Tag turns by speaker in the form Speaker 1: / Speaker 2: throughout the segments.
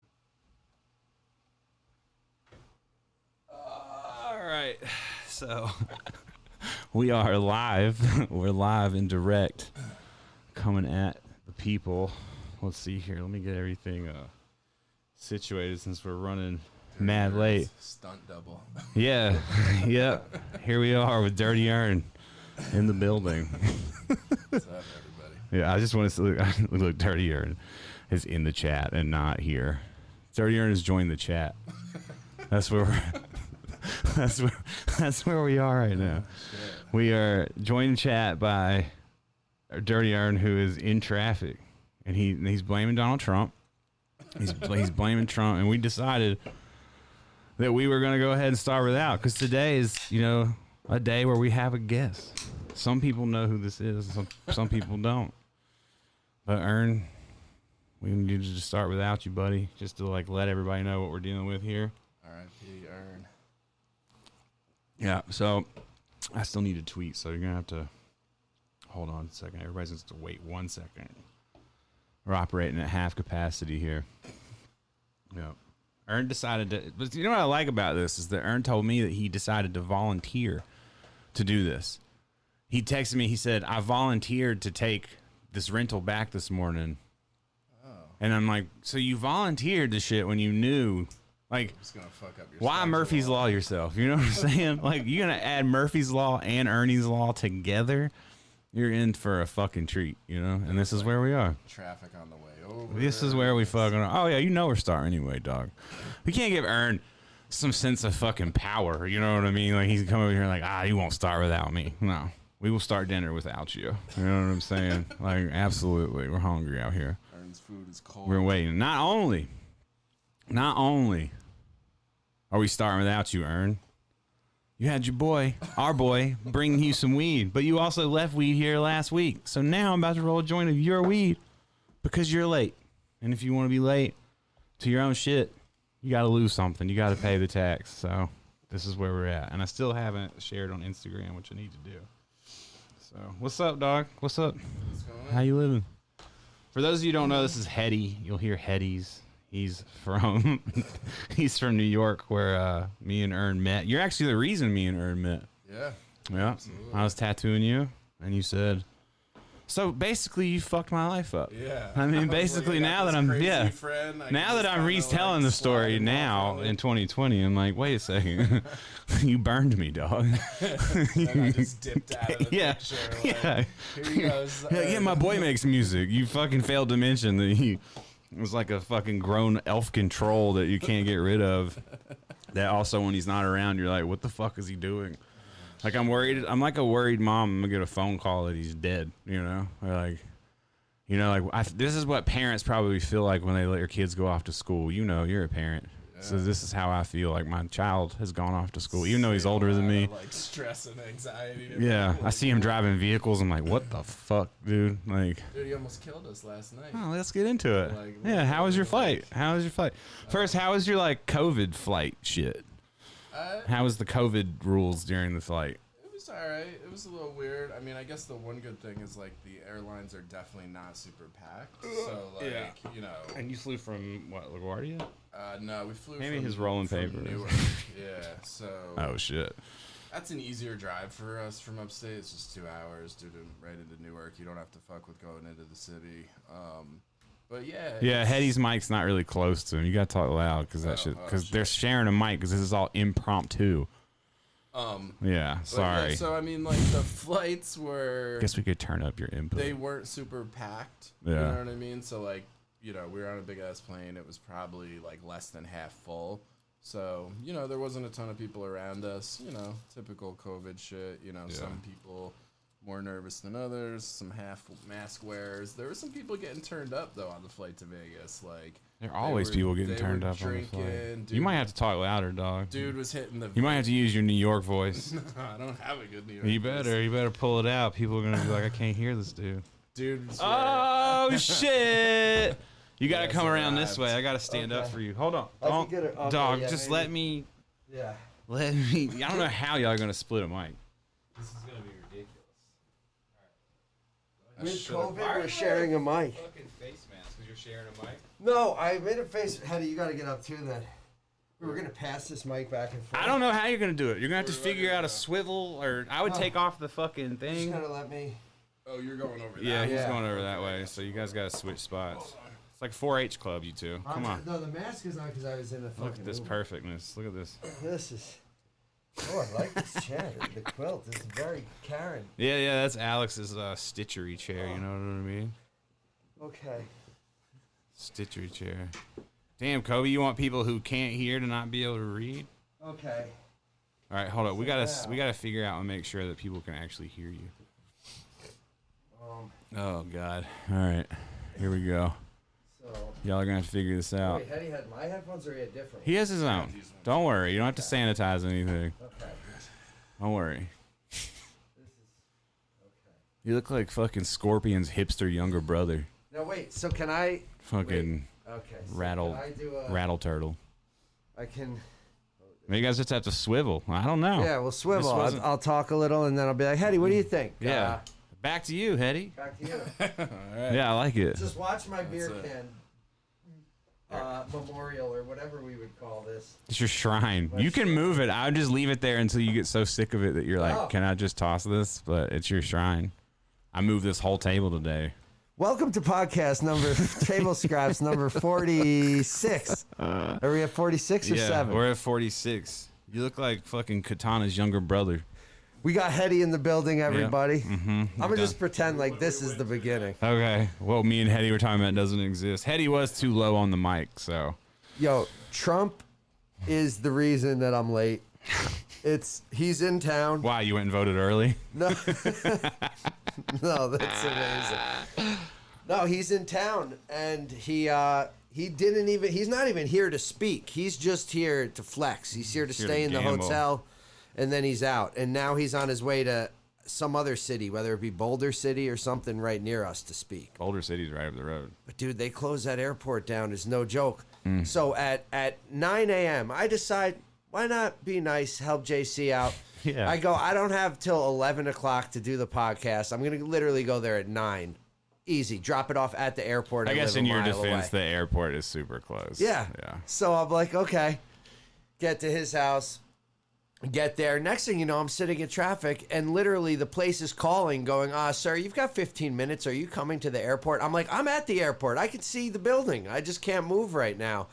Speaker 1: So
Speaker 2: We are live. We're live and direct coming at the people. Let's see here. Let me get everything uh, situated since we're running mad late.
Speaker 3: Stunt double.
Speaker 2: Yeah. yep. Here we are with Dirty Earn in the building.
Speaker 3: What's up, everybody?
Speaker 2: Yeah, I just want to say, look, look Dirty Earn is in the chat and not here. Dirty Earn has joined the chat. That's where we're. That's where, that's where we are right
Speaker 3: Oh,
Speaker 2: now. We are joined in chat by Dirty Earn, who is in traffic, and he and he's blaming Donald Trump. He's he's blaming Trump, and we decided that we were going to go ahead and start without because today is you know a day where we have a guest. Some people know who this is, some some people don't. But Earn, we need to just start without you, buddy, just to like let everybody know what we're dealing with here.
Speaker 3: R.I.P. Earn.
Speaker 2: Yeah. So I still need to tweet. So you're gonna have to hold on a second. Everybody's gonna have to wait one second. We're operating at half capacity here. Yep. Ern decided to. But you know what I like about this is that Ern told me that he decided to volunteer to do this. He texted me. He said, "I volunteered to take this rental back this morning." And I'm like, so you volunteered to shit when you knew, like,
Speaker 3: Just gonna fuck up your.
Speaker 2: why
Speaker 3: slides
Speaker 2: Murphy's
Speaker 3: a lot.
Speaker 2: Law yourself? You know what I'm saying? like you're gonna add Murphy's Law and Ernie's Law together, you're in for a fucking treat, you know. And this is where we are.
Speaker 3: Traffic on the way over.
Speaker 2: This is where we fucking. Are. Oh yeah, you know we're starting anyway, dog. We can't give Ern some sense of fucking power. You know what I mean? Like he's come over here like ah, you won't start without me. No, we will start dinner without you. You know what I'm saying? like absolutely, we're hungry out here.
Speaker 3: Earn's food is cold.
Speaker 2: We're waiting. Not only, not only are we starting without you, Ern. You had your boy, our boy, bringing you some weed, but you also left weed here last week. So now I'm about to roll a joint of your weed because you're late. And if you want to be late to your own shit, you got to lose something. You got to pay the tax. So this is where we're at. And I still haven't shared on Instagram, which I need to do. So what's up, dog? What's up?
Speaker 3: What's going on?
Speaker 2: How you living? For those of you who don't know, this is Hetty. You'll hear Hetty's. He's from he's from New York, where uh, me and Ern met. You're actually the reason me and Ern met.
Speaker 3: Yeah.
Speaker 2: Yeah, I was tattooing you, and you said. So basically, you fucked my life up.
Speaker 3: Yeah.
Speaker 2: I mean,
Speaker 3: was
Speaker 2: basically,
Speaker 3: like, I
Speaker 2: now
Speaker 3: got
Speaker 2: that
Speaker 3: this
Speaker 2: I'm
Speaker 3: crazy
Speaker 2: yeah.
Speaker 3: friend,
Speaker 2: Now
Speaker 3: I can
Speaker 2: that
Speaker 3: just
Speaker 2: I'm
Speaker 3: kinda, like,
Speaker 2: retelling the
Speaker 3: slide
Speaker 2: story
Speaker 3: him
Speaker 2: now
Speaker 3: off of it.
Speaker 2: in 2020, I'm like, wait a second, you burned me, dog.
Speaker 3: And I just dipped out of the
Speaker 2: yeah,
Speaker 3: picture. Like,
Speaker 2: yeah.
Speaker 3: Here he goes.
Speaker 2: Yeah, yeah, my boy makes music. You fucking failed to mention that he was like a fucking grown elf control that you can't get rid of. That also, when he's not around, you're like, what the fuck is he doing? Like, I'm worried. I'm like a worried mom. I'm gonna get a phone call that he's dead. You know, or like, you know, like I, this is what parents probably feel like when they let their kids go off to school. You know, you're a parent. So this is how I feel. Like my child has gone off to school, even though he's older than me.
Speaker 3: Like stress and anxiety. and
Speaker 2: Yeah,
Speaker 3: everything.
Speaker 2: I see him driving vehicles. I'm like, what the fuck, dude? Like,
Speaker 3: Dude, he almost killed us last night.
Speaker 2: Oh, let's get into it.
Speaker 3: Like,
Speaker 2: yeah, how was your
Speaker 3: literally,
Speaker 2: flight? How was your flight? First, how was your like COVID flight shit?
Speaker 3: Uh,
Speaker 2: How was the COVID rules during the flight?
Speaker 3: It was all right. It was a little weird. I mean, I guess the one good thing is like the airlines are definitely not super packed. So like
Speaker 2: Yeah.
Speaker 3: you know,
Speaker 2: And you flew from what LaGuardia?
Speaker 3: uh, no, we flew.
Speaker 2: Maybe
Speaker 3: from-
Speaker 2: his rolling
Speaker 3: from
Speaker 2: papers.
Speaker 3: Newark. Yeah, so
Speaker 2: Oh shit!
Speaker 3: that's an easier drive for us from upstate. It's just two hours, dude, and right into Newark. You don't have to fuck with going into the city. Um, but yeah,
Speaker 2: Yeah,
Speaker 3: it's-
Speaker 2: Hetty's mic's not really close to him. You gotta talk loud because that
Speaker 3: Oh,
Speaker 2: shit.
Speaker 3: oh,
Speaker 2: Because they're sharing a mic because this is all impromptu.
Speaker 3: Um,
Speaker 2: Yeah,
Speaker 3: but yeah,
Speaker 2: sorry.
Speaker 3: so I mean, like the flights were.
Speaker 2: Guess we could turn up your input.
Speaker 3: they weren't super packed.
Speaker 2: Yeah.
Speaker 3: You know what I mean? So like, you know, we were on a big ass plane. It was probably like less than half full. So, you know, there wasn't a ton of people around us, you know, typical COVID shit, you know, some people more nervous than others, some half mask wearers. There were some people getting turned up though on the flight to Vegas. Like
Speaker 2: there are
Speaker 3: they
Speaker 2: always
Speaker 3: were-
Speaker 2: people getting
Speaker 3: they
Speaker 2: turned
Speaker 3: were
Speaker 2: up on the flight.
Speaker 3: drinking. Dude,
Speaker 2: you might have to talk louder, dog.
Speaker 3: dude was hitting the
Speaker 2: You might have to use your New York voice.
Speaker 3: I don't have a good New York.
Speaker 2: You
Speaker 3: voice.
Speaker 2: better, you better pull it out. People are gonna be like, I can't hear this dude.
Speaker 3: Dude was
Speaker 2: Oh shit! You gotta
Speaker 3: Yes,
Speaker 2: come around this way.
Speaker 3: arrived.
Speaker 2: I gotta stand up
Speaker 4: Okay.
Speaker 2: for you. Hold on,
Speaker 4: I can
Speaker 2: Don't-
Speaker 4: get her- okay,
Speaker 2: dog.
Speaker 4: yeah,
Speaker 2: just
Speaker 4: maybe.
Speaker 2: let me,
Speaker 4: Yeah.
Speaker 2: let me. I don't know how y'all gonna split a mic.
Speaker 1: this is gonna be ridiculous.
Speaker 3: I
Speaker 4: With
Speaker 3: should've-
Speaker 4: COVID, we're sharing a mic.
Speaker 1: Fucking face mask because you're sharing a mic.
Speaker 4: No, I made a face. Hetty, you got to get up too then. We were gonna pass this mic back and forth.
Speaker 2: I don't know how you're gonna do it. You're gonna have to
Speaker 5: We're not
Speaker 2: figure
Speaker 5: gonna-
Speaker 2: out a swivel, or I would
Speaker 4: Oh.
Speaker 2: take off the fucking
Speaker 4: Just
Speaker 2: thing.
Speaker 4: gonna let me.
Speaker 5: Oh, you're going over.
Speaker 2: Yeah,
Speaker 5: that.
Speaker 2: he's
Speaker 4: Yeah.
Speaker 2: going over that way. So you guys gotta switch spots. It's like 4-H club, you two. Come
Speaker 4: I'm-
Speaker 2: on.
Speaker 4: No, the mask is on because I was in a fucking.
Speaker 2: Look at this
Speaker 4: movie.
Speaker 2: perfectness. Look at this.
Speaker 4: This is. Oh, I like this chair. the quilt is very Karen.
Speaker 2: Yeah, yeah, that's Alex's uh, stitchery chair. You know what I mean?
Speaker 4: Okay.
Speaker 2: Stitchery chair. Damn, Kobe, you want people who can't hear to not be able to read?
Speaker 4: Okay.
Speaker 2: All right, hold on. We gotta s
Speaker 4: Yeah.
Speaker 2: we gotta figure out and make sure that people can actually hear you.
Speaker 4: Um.
Speaker 2: Oh God. All right, here we go.
Speaker 4: So.
Speaker 2: Y'all are gonna have to figure this out.
Speaker 4: Wait, had he had my headphones or he had different?
Speaker 2: He has his own. Don't worry. You don't have to sanitize anything.
Speaker 4: Okay.
Speaker 2: Don't worry.
Speaker 4: This is. Okay.
Speaker 2: You look like fucking Scorpion's hipster younger brother.
Speaker 4: Now wait. So can I?
Speaker 2: Fucking
Speaker 4: Okay. So
Speaker 2: Rattle-
Speaker 4: Can I do a?
Speaker 2: rattle turtle.
Speaker 4: I can.
Speaker 2: You guys just have to swivel. I don't know.
Speaker 4: Yeah, we'll swivel. I'll,
Speaker 2: Oh. wasn't-
Speaker 4: I'll talk a little, and then I'll be like, Hetty, what do you think?
Speaker 2: Yeah. Back to you, Hetty.
Speaker 4: Uh, back to you.
Speaker 2: Yeah, I like it.
Speaker 4: Just watch my beer
Speaker 5: That's it.
Speaker 4: can uh, memorial or whatever we would call this.
Speaker 2: It's your shrine. You can move it. I'll just leave it there until you get so sick of it that you're like,
Speaker 4: Oh.
Speaker 2: can I just toss this? But it's your shrine. I moved this whole table today.
Speaker 4: Welcome to podcast number table scraps number forty six. Are we at forty six or seven?
Speaker 2: we're at 46. You look like fucking Katana's younger brother.
Speaker 4: We got Hetty in the building, everybody.
Speaker 2: Mm-hmm.
Speaker 4: I'm gonna just pretend like this is the beginning.
Speaker 2: Okay. Well, me and Hetty were talking about doesn't exist. Hetty was too low on the mic, so
Speaker 4: Yo, Trump is the reason that I'm late. It's he's in town.
Speaker 2: wow, you went and voted early.
Speaker 4: No, no, that's amazing. No, he's in town, and he uh, he didn't even. He's not even here to speak. He's just here to flex. He's here to
Speaker 2: Here to
Speaker 4: stay in the
Speaker 2: gamble.
Speaker 4: hotel, and then he's out. And now he's on his way to some other city, whether it be Boulder City or something right near us to speak.
Speaker 2: Boulder City's right up the road.
Speaker 4: But dude, they closed that airport down is no joke.
Speaker 2: Mm.
Speaker 4: So at at 9 a.m., I decide why not be nice, help JC out.
Speaker 2: Yeah.
Speaker 4: I go. I don't have till 11 o'clock to do the podcast. I'm gonna literally go there at nine. Easy. Drop it off at the airport.
Speaker 2: I
Speaker 4: and
Speaker 2: guess
Speaker 4: live a
Speaker 2: in your
Speaker 4: mile
Speaker 2: defense,
Speaker 4: away.
Speaker 2: the airport is super close.
Speaker 4: yeah.
Speaker 2: Yeah.
Speaker 4: So I'm like, okay, get to his house. Get there. Next thing you know, I'm sitting in traffic, and literally the place is calling, going, "Ah, sir, you've got 15 minutes. Are you coming to the airport?" I'm like, "I'm at the airport. I can see the building. I just can't move right now."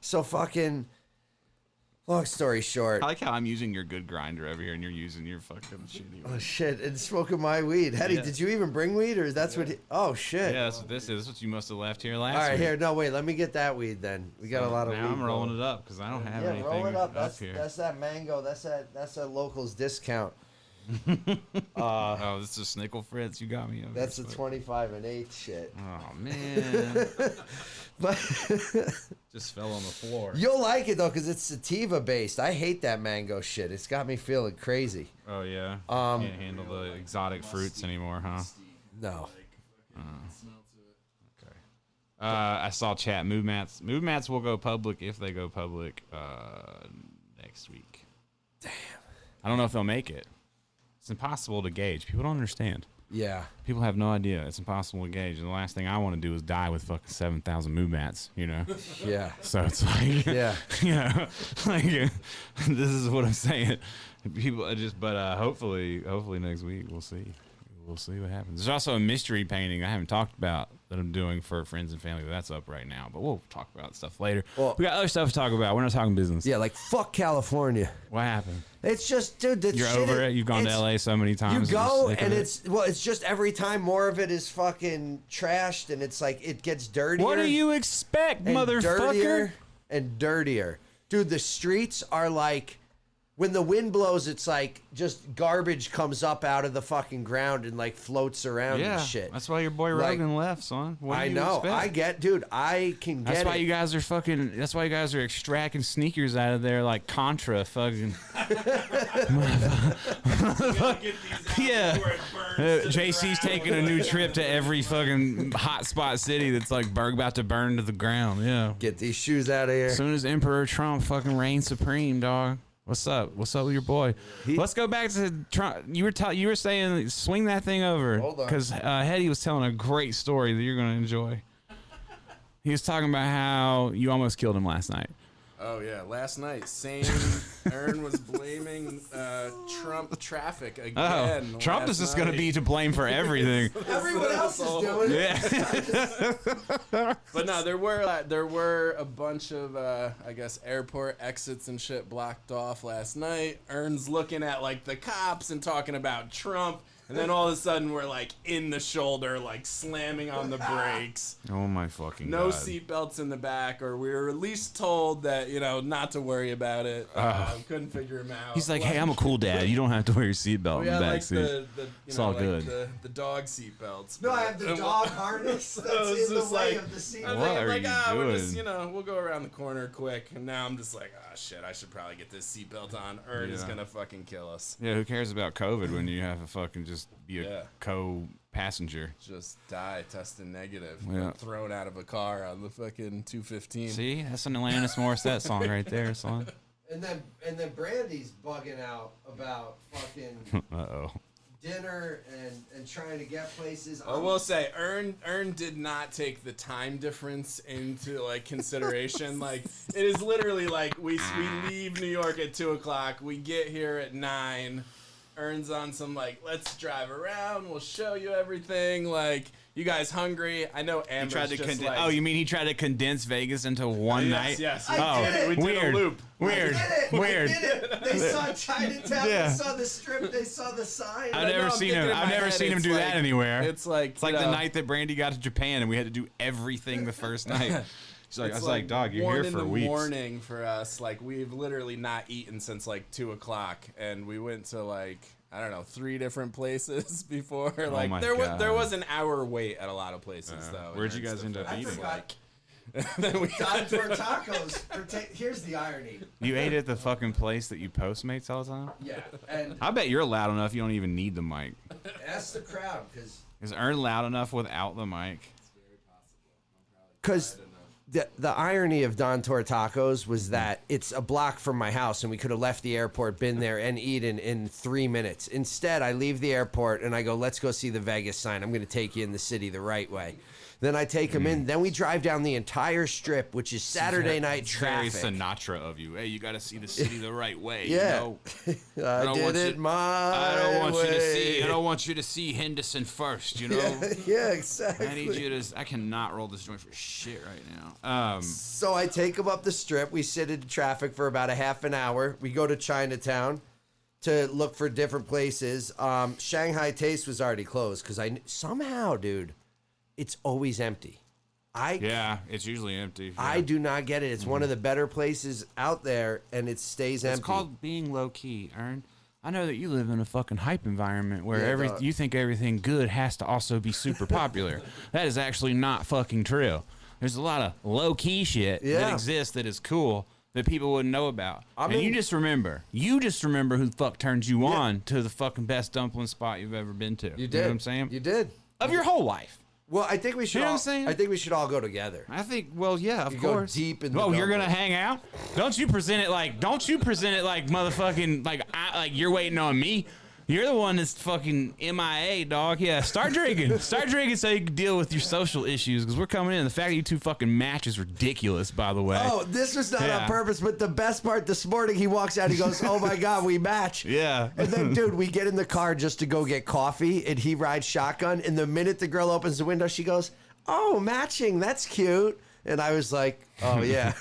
Speaker 4: So fucking. Long story short,
Speaker 2: I like how I'm using your good grinder over here, and you're using your fucking shitty.
Speaker 4: Oh shit! And smoking my weed. Hetty,
Speaker 2: Yeah.
Speaker 4: did you even bring weed, or that's what? He, oh shit!
Speaker 2: Yeah, that's what this is. That's what you must have left here last.
Speaker 4: All right,
Speaker 2: week.
Speaker 4: here. No, wait. Let me get that weed. Then we got a lot of
Speaker 2: now
Speaker 4: weed.
Speaker 2: I'm rolling it up because I don't have
Speaker 4: Yeah,
Speaker 2: anything
Speaker 4: roll it up. That's
Speaker 2: here.
Speaker 4: that's that mango. That's that that's that locals discount.
Speaker 2: oh, this is Snickle Fritz. You got me. Over
Speaker 4: That's the
Speaker 2: here.
Speaker 4: twenty-five and eight shit.
Speaker 2: Oh man,
Speaker 4: But
Speaker 2: just fell on the floor.
Speaker 4: you'll like it though, cause it's sativa based. I hate that mango shit. It's got me feeling crazy.
Speaker 2: Oh yeah.
Speaker 4: Um,
Speaker 2: Can't handle the exotic fruits anymore, huh?
Speaker 4: No.
Speaker 2: Uh, I saw chat move mats. Move mats will go public if they go public uh, next week. Damn. I don't know if they'll make it. It's impossible to gauge. People don't understand.
Speaker 4: Yeah.
Speaker 2: People have no idea. It's impossible to gauge. And the last thing I want to do is die with fucking seven thousand move mats. You know.
Speaker 4: Yeah.
Speaker 2: So it's like,
Speaker 4: Yeah.
Speaker 2: you know, like uh, this is what I'm saying. People are just, but uh, hopefully, hopefully next week we'll see. We'll see what happens. There's also a mystery painting I haven't talked about that I'm doing for friends and family. That's up right now, but we'll talk about stuff later.
Speaker 4: Well-
Speaker 2: we got other stuff to talk about. We're not talking business.
Speaker 4: Yeah. Like fuck California.
Speaker 2: What happened?
Speaker 4: It's just dude. That
Speaker 2: You're
Speaker 4: shit
Speaker 2: over
Speaker 4: is-
Speaker 2: it. You've gone to
Speaker 4: it's-
Speaker 2: LA so many times.
Speaker 4: You
Speaker 2: you're
Speaker 4: go
Speaker 2: sick of
Speaker 4: and
Speaker 2: it.
Speaker 4: it's well, it's just every time more of it is fucking trashed, and it's like it gets dirtier.
Speaker 2: What do you expect,
Speaker 4: and
Speaker 2: motherfucker?
Speaker 4: dirtier and dirtier. Dude, the streets are like when the wind blows, it's like just garbage comes up out of the fucking ground and like floats around
Speaker 2: Yeah,
Speaker 4: and shit.
Speaker 2: that's why your boy
Speaker 4: Like,
Speaker 2: Rogan left, son. What do
Speaker 4: I
Speaker 2: you
Speaker 4: know.
Speaker 2: expect?
Speaker 4: I get, dude. I can get
Speaker 2: That's why
Speaker 4: it.
Speaker 2: you guys are fucking. That's why you guys are extracting sneakers out of there like Contra fucking. Yeah. Uh, JC's taking a new trip to every fucking hotspot city that's like bur- about to burn to the ground. Yeah.
Speaker 4: get these shoes out of here.
Speaker 2: As soon as Emperor Trump fucking reigns supreme, dog. What's up? What's up with your boy? Let's go back to Trump. You were ta- you were saying swing that thing over
Speaker 4: Hold on.
Speaker 2: because uh, Hetty was telling a great story that you're gonna enjoy. He was talking about how you almost killed him last night.
Speaker 3: Oh yeah, last night same Aaron was blaming uh, Trump traffic again.
Speaker 2: Oh, Trump is
Speaker 3: last
Speaker 2: just going to
Speaker 3: night.
Speaker 2: be to blame for everything.
Speaker 4: Everyone else is doing it.
Speaker 2: Oh, yeah.
Speaker 3: But no, there were uh, there were a bunch of uh, I guess airport exits and shit blocked off last night. Ern's looking at like the cops and talking about Trump, and then all of a sudden we're like in the shoulder, like slamming on the brakes.
Speaker 2: Oh my fucking
Speaker 3: No
Speaker 2: god.
Speaker 3: seatbelts in the back, or we were at least told that you know not to worry about it. Uh, couldn't figure him out.
Speaker 2: Ah. He's like, hey, I'm a cool dad. You don't have to wear your seatbelt in
Speaker 3: We
Speaker 2: the
Speaker 3: had
Speaker 2: back
Speaker 3: like
Speaker 2: seat.
Speaker 3: the, the you
Speaker 2: It's
Speaker 3: know,
Speaker 2: all
Speaker 3: like
Speaker 2: good.
Speaker 3: The, the dog seatbelts.
Speaker 4: No, I have the
Speaker 3: And
Speaker 4: dog
Speaker 3: we're- it's
Speaker 4: harness that's in the
Speaker 3: just
Speaker 4: way
Speaker 3: like-
Speaker 4: of the seat.
Speaker 3: I'm
Speaker 2: What
Speaker 3: thinking,
Speaker 2: are
Speaker 3: like,
Speaker 2: you
Speaker 3: ah, we're just,
Speaker 2: doing?
Speaker 3: you know, we'll go around the corner quick. And now I'm just like, ah, shit, I should probably get this seatbelt on. Ern is
Speaker 2: Yeah.
Speaker 3: gonna fucking kill us.
Speaker 2: yeah, who cares about COVID when you have a fucking just be a
Speaker 3: Yeah.
Speaker 2: co passenger?
Speaker 3: Just die testing negative.
Speaker 2: Yeah.
Speaker 3: Got Thrown out of a car on the fucking 215.
Speaker 2: See, that's an Alanis Morissette song right there, son.
Speaker 4: And then and then Brandy's bugging out about fucking
Speaker 2: Uh oh.
Speaker 4: dinner and and trying to get places.
Speaker 3: I will say, Ern Ern did not take the time difference into like consideration. like it is literally like we we leave New York at two o'clock, we get here at nine. Ern's on some like let's drive around, we'll show you everything. Like you guys hungry? I know Amber's
Speaker 2: Tried to
Speaker 3: just
Speaker 2: conde-
Speaker 3: like,
Speaker 2: oh, you mean he tried to condense Vegas into one night?
Speaker 3: yes, yes. we
Speaker 2: Oh,
Speaker 3: did it, we
Speaker 2: weird.
Speaker 3: did a loop.
Speaker 2: Weird.
Speaker 4: They did it.
Speaker 2: Weird.
Speaker 4: They, did it. they saw Chinatown.
Speaker 2: Yeah.
Speaker 4: They saw the strip. They saw the sign.
Speaker 2: I've
Speaker 3: I know,
Speaker 2: never
Speaker 3: I'm
Speaker 2: seen
Speaker 3: thinking
Speaker 2: him.
Speaker 3: in
Speaker 2: I've
Speaker 3: my
Speaker 2: never
Speaker 3: head,
Speaker 2: seen him
Speaker 3: it's
Speaker 2: do
Speaker 3: like-
Speaker 2: that anywhere.
Speaker 3: It's like
Speaker 2: It's like
Speaker 3: you
Speaker 2: the
Speaker 3: know,
Speaker 2: night that Brandy got to Japan and we had to do everything the first night. She's like, I was like, dog, you're
Speaker 3: one
Speaker 2: here
Speaker 3: in
Speaker 2: for
Speaker 3: the
Speaker 2: weeks.
Speaker 3: Morning for us, like we've literally not eaten since like two o'clock, and we went to like I don't know three different places before. Like
Speaker 2: Oh my
Speaker 3: there was
Speaker 2: God.
Speaker 3: there was an hour wait at a lot of places though.
Speaker 2: where'd
Speaker 3: and
Speaker 2: you guys
Speaker 3: it's
Speaker 2: end up
Speaker 3: different.
Speaker 4: I
Speaker 2: eating?
Speaker 4: forgot.
Speaker 3: then we
Speaker 4: Outdoor tacos. For ta- Here's the irony.
Speaker 2: You ate at the fucking place that you Postmates all the time?
Speaker 4: Yeah, and
Speaker 2: I bet you're loud enough you don't even need the mic.
Speaker 4: ask the crowd because
Speaker 2: Is Ern loud enough without the mic?
Speaker 4: because the, the irony of Don Tor Tacos was that it's a block from my house, and we could have left the airport, been there, and eaten in three minutes. Instead, I leave the airport and I go, "Let's go see the Vegas sign. I'm going to take you in the city the right way." Then I take him in. Then we drive down the entire strip, which is Saturday night
Speaker 2: Very
Speaker 4: traffic.
Speaker 2: Sinatra of you. Hey, you got to see the city the right way.
Speaker 4: Yeah.
Speaker 2: You know?
Speaker 4: I,
Speaker 2: don't
Speaker 4: did
Speaker 2: want you-
Speaker 4: it my
Speaker 2: I don't want you to see. I
Speaker 4: way.
Speaker 2: don't want you to see Henderson first. You know.
Speaker 4: yeah, exactly.
Speaker 2: I need you to. I cannot roll this joint for shit right now. Um,
Speaker 4: So I take him up the strip. We sit in traffic for about a half an hour. We go to Chinatown to look for different places. Um, Shanghai Taste was already closed because I kn- somehow, dude, it's always empty. I
Speaker 2: yeah, it's usually empty.
Speaker 4: I do not get it. It's one of the better places out there, and it stays empty.
Speaker 2: It's called being low key, Ern. I know that you live in a fucking hype environment where every
Speaker 4: dog.
Speaker 2: you think everything good has to also be super popular. that is actually not fucking true. There's a lot of low key shit that
Speaker 4: Yeah.
Speaker 2: exists that is cool that people wouldn't know about.
Speaker 4: I
Speaker 2: and you
Speaker 4: mean-
Speaker 2: just remember, you just remember who the fuck turned you on to the fucking best dumpling spot you've ever been to.
Speaker 4: you
Speaker 2: know
Speaker 4: did.
Speaker 2: what I'm saying?
Speaker 4: You did.
Speaker 2: of your whole life.
Speaker 4: Well, I think we should.
Speaker 2: You know what
Speaker 4: all,
Speaker 2: I'm saying?
Speaker 4: I think we should all go together.
Speaker 2: I think. Well, yeah, of
Speaker 4: You go
Speaker 2: course.
Speaker 4: deep in the
Speaker 2: Oh, you're gonna
Speaker 4: dumplings.
Speaker 2: hang out? Don't you present it like? Don't you present it like motherfucking like I, like you're waiting on me? You're the one that's fucking MIA, dog. Yeah, start drinking. Start drinking so you can deal with your social issues because we're coming in. The fact that you two fucking match is ridiculous, by the way.
Speaker 4: Oh, this was not
Speaker 2: Yeah.
Speaker 4: on purpose, but the best part this morning, he walks out, he goes, Oh my God, we match.
Speaker 2: Yeah.
Speaker 4: And then, dude, we get in the car just to go get coffee, and he rides shotgun. And the minute the girl opens the window, she goes, "Oh, matching. That's cute." And I was like, "Oh yeah."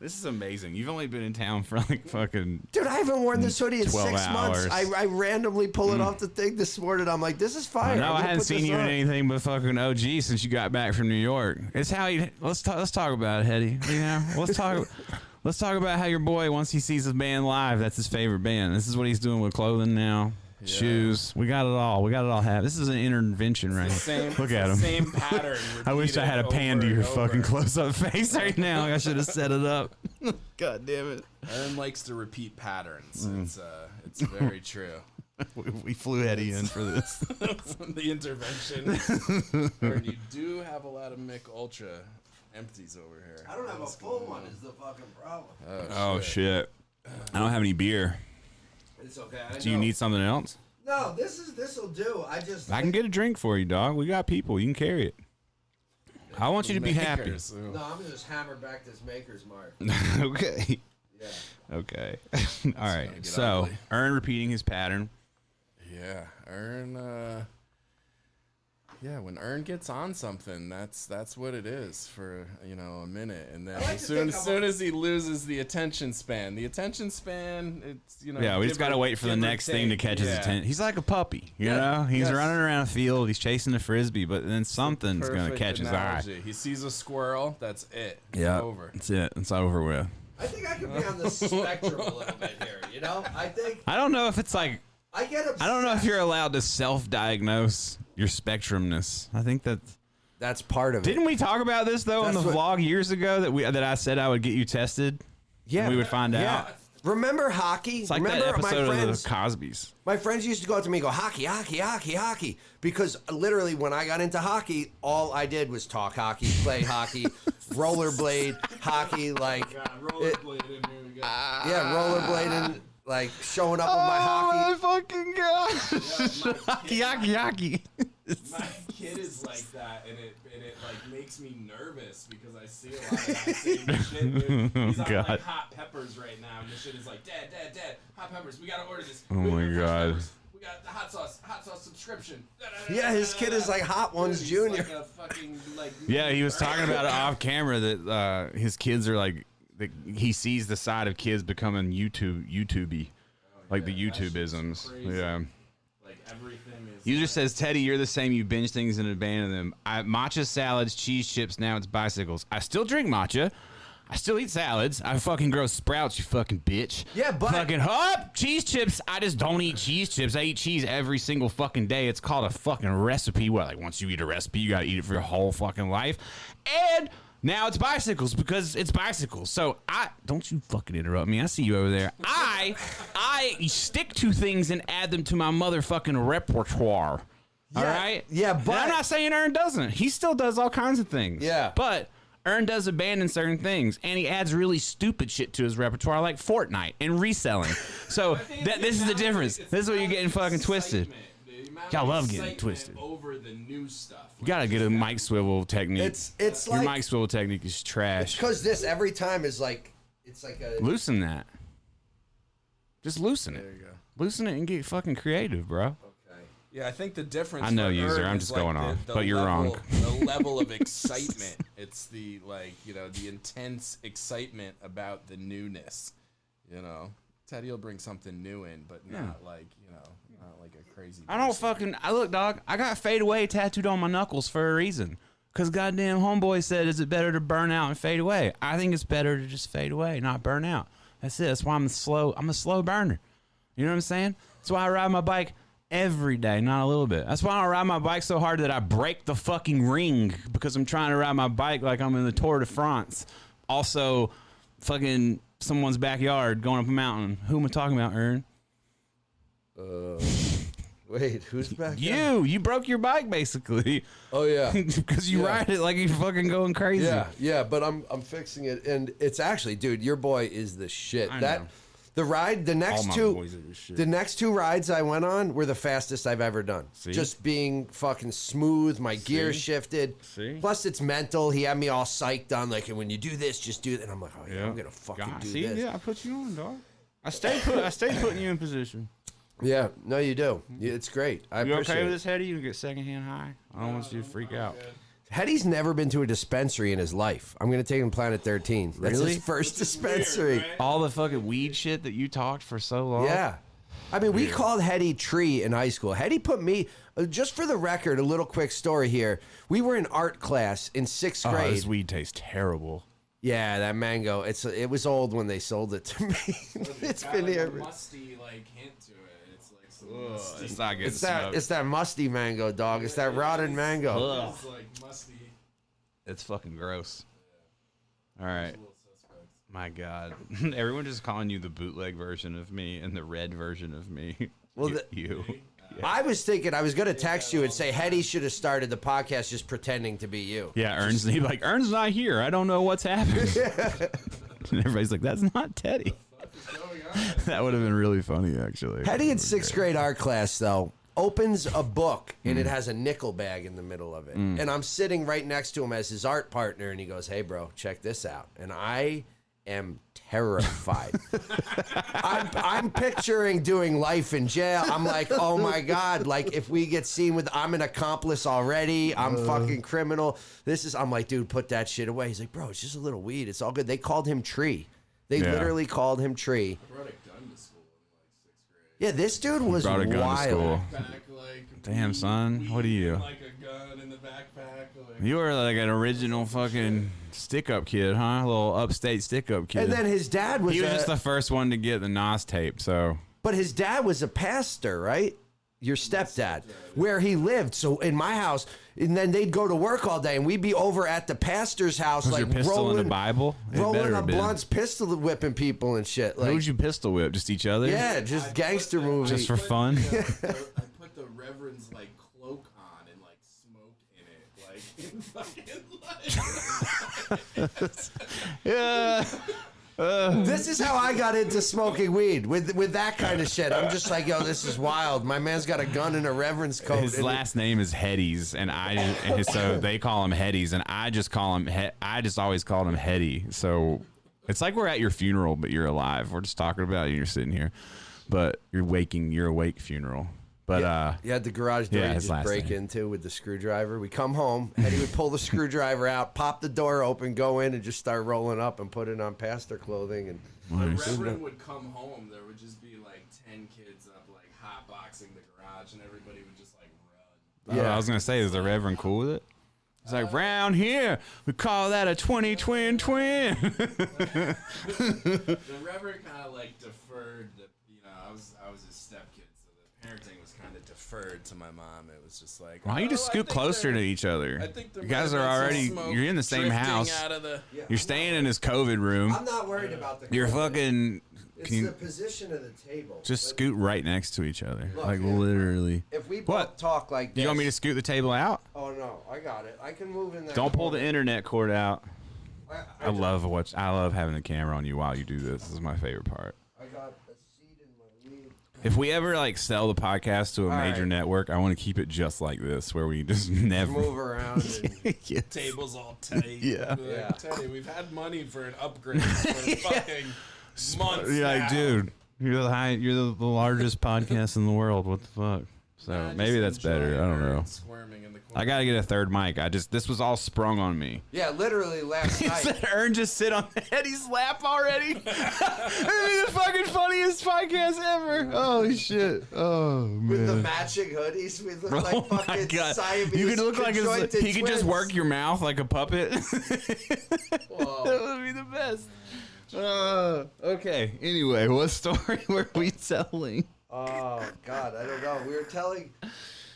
Speaker 2: This is amazing. You've only been in town for like fucking.
Speaker 4: Dude, I haven't worn this hoodie in
Speaker 2: 12
Speaker 4: six months. I,
Speaker 2: hours.
Speaker 4: I randomly pull it off the thing this morning. I'm like, this is fire.
Speaker 2: No,
Speaker 4: I'm
Speaker 2: I
Speaker 4: gonna
Speaker 2: hadn't
Speaker 4: put
Speaker 2: seen
Speaker 4: this
Speaker 2: you in
Speaker 4: on.
Speaker 2: anything but fucking OG since you got back from New York. It's how you let's talk let's talk about it, Hetty. You know, let's talk let's talk about how your boy once he sees his band live, that's his favorite band. This is what he's doing with clothing now, shoes. We got it all. We got it all. Have this is an intervention right here.
Speaker 3: same
Speaker 2: Look at him.
Speaker 3: same pattern.
Speaker 2: I wish I had a
Speaker 3: repeated
Speaker 2: pan to
Speaker 3: over
Speaker 2: your
Speaker 3: and over.
Speaker 2: fucking close up face right now. Like, I should have set it up. God damn it.
Speaker 3: Ern likes to repeat patterns.
Speaker 2: Mm.
Speaker 3: It's uh, it's very true.
Speaker 2: We, we flew Hetty in for this.
Speaker 3: the intervention. Ern, you do have a lot of Mick Ultra empties over here.
Speaker 4: I don't have a full one. Is the fucking problem?
Speaker 2: Oh shit. I don't have any beer.
Speaker 4: It's okay. I
Speaker 2: Do you
Speaker 4: know.
Speaker 2: need something else?
Speaker 4: No, this is this will do. I just
Speaker 2: I can get a drink for you, dog. We got people. You can carry it. I want you to be happy.
Speaker 5: Makers, so-
Speaker 4: No, I'm gonna just hammer back this maker's mark.
Speaker 2: okay.
Speaker 4: Yeah.
Speaker 2: Okay. All right.
Speaker 5: get
Speaker 2: So,
Speaker 5: ugly.
Speaker 2: Earn repeating his pattern.
Speaker 5: Yeah, Earn. Uh, yeah, when Earn gets on something, that's that's what it is for you know a minute, and then
Speaker 4: like
Speaker 5: as
Speaker 4: to
Speaker 5: soon
Speaker 4: think
Speaker 5: as
Speaker 4: I'm
Speaker 5: soon as he loses the attention span, the attention span, it's you know.
Speaker 2: Yeah, we just
Speaker 5: give
Speaker 2: got to
Speaker 5: or-
Speaker 2: wait for the
Speaker 5: give or
Speaker 2: next thing to
Speaker 5: take,
Speaker 2: catch his
Speaker 5: yeah.
Speaker 2: attention. He's like a puppy, you
Speaker 5: Yeah,
Speaker 2: know? He's
Speaker 5: yes.
Speaker 2: running around a field, he's chasing the frisbee, but then something's going to
Speaker 5: Perfect
Speaker 2: catch his eye.
Speaker 5: analogy. He sees a squirrel. That's it. It's
Speaker 2: Yeah.
Speaker 5: Over.
Speaker 2: That's it. It's over with.
Speaker 4: I think I could be on the spectrum a little bit here. You know, I think
Speaker 2: I don't know if it's like
Speaker 4: I get obsessed.
Speaker 2: I don't know if you're allowed to self-diagnose your spectrumness. I think that
Speaker 4: That's part of it.
Speaker 2: didn't we talk about this though on
Speaker 4: That's
Speaker 2: the
Speaker 4: what-
Speaker 2: vlog years ago that we that I said I would get you tested.
Speaker 4: yeah,
Speaker 2: we would find
Speaker 4: yeah.
Speaker 2: out.
Speaker 4: Remember hockey?
Speaker 2: It's like
Speaker 4: Remember
Speaker 2: that episode
Speaker 4: my
Speaker 2: of
Speaker 4: friends?
Speaker 2: the Cosby's.
Speaker 4: My friends used to go up to me and go, hockey, hockey, hockey, hockey. Because uh, literally, when I got into hockey, all I did was talk hockey, play hockey, rollerblade, hockey, like,
Speaker 3: Oh God, rollerblade in here we go.
Speaker 4: yeah, rollerblading, like showing up on Oh, my
Speaker 3: Oh,
Speaker 2: Oh.
Speaker 4: hockey.
Speaker 2: fucking god!
Speaker 3: Yeah,
Speaker 2: Yaki yaki
Speaker 3: my, my kid is like that, and it and it like makes me nervous because I see a lot of that same shit. dude. He's on
Speaker 2: God.
Speaker 3: like hot peppers right now, and the shit is like, Dad, Dad, Dad, hot peppers. We gotta order this.
Speaker 2: Oh
Speaker 3: We
Speaker 2: my
Speaker 3: got
Speaker 2: God.
Speaker 3: hot peppers. We got the hot sauce, hot sauce subscription. Da, da, da,
Speaker 4: Yeah,
Speaker 3: da,
Speaker 4: his
Speaker 3: da,
Speaker 4: kid
Speaker 3: da,
Speaker 4: is
Speaker 3: da.
Speaker 4: like Hot Ones
Speaker 3: Dude, he's
Speaker 4: Junior.
Speaker 3: like a fucking, like,
Speaker 2: Yeah, he was
Speaker 3: nerd.
Speaker 2: talking about it off camera that uh, his kids are like that he sees the side of kids becoming YouTube YouTubey, like the
Speaker 3: yeah, that shit's
Speaker 2: YouTubeisms.
Speaker 3: crazy.
Speaker 2: Yeah.
Speaker 3: Like everything is.
Speaker 2: User
Speaker 3: like-
Speaker 2: says, Teddy, you're the same. You binge things and abandon them. I, matcha salads, cheese chips. Now it's bicycles. I still drink matcha. I still eat salads. I fucking grow sprouts, you fucking bitch.
Speaker 4: Yeah, but-
Speaker 2: fucking hop cheese chips. I just don't eat cheese chips. I eat cheese every single fucking day. It's called a fucking recipe. Well, like once you eat a recipe, you gotta eat it for your whole fucking life. And now it's bicycles because it's bicycles. So I don't you fucking interrupt me. I see you over there. I I stick to things and add them to my motherfucking repertoire. all
Speaker 4: Yeah,
Speaker 2: right.
Speaker 4: yeah,
Speaker 2: And
Speaker 4: but-
Speaker 2: I'm not saying Aaron doesn't. He still does all kinds of things.
Speaker 4: Yeah.
Speaker 2: But Earn does abandon certain things, and he adds really stupid shit to his repertoire, like Fortnite and reselling. So
Speaker 3: think
Speaker 2: that
Speaker 3: it's
Speaker 2: this is the
Speaker 3: amount of-
Speaker 2: difference.
Speaker 3: it's
Speaker 2: This is what you're
Speaker 3: amount
Speaker 2: getting
Speaker 3: of
Speaker 2: fucking twisted.
Speaker 3: excitement, the amount
Speaker 2: Y'all
Speaker 3: of
Speaker 2: love getting
Speaker 3: excitement
Speaker 2: twisted.
Speaker 3: over the new stuff.
Speaker 2: You gotta get a mic swivel technique.
Speaker 4: It's, it's
Speaker 2: Your
Speaker 4: like,
Speaker 2: mic swivel technique is trash.
Speaker 4: because this every time is like, it's like a.
Speaker 2: Loosen that. Just loosen
Speaker 5: There
Speaker 2: it.
Speaker 5: you go.
Speaker 2: Loosen it and get fucking creative, bro.
Speaker 5: Yeah, I think the difference.
Speaker 2: I know,
Speaker 5: for
Speaker 2: user,
Speaker 5: Earn
Speaker 2: I'm
Speaker 5: is,
Speaker 2: just
Speaker 5: like,
Speaker 2: going
Speaker 5: the-
Speaker 2: on,
Speaker 5: the
Speaker 2: but you're
Speaker 5: level-
Speaker 2: wrong.
Speaker 5: the level of excitement. It's the like you know the intense excitement about the newness. You know, Teddy will bring something new in, but not like you know, not like a crazy.
Speaker 2: I don't
Speaker 5: person.
Speaker 2: fucking. I look, dog. I got fade away tattooed on my knuckles for a reason. Cause goddamn homeboy said, is it better to burn out and fade away? I think it's better to just fade away, not burn out. That's it. That's why I'm a slow. I'm a slow burner. You know what I'm saying? That's why I ride my bike every day, not a little bit. That's why I ride my bike so hard that I break the fucking ring because I'm trying to ride my bike like I'm in the Tour de France. Also, fucking someone's backyard going up a mountain. Who am I talking about, Ern?
Speaker 4: Wait, who's back? there?
Speaker 2: You. You broke your bike basically.
Speaker 4: Oh, yeah.
Speaker 2: because you
Speaker 4: Yeah.
Speaker 2: ride it like you're fucking going crazy.
Speaker 4: Yeah, yeah, but I'm I'm fixing it, and it's actually, dude, your boy is the shit.
Speaker 2: I
Speaker 4: that
Speaker 2: know.
Speaker 4: the ride, the next
Speaker 2: my
Speaker 4: two,
Speaker 2: boys are the shit.
Speaker 4: next two rides I went on were the fastest I've ever done. Just being fucking smooth, my gear shifted.
Speaker 2: See?
Speaker 4: Plus, it's mental. He had me all psyched on, like, and when you do this, just do that. And I'm like, oh yeah,
Speaker 2: Yeah.
Speaker 4: I'm gonna fucking
Speaker 2: God,
Speaker 4: do
Speaker 2: see,
Speaker 4: this.
Speaker 2: yeah, I put you on, dog. I stay put. I stay putting you in position.
Speaker 4: Yeah, no, you do. Yeah, It's great. I
Speaker 2: You
Speaker 4: appreciate
Speaker 2: okay with
Speaker 4: it.
Speaker 2: this, Hetty? You get secondhand high. I don't want you to freak out.
Speaker 4: Hetty's never been to a dispensary in his life. I'm gonna take him Planet 13. That's
Speaker 2: Really?
Speaker 4: his first
Speaker 3: Weird,
Speaker 4: dispensary.
Speaker 3: right?
Speaker 2: All the fucking weed shit that you talked for so long.
Speaker 4: Yeah. I mean, we called Hetty Tree in high school. Hetty put me, uh, just for the record, a little quick story here. We were in art class in sixth
Speaker 2: Oh,
Speaker 4: grade.
Speaker 2: this weed tastes terrible.
Speaker 4: yeah, that mango. It's it was old when they sold it to me. it's
Speaker 3: got,
Speaker 4: been
Speaker 3: like,
Speaker 4: here.
Speaker 3: A musty like hint to it. It's like some musty.
Speaker 2: It's not good.
Speaker 4: It's that it's that musty mango, dog. It's that rotten mango.
Speaker 2: Ugh.
Speaker 3: It's like musty.
Speaker 2: It's fucking gross. All right.
Speaker 3: Little suspects.
Speaker 2: My God. Everyone just calling you the bootleg version of me and the red version of me.
Speaker 4: Well,
Speaker 2: You-
Speaker 4: the-
Speaker 2: you.
Speaker 4: I was thinking I was gonna text you and say Hetty should have started the podcast just pretending to be you.
Speaker 2: Yeah, Ern's he like Ern's not here. I don't know what's happening. and everybody's like, "That's not Teddy."
Speaker 3: What's going on?
Speaker 2: That would have been really funny, actually.
Speaker 4: Hetty in sixth grade art class, though, opens a book and
Speaker 2: Mm.
Speaker 4: it has a nickel bag in the middle of it. And I'm sitting right next to him as his art partner, and he goes, Hey, bro, check this out. And I am terrified. I'm, I'm picturing doing life in jail. I'm like, oh my God, like if we get seen with, I'm an accomplice already. I'm
Speaker 2: Uh.
Speaker 4: fucking criminal. This is, I'm like, dude, put that shit away. He's like, bro, it's just a little weed. It's all good. They called him Tree. They
Speaker 2: Yeah.
Speaker 4: literally called him Tree.
Speaker 3: brought a gun to school in
Speaker 4: Yeah, this dude was
Speaker 2: Brought a gun
Speaker 4: wild.
Speaker 2: to school.
Speaker 3: like sixth grade. Backpack, like
Speaker 2: Damn,
Speaker 3: weed-
Speaker 2: son, what are
Speaker 3: weed
Speaker 2: you?
Speaker 3: and, Like a gun in the backpack. Like, Oh,
Speaker 2: You were like an original fucking stick up kid, huh? little upstate stick up kid.
Speaker 4: And then his dad was,
Speaker 2: he was
Speaker 4: a-
Speaker 2: just the first one to get the Nas tape, so
Speaker 4: But his dad was a pastor, right? Your stepdad, where he lived. So in my house, and then they'd go to work all day, and we'd be over at the pastor's house,
Speaker 2: was
Speaker 4: like
Speaker 2: your pistol
Speaker 4: rolling,
Speaker 2: in the Bible? It better
Speaker 4: rolling a
Speaker 2: have been.
Speaker 4: blunt's pistol whipping people and shit.
Speaker 2: Who
Speaker 4: Like,
Speaker 2: would you pistol whip? Just each other?
Speaker 4: yeah, just gangster movie.
Speaker 2: Just for fun?
Speaker 3: The, I put the reverend's like cloak on and like smoke in it, like in fucking like.
Speaker 2: Yeah.
Speaker 4: this is how I got into smoking weed with with that kind of shit. I'm just like, yo, this is wild. My man's got a gun and a reverend's
Speaker 3: Oh,
Speaker 4: coat.
Speaker 2: His
Speaker 4: and-
Speaker 2: last name is Headies, and I and so they call him Headies, and I just call him he- I just always called him Heady. So it's like we're at your funeral, but you're alive. We're just talking about you. and You're sitting here, but you're waking. You're awake funeral. But uh,
Speaker 4: You had the garage door
Speaker 2: Yeah,
Speaker 4: you
Speaker 2: his
Speaker 4: just
Speaker 2: last
Speaker 4: break
Speaker 2: name.
Speaker 4: into with the screwdriver. We come home, and he would pull the screwdriver out, pop the door open, go in, and just start rolling up and putting on pastor clothing. And
Speaker 3: The
Speaker 2: Nice.
Speaker 3: reverend would come home. There would just be like ten kids up, like hotboxing the garage, and everybody would just like run.
Speaker 2: yeah, I was gonna say, is the Reverend cool with it? He's like, round here, we call that a twenty twin twin.
Speaker 3: The reverend kind of like deferred. The, you know, I was I was his stepkid, so the parenting was kind of deferred to my mom. It was just like,
Speaker 2: Why don't you just
Speaker 3: "Oh, I
Speaker 2: scoot
Speaker 3: think
Speaker 2: closer to
Speaker 3: there-
Speaker 2: each other?
Speaker 3: I think there
Speaker 2: you
Speaker 3: might
Speaker 2: guys
Speaker 3: have
Speaker 2: are
Speaker 3: been some
Speaker 2: already.
Speaker 3: smoke
Speaker 2: You're in the same
Speaker 3: drifting
Speaker 2: house.
Speaker 3: out of the-
Speaker 2: You're staying in his COVID room.
Speaker 4: not worried about the.
Speaker 2: You're fucking. Can you
Speaker 4: position of the table.
Speaker 2: just scoot right next to each other?
Speaker 4: Look,
Speaker 2: Like
Speaker 4: yeah.
Speaker 2: literally.
Speaker 4: If we
Speaker 2: What?
Speaker 4: talk like this,
Speaker 2: You want me to scoot the table out?
Speaker 4: Oh no, I got it. I can move in there.
Speaker 2: Don't pull the internet cord out. I love watch. I love having the camera on you while you do this. This is my favorite part.
Speaker 4: I got a seed in my weed.
Speaker 2: If we ever like sell the podcast to a major
Speaker 4: right.
Speaker 2: network, I want to keep it just like this, where we just never.
Speaker 4: Move around. And,
Speaker 2: Yeah.
Speaker 3: tables all tight.
Speaker 2: Yeah.
Speaker 3: We're
Speaker 4: Yeah.
Speaker 3: Like, Teddy, we've had money for an upgrade for fucking months.
Speaker 2: You're
Speaker 3: now."
Speaker 2: like, dude, you're the high, you're the, the largest podcast in the world. What the fuck? So
Speaker 3: I just
Speaker 2: maybe that's
Speaker 3: enjoy
Speaker 2: better. I don't
Speaker 3: her
Speaker 2: know.
Speaker 3: Squirming in the corner.
Speaker 2: I gotta get a third mic. I just this was all sprung on me.
Speaker 4: yeah, literally last night.
Speaker 2: Ern just sit on Eddie's lap already? It'd be the fucking funniest podcast ever. Oh shit. Oh
Speaker 4: With the
Speaker 2: man.
Speaker 4: matching hoodies, we look like
Speaker 2: Oh my
Speaker 4: fucking
Speaker 2: god!
Speaker 4: Siamese
Speaker 2: You could look like
Speaker 4: conjoined
Speaker 2: a, he could just
Speaker 4: twins. Oh,
Speaker 2: work your mouth like a puppet. that would be the best. Uh, okay. Anyway, what story were we telling?
Speaker 4: Oh God, I don't know. We were telling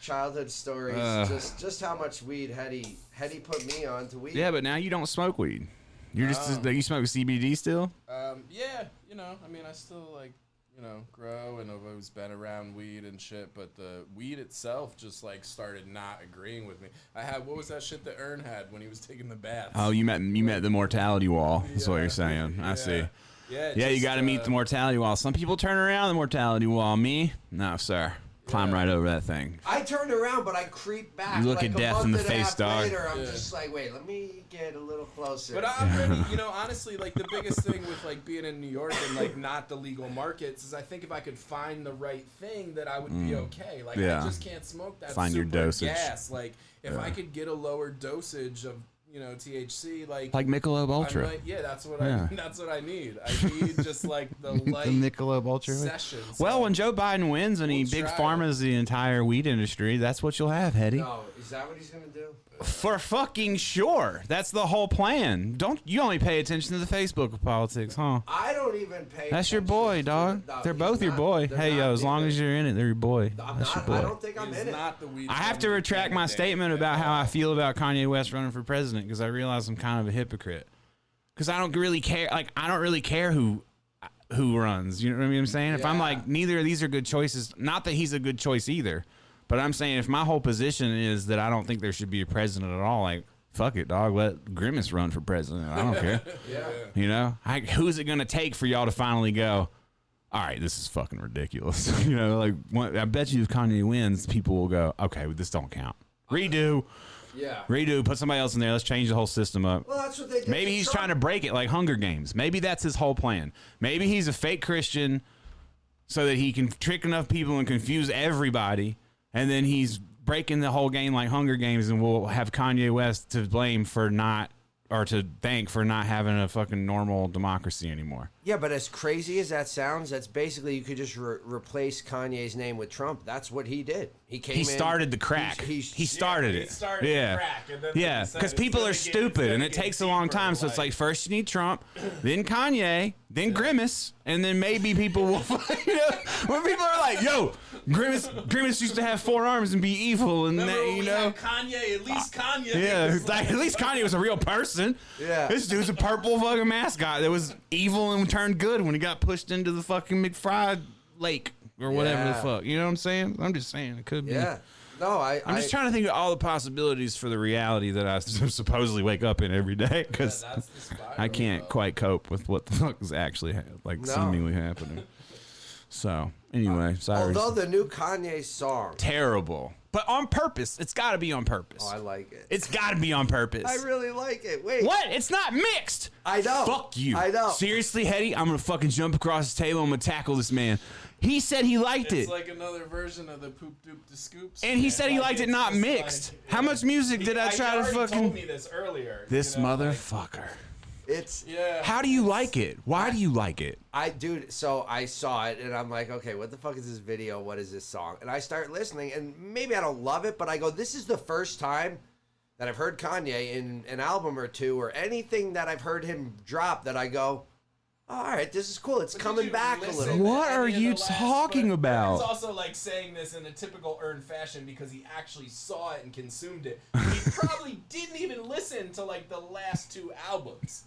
Speaker 4: childhood stories,
Speaker 2: Uh.
Speaker 4: just just how much weed Hetty Hetty put me on to weed.
Speaker 2: Yeah, but now you don't smoke weed. Uh. You're just you smoke CBD still.
Speaker 5: Um, yeah, you know, I mean, I still like, you know, grow and I've always been around weed and shit, but the weed itself just like started not agreeing with me. I had what was that shit that Ern had when he was taking the bath?
Speaker 2: Oh, you met you met the mortality wall. That's what you're saying. I see.
Speaker 5: Yeah, it
Speaker 2: Yeah, you
Speaker 5: just,
Speaker 2: got to meet
Speaker 5: uh,
Speaker 2: the mortality wall. Some people turn around the mortality wall. Me, no, sir. Climb right over that thing.
Speaker 4: I turned around, but I creeped back.
Speaker 2: You look
Speaker 4: like
Speaker 2: at
Speaker 4: a
Speaker 2: death
Speaker 4: month
Speaker 2: in the
Speaker 4: and a half
Speaker 2: face, dog.
Speaker 4: Later, I'm
Speaker 5: Yeah.
Speaker 4: just like, wait, let me get a little closer.
Speaker 5: But I'm ready, you know, honestly, like the biggest thing with like being in New York and like not the legal markets is I think if I could find the right thing that I would be okay. Like
Speaker 2: Mm. Yeah.
Speaker 5: I just can't smoke that
Speaker 2: Find your
Speaker 5: super
Speaker 2: dosage.
Speaker 5: gas. Like if I could get a lower dosage of, you know, THC, like
Speaker 2: Like Michelob
Speaker 5: I
Speaker 2: Ultra.
Speaker 5: might- yeah, that's what
Speaker 2: Yeah.
Speaker 5: I that's what I need. I need just like the light
Speaker 2: the Michelob Ultra.
Speaker 5: session.
Speaker 2: Well,
Speaker 5: so-
Speaker 2: when Joe Biden wins and he
Speaker 5: We'll
Speaker 2: big
Speaker 5: try it.
Speaker 2: farmers the entire weed industry, that's what you'll have, Hetty.
Speaker 4: no, is that what he's gonna do?
Speaker 2: For fucking sure. That's the whole plan. Don't you only pay attention to the Facebook of politics, huh?
Speaker 4: I don't even pay.
Speaker 2: That's your
Speaker 4: attention
Speaker 2: boy,
Speaker 4: to-
Speaker 2: dog.
Speaker 4: no,
Speaker 2: They're
Speaker 4: he's
Speaker 2: both your
Speaker 4: not-
Speaker 2: boy.
Speaker 4: they're
Speaker 2: Hey,
Speaker 4: not
Speaker 2: yo, as long
Speaker 4: even-
Speaker 2: as you're in it, they're your boy.
Speaker 4: I'm
Speaker 2: That's your
Speaker 4: not.
Speaker 2: boy.
Speaker 4: I don't think I'm
Speaker 5: It's
Speaker 4: in it.
Speaker 5: not the weed.
Speaker 2: I have to
Speaker 5: company
Speaker 2: retract my
Speaker 5: candidate.
Speaker 2: statement about how I feel about Kanye West running for president because I realize I'm kind of a hypocrite. Because I don't really care. Like I don't really care who who runs. You know what I mean? I'm saying if I'm
Speaker 5: Yeah.
Speaker 2: like neither of these are good choices. Not that he's a good choice either, but I'm saying if my whole position is that I don't think there should be a president at all, like fuck it, dog. Let Grimace run for president. I don't care.
Speaker 4: Yeah.
Speaker 2: You know, I, who's it gonna take for y'all to finally go? all right, this is fucking ridiculous. you know, like one, I bet you if Kanye wins, people will go, okay, well, this don't count. Redo,
Speaker 3: Yeah.
Speaker 2: redo, put somebody else in there. Let's change the whole system up.
Speaker 4: Well, that's what they did.
Speaker 2: Maybe he's trying to break it like Hunger Games. Maybe that's his whole plan. Maybe he's a fake Christian so that he can trick enough people and confuse everybody. And then he's breaking the whole game like Hunger Games, and we'll have Kanye West to blame for not, or to thank for not having a fucking normal democracy anymore.
Speaker 4: Yeah, but as crazy as that sounds, that's basically you could just re- replace Kanye's name with Trump. That's what he did. He came.
Speaker 2: He
Speaker 4: in-
Speaker 2: started the crack.
Speaker 4: he's-
Speaker 2: he started
Speaker 3: he
Speaker 2: it.
Speaker 3: started the
Speaker 2: yeah.
Speaker 3: crack, and then
Speaker 2: yeah.
Speaker 3: they said
Speaker 2: Because
Speaker 3: it's
Speaker 2: people
Speaker 3: gonna
Speaker 2: are
Speaker 3: get- it's
Speaker 2: stupid
Speaker 3: gonna
Speaker 2: and it
Speaker 3: get
Speaker 2: takes a long
Speaker 3: deeper,
Speaker 2: time. So it's
Speaker 3: like-
Speaker 2: like first you need Trump, then Kanye, then Grimace, and then maybe people will. You know, when people are like, "Yo, Grimace, Grimace used to have four arms and be evil," and
Speaker 3: Remember
Speaker 2: that,
Speaker 3: when
Speaker 2: you
Speaker 3: we
Speaker 2: know.
Speaker 3: had Kanye, at least Kanye.
Speaker 2: Yeah,
Speaker 3: was
Speaker 2: it's like, at least Kanye was a real person.
Speaker 4: Yeah.
Speaker 2: This dude's a purple fucking mascot that was evil and turned good when he got pushed into the fucking McFry lake or whatever the
Speaker 4: Yeah.
Speaker 2: fuck. You know what I'm saying? I'm just saying it could be.
Speaker 4: Yeah. No, I.
Speaker 2: I'm just
Speaker 4: I-
Speaker 2: trying to think of all the possibilities for the reality that I supposedly wake up in every day because
Speaker 3: that's the spiral,
Speaker 2: I can't quite cope with what the fuck is actually ha- like
Speaker 4: No.
Speaker 2: seemingly happening. So anyway, sorry.
Speaker 4: Although the new Kanye song,
Speaker 2: terrible, but on purpose. It's got to be on purpose.
Speaker 4: oh, I like it.
Speaker 2: it's got to be on purpose.
Speaker 4: I really like it. Wait.
Speaker 2: what? It's not mixed.
Speaker 4: I know.
Speaker 2: Fuck you.
Speaker 4: I know.
Speaker 2: Seriously, Hetty, I'm gonna fucking jump across the table. I'm gonna tackle this man. He said he liked
Speaker 3: It's
Speaker 2: it.
Speaker 3: like another version of the poop doop the scoops.
Speaker 2: and he
Speaker 3: man.
Speaker 2: said he
Speaker 3: Like,
Speaker 2: liked it
Speaker 3: it's
Speaker 2: not
Speaker 3: just like-
Speaker 2: mixed. How much music
Speaker 3: He-
Speaker 2: did I
Speaker 3: he
Speaker 2: try to
Speaker 3: already
Speaker 2: fucking?
Speaker 3: Told me this earlier.
Speaker 2: This
Speaker 3: you know, like,
Speaker 2: motherfucker.
Speaker 4: It's
Speaker 3: yeah.
Speaker 2: How do you like it? Why do you like it?
Speaker 4: I dude, so I saw it and I'm like, okay, what the fuck is this video? What is this song? And I start listening and maybe I don't love it, but I go, this is the first time that I've heard Kanye in an album or two or anything that I've heard him drop that I go, all right, this is cool. It's
Speaker 3: But did
Speaker 4: coming
Speaker 3: you
Speaker 4: back a
Speaker 3: listen
Speaker 4: little.
Speaker 3: to
Speaker 2: What
Speaker 3: any
Speaker 2: are
Speaker 3: of the
Speaker 2: you
Speaker 3: last-
Speaker 2: talking
Speaker 3: but
Speaker 2: about?
Speaker 3: He's also like saying this in a typical earned fashion because he actually saw it and consumed it. He probably didn't even listen to like the last two albums.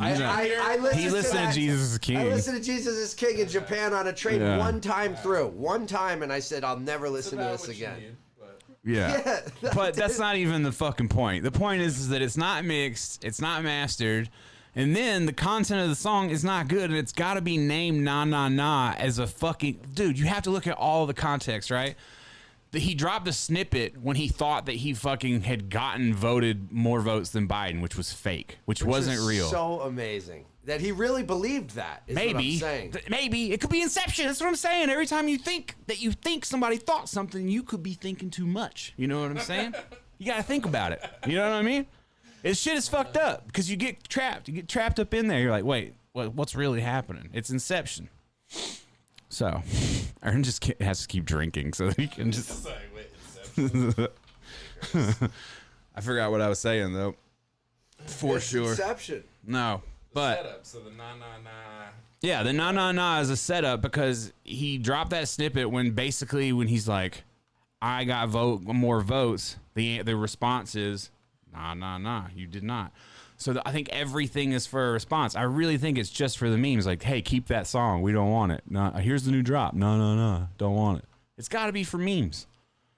Speaker 4: I, I, I listened
Speaker 2: He
Speaker 4: to,
Speaker 2: listened
Speaker 4: that-
Speaker 2: to Jesus is
Speaker 4: I
Speaker 2: King.
Speaker 4: listened to Jesus is King in Japan on a train
Speaker 2: Yeah.
Speaker 4: one time through, one time, and I said, I'll never
Speaker 3: It's
Speaker 4: listen to
Speaker 3: about
Speaker 4: this
Speaker 3: what you
Speaker 4: again.
Speaker 3: need, but-
Speaker 2: Yeah.
Speaker 4: Yeah,
Speaker 2: But that's not even the fucking point. The point is, is that it's not mixed, it's not mastered, and then the content of the song is not good, and it's got to be named "Na Na Na" as a fucking dude. You have to look at all the context, right? that he dropped a snippet when he thought that he fucking had gotten voted more votes than Biden, which was fake, which, wasn't
Speaker 4: Just
Speaker 2: real.
Speaker 4: So amazing that he really believed that. Is what I'm
Speaker 2: maybe
Speaker 4: saying.
Speaker 2: th- maybe it could be inception that's what i'm saying every time you think that you think somebody thought something you could be thinking too much you know what i'm saying you gotta think about it you know what i mean this shit is fucked up because you get trapped you get trapped up in there you're like wait what, what's really happening it's inception so aaron just ca- has to keep drinking so that he can just
Speaker 3: It's like, wait, Inception.
Speaker 2: i forgot what i was saying though for sure
Speaker 4: Inception.
Speaker 2: no but
Speaker 3: setup. So the na na na.
Speaker 2: Yeah, the na na na is a setup because he dropped that snippet when basically when he's like, I got vote more votes. The the response is nah nah nah. You did not. So the, I think everything is for a response. I really think it's just for the memes. Like, hey, keep that song. We don't want it. No, here's the new drop. No no no, don't want it. It's got to be for memes.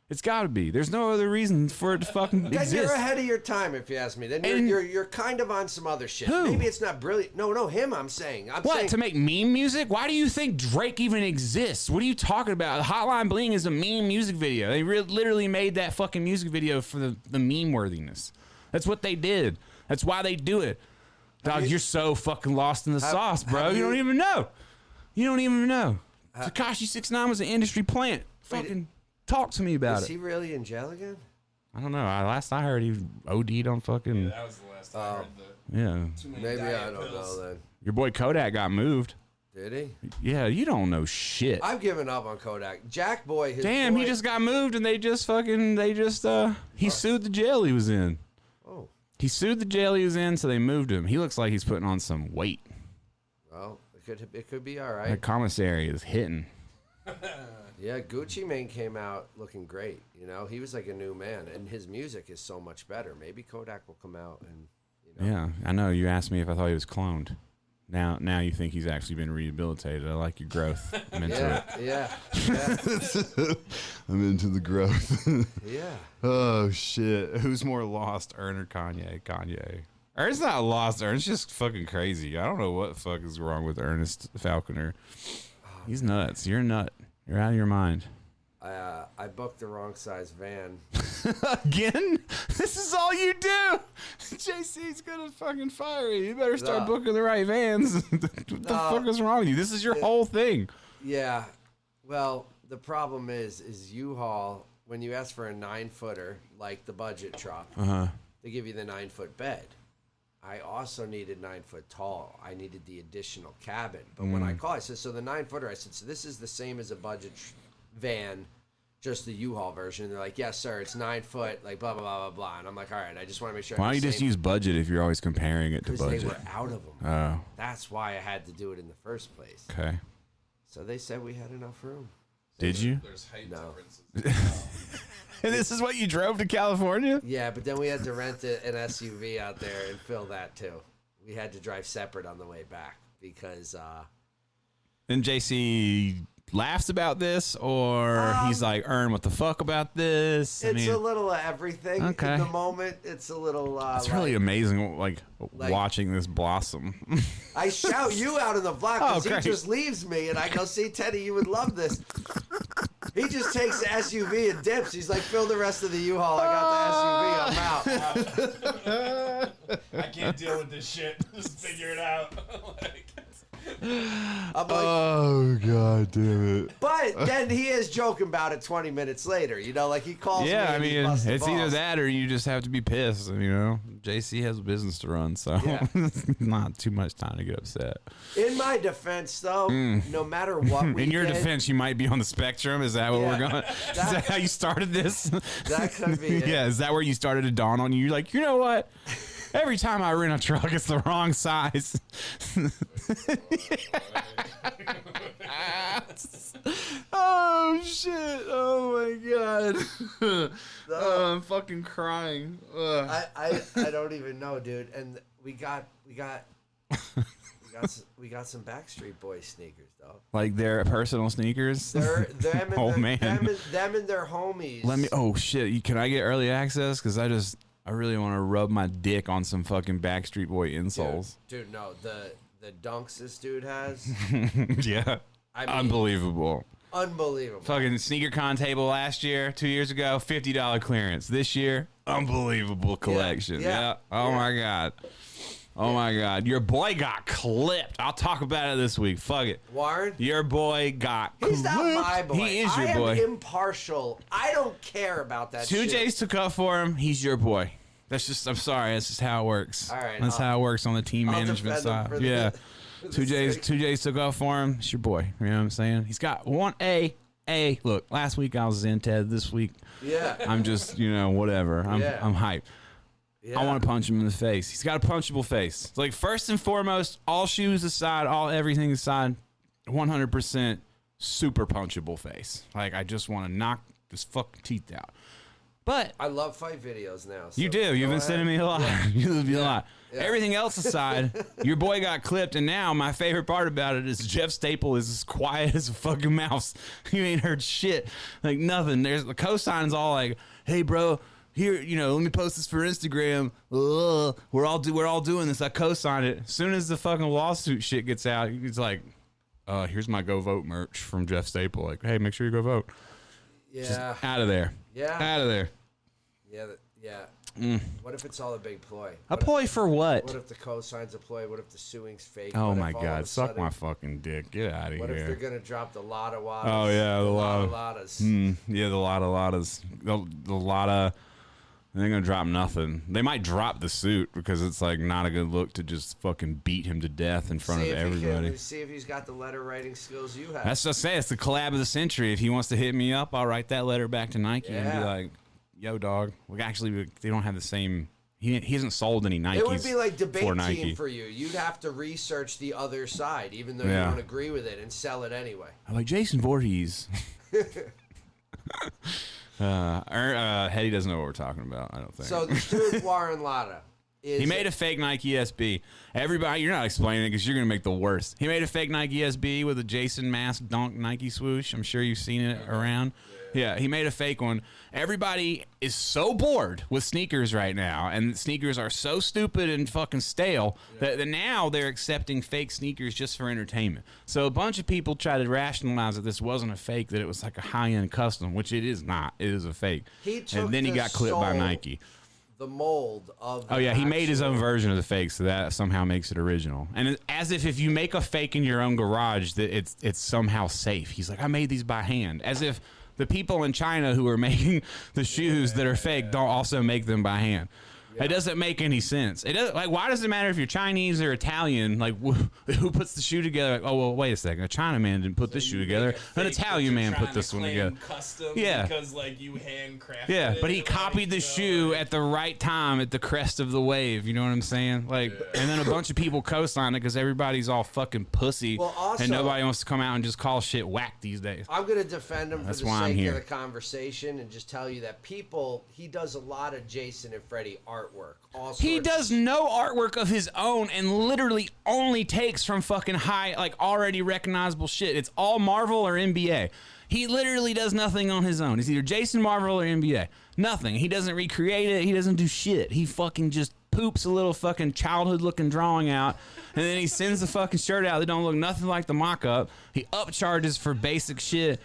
Speaker 2: It's got to be. There's no other reason for it to fucking
Speaker 4: Then you're
Speaker 2: exist.
Speaker 4: ahead of your time, if you ask me. Then you're,
Speaker 2: And-
Speaker 4: you're, you're kind of on some other shit.
Speaker 2: Who?
Speaker 4: Maybe it's not brilliant. No, no, him. I'm saying. I'm
Speaker 2: What
Speaker 4: saying.
Speaker 2: to make meme music? Why do you think Drake even exists? What are you talking about? Hotline Bling is a meme music video. They re- literally made that fucking music video for the, the meme worthiness. That's what they did. That's why they do it. Dog, you're so fucking lost in the sauce, bro.
Speaker 4: have
Speaker 2: You,
Speaker 4: you-
Speaker 2: don't even know. You don't even know. Takashi Six Nine was an industry plant. Fucking talk to me about
Speaker 4: is
Speaker 2: it.
Speaker 4: he really in jail again?
Speaker 2: I don't know. I, last I heard, he OD'd on fucking
Speaker 3: That was the last time I heard the
Speaker 2: yeah.
Speaker 3: too many
Speaker 4: Oh, Maybe
Speaker 3: diet
Speaker 4: I don't
Speaker 3: pills.
Speaker 4: know.
Speaker 2: Your boy Kodak got moved.
Speaker 4: Then did he?
Speaker 2: Yeah, you don't know shit.
Speaker 4: I've given up on Kodak. Jack Boy. His
Speaker 2: Damn,
Speaker 4: boy,
Speaker 2: he just got moved and they just fucking they just uh he sued the jail he was in.
Speaker 4: Oh,
Speaker 2: He sued the jail he was in, so they moved him. He looks like he's putting on some weight.
Speaker 4: well, it could it could be all
Speaker 2: The
Speaker 4: right.
Speaker 2: commissary is hitting.
Speaker 4: Yeah, Gucci Mane came out looking great. You know, he was like a new man, and his music is so much better. Maybe Kodak will come out and you know.
Speaker 2: Yeah, I know. You asked me if I thought he was cloned. Now, now you think he's actually been rehabilitated. I like your growth. I'm into
Speaker 4: Yeah,
Speaker 2: it.
Speaker 4: yeah, yeah,
Speaker 2: I'm into the growth.
Speaker 4: yeah.
Speaker 2: oh shit! Who's more lost, Ern or Kanye? Kanye. Ern's not lost. Ern's just fucking crazy. I don't know what the fuck is wrong with Ernest Falconer.
Speaker 4: Oh
Speaker 2: He's nuts. You're a nut. You're out of your mind.
Speaker 4: Uh, I booked the wrong size van.
Speaker 2: Again? This is all you do. JC's gonna fucking fire you. You better start
Speaker 4: No.
Speaker 2: booking the right vans. what the
Speaker 4: No.
Speaker 2: fuck is wrong with you? This is your whole thing.
Speaker 4: Yeah. Well, the problem is, is U-Haul when you ask for a nine footer, like the budget truck,
Speaker 2: Uh-huh.
Speaker 4: they give you the nine foot bed. I also needed nine foot tall. I needed the additional cabin. But when
Speaker 2: Mm.
Speaker 4: I called, I said, so the nine footer. I said, so this is the same as a budget tr- van, just the U-Haul version. they're like, yes, sir, it's nine foot, like blah blah blah blah blah. And I'm like, all right, I just want to make sure. I
Speaker 2: Why
Speaker 4: have
Speaker 2: don't you
Speaker 4: the
Speaker 2: just
Speaker 4: same-
Speaker 2: use budget if you're always comparing it to
Speaker 4: 'Cause they
Speaker 2: budget?
Speaker 4: were out of them.
Speaker 2: Oh,
Speaker 4: That's why I had to do it in the first place.
Speaker 2: okay.
Speaker 4: So they said we had enough room.
Speaker 2: Did you?
Speaker 3: There's height
Speaker 4: No.
Speaker 3: differences.
Speaker 2: And this is what you drove to California?
Speaker 4: Yeah, but then we had to rent a, an SUV out there and fill that too. We had to drive separate on the way back because uh,
Speaker 2: And JC laughs about this, or he's like, Earn, what the fuck about this? I
Speaker 4: Um, it's
Speaker 2: mean,
Speaker 4: a little of everything.
Speaker 2: Okay.
Speaker 4: In the moment, it's a little. Uh,
Speaker 2: it's really
Speaker 4: like-
Speaker 2: amazing, like,
Speaker 4: Like-
Speaker 2: watching this blossom.
Speaker 4: I shout you out in the vlog because
Speaker 2: Oh,
Speaker 4: he
Speaker 2: great.
Speaker 4: just leaves me, and I go see Teddy. You would love this. He just takes the SUV and dips. He's like, fill the rest of the U-Haul. I got the
Speaker 2: Ah.
Speaker 4: SUV. I'm out.
Speaker 3: I can't deal with this shit. Just figure it out. like,
Speaker 4: I'm like,
Speaker 2: oh, god damn it.
Speaker 4: But then he is joking about it 20 minutes later. You know, like he calls me.
Speaker 2: Yeah, I
Speaker 4: and he
Speaker 2: mean,
Speaker 4: busts the
Speaker 2: it's either
Speaker 4: balls.
Speaker 2: that or you just have to be pissed, you know? JC has a business to run, so
Speaker 4: Yeah.
Speaker 2: it's not too much time to get upset.
Speaker 4: In my defense, though, no matter what we
Speaker 2: Hmm. In your
Speaker 4: did,
Speaker 2: defense, you might be on the spectrum. Is that what
Speaker 4: Yeah.
Speaker 2: we're going? is that how you started this?
Speaker 4: That could be it.
Speaker 2: yeah. Is that where you started to dawn on you? You're like, you know what? Every time I rent a truck, it's the wrong size. oh shit! Oh my god! oh, I'm fucking crying. Ugh.
Speaker 4: I, I, I don't even know, dude. And we got we got we got s- we got some Backstreet Boys sneakers, though.
Speaker 2: like their personal sneakers.
Speaker 4: They're them and
Speaker 2: Oh,
Speaker 4: their,
Speaker 2: man.
Speaker 4: Them, and, them and their homies.
Speaker 2: Let me. Oh shit! You, can I get early access? Because I just, I really want to rub my dick on some fucking Backstreet Boy
Speaker 4: dude,
Speaker 2: insoles.
Speaker 4: dude, no the the dunks this dude has,
Speaker 2: yeah.
Speaker 4: I mean-
Speaker 2: Unbelievable.
Speaker 4: unbelievable.
Speaker 2: Fucking sneaker con table last year, two years ago, fifty dollar clearance. This year, unbelievable collection. Yeah.
Speaker 4: Yeah.
Speaker 2: Oh
Speaker 4: Yeah.
Speaker 2: my god. Oh my god. Your boy got clipped. I'll talk about it this week. Fuck it.
Speaker 4: Warren,
Speaker 2: Your boy got
Speaker 4: he's
Speaker 2: clipped.
Speaker 4: not my boy.
Speaker 2: He is your
Speaker 4: I
Speaker 2: boy.
Speaker 4: am impartial. I don't care about that.
Speaker 2: Two
Speaker 4: shit.
Speaker 2: J's took up for him. He's your boy. That's just. I'm sorry. That's just how it works.
Speaker 4: All right,
Speaker 2: That's
Speaker 4: I'll-
Speaker 2: how it works on the team
Speaker 4: I'll
Speaker 2: management
Speaker 4: defend him
Speaker 2: side.
Speaker 4: for the-
Speaker 2: yeah.
Speaker 4: for the
Speaker 2: Two J's.
Speaker 4: sake-
Speaker 2: Two J's took up for him. It's your boy. You know what I'm saying? He's got one A. A. Look, last week I was in Ted. This week
Speaker 4: Yeah,
Speaker 2: I'm just you know whatever. I'm
Speaker 4: Yeah.
Speaker 2: I'm hype.
Speaker 4: yeah.
Speaker 2: I want to punch him in the face. He's got a punchable face. Like first and foremost, all shoes aside, all everything aside, 100% super punchable face. Like I just want to knock his fucking teeth out. But
Speaker 4: I love fight videos now. so
Speaker 2: you do. You've been
Speaker 4: go ahead.
Speaker 2: sending me a lot. You've been a lot. Everything else aside, your boy got clipped, and now my favorite part about it is Jeff Staple is as quiet as a fucking mouse. You ain't heard shit, like nothing. There's the cosign's all like, "Hey, bro." Here, you know, let me post this for Instagram. Ugh, we're all do, we're all doing this. I co-signed it. As soon as the fucking lawsuit shit gets out, he's like, uh, "Here's my go vote merch from Jeff Staple." Like, hey, make sure you go vote.
Speaker 4: Yeah,
Speaker 2: Out of there.
Speaker 4: Yeah.
Speaker 2: Out of there.
Speaker 4: yeah, th- yeah.
Speaker 2: Mm.
Speaker 4: What if it's all a big ploy?
Speaker 2: A
Speaker 4: What,
Speaker 2: ploy for
Speaker 4: what if the co-sign's a ploy? What if the suing's fake?
Speaker 2: Oh
Speaker 4: What if
Speaker 2: my
Speaker 4: all of
Speaker 2: god,
Speaker 4: a
Speaker 2: suck
Speaker 4: sudden-
Speaker 2: my fucking dick. Get out of
Speaker 4: What if they're
Speaker 2: here.
Speaker 4: gonna drop the lotta wadas?
Speaker 2: Oh yeah, the
Speaker 4: lotta
Speaker 2: lot.
Speaker 4: wadas.
Speaker 2: Mm, yeah, the lot of lotas. The, the lot of they're gonna drop nothing. They might drop the suit because it's like not a good look to just fucking beat him to death in front
Speaker 4: See
Speaker 2: of
Speaker 4: if he can-
Speaker 2: everybody.
Speaker 4: see if he's got the letter writing skills you have.
Speaker 2: That's just say it's the collab of the century. If he wants to hit me up, I'll write that letter back to Nike and
Speaker 4: Yeah.
Speaker 2: be like, "Yo, dog, we actually we, they don't have the same. He, he hasn't sold any Nikes.
Speaker 4: it would be like debate
Speaker 2: for
Speaker 4: team
Speaker 2: Nike.
Speaker 4: for you. You'd have to research the other side, even though
Speaker 2: Yeah.
Speaker 4: you don't agree with it, and sell it anyway.
Speaker 2: I'm like Jason Voorhees. uh, er, uh, Hetty doesn't know what we're talking about. I don't think.
Speaker 4: So the dude Warren Lotta, is
Speaker 2: He made a fake Nike SB. Everybody, you're not explaining it because you're going to make the worst. He made a fake Nike SB with a Jason Mask dunk Nike swoosh. I'm sure you've seen it around. Yeah, he made a fake one. Everybody is so bored with sneakers right now, and sneakers are so stupid and fucking stale that, that now they're accepting fake sneakers just for entertainment. So a bunch of people try to rationalize that this wasn't a fake, that it was like a high end custom, which it is not. It is a fake.
Speaker 4: He took
Speaker 2: and then he
Speaker 4: the
Speaker 2: got clipped by
Speaker 4: soul
Speaker 2: Nike.
Speaker 4: the mold of.
Speaker 2: Oh
Speaker 4: the
Speaker 2: yeah, he made his
Speaker 4: actual-
Speaker 2: own version of the fake, so that somehow makes it original. And it- as if if you make a fake in your own garage, that it's it's somehow safe. He's like, I made these by hand, as if the people in China who are making the shoes that are fake don't also make them by hand. It doesn't make any sense. It doesn't like why does it matter if you're Chinese or Italian? Like wh- who puts the shoe together? Like, oh well, wait a second, a Chinaman didn't put this shoe together. An Italian man put this one together.
Speaker 3: Custom
Speaker 2: Yeah.
Speaker 3: because like you handcrafted.
Speaker 2: Yeah, but he
Speaker 3: it,
Speaker 2: copied the
Speaker 3: like, so,
Speaker 2: shoe
Speaker 3: like-
Speaker 2: at the right time at the crest of the wave. You know what I'm saying? Like, and then a bunch of people co-signed it because everybody's all fucking pussy,
Speaker 4: Well, also-
Speaker 2: and nobody wants to come out and just call shit whack these days.
Speaker 4: I'm going to defend him for
Speaker 2: That's
Speaker 4: the
Speaker 2: why I'm
Speaker 4: sake
Speaker 2: here.
Speaker 4: of the conversation and just tell you that people he does a lot of Jason and Freddy artwork. All
Speaker 2: He
Speaker 4: sorts.
Speaker 2: does no artwork of his own and literally only takes from fucking high, like already recognizable shit. It's all Marvel or NBA. He literally does nothing on his own. It's either Jason Marvel or NBA. Nothing. He doesn't recreate it. He doesn't do shit. He fucking just poops a little fucking childhood looking drawing out and then he sends the fucking shirt out that don't look nothing like the mock up. He upcharges for basic shit.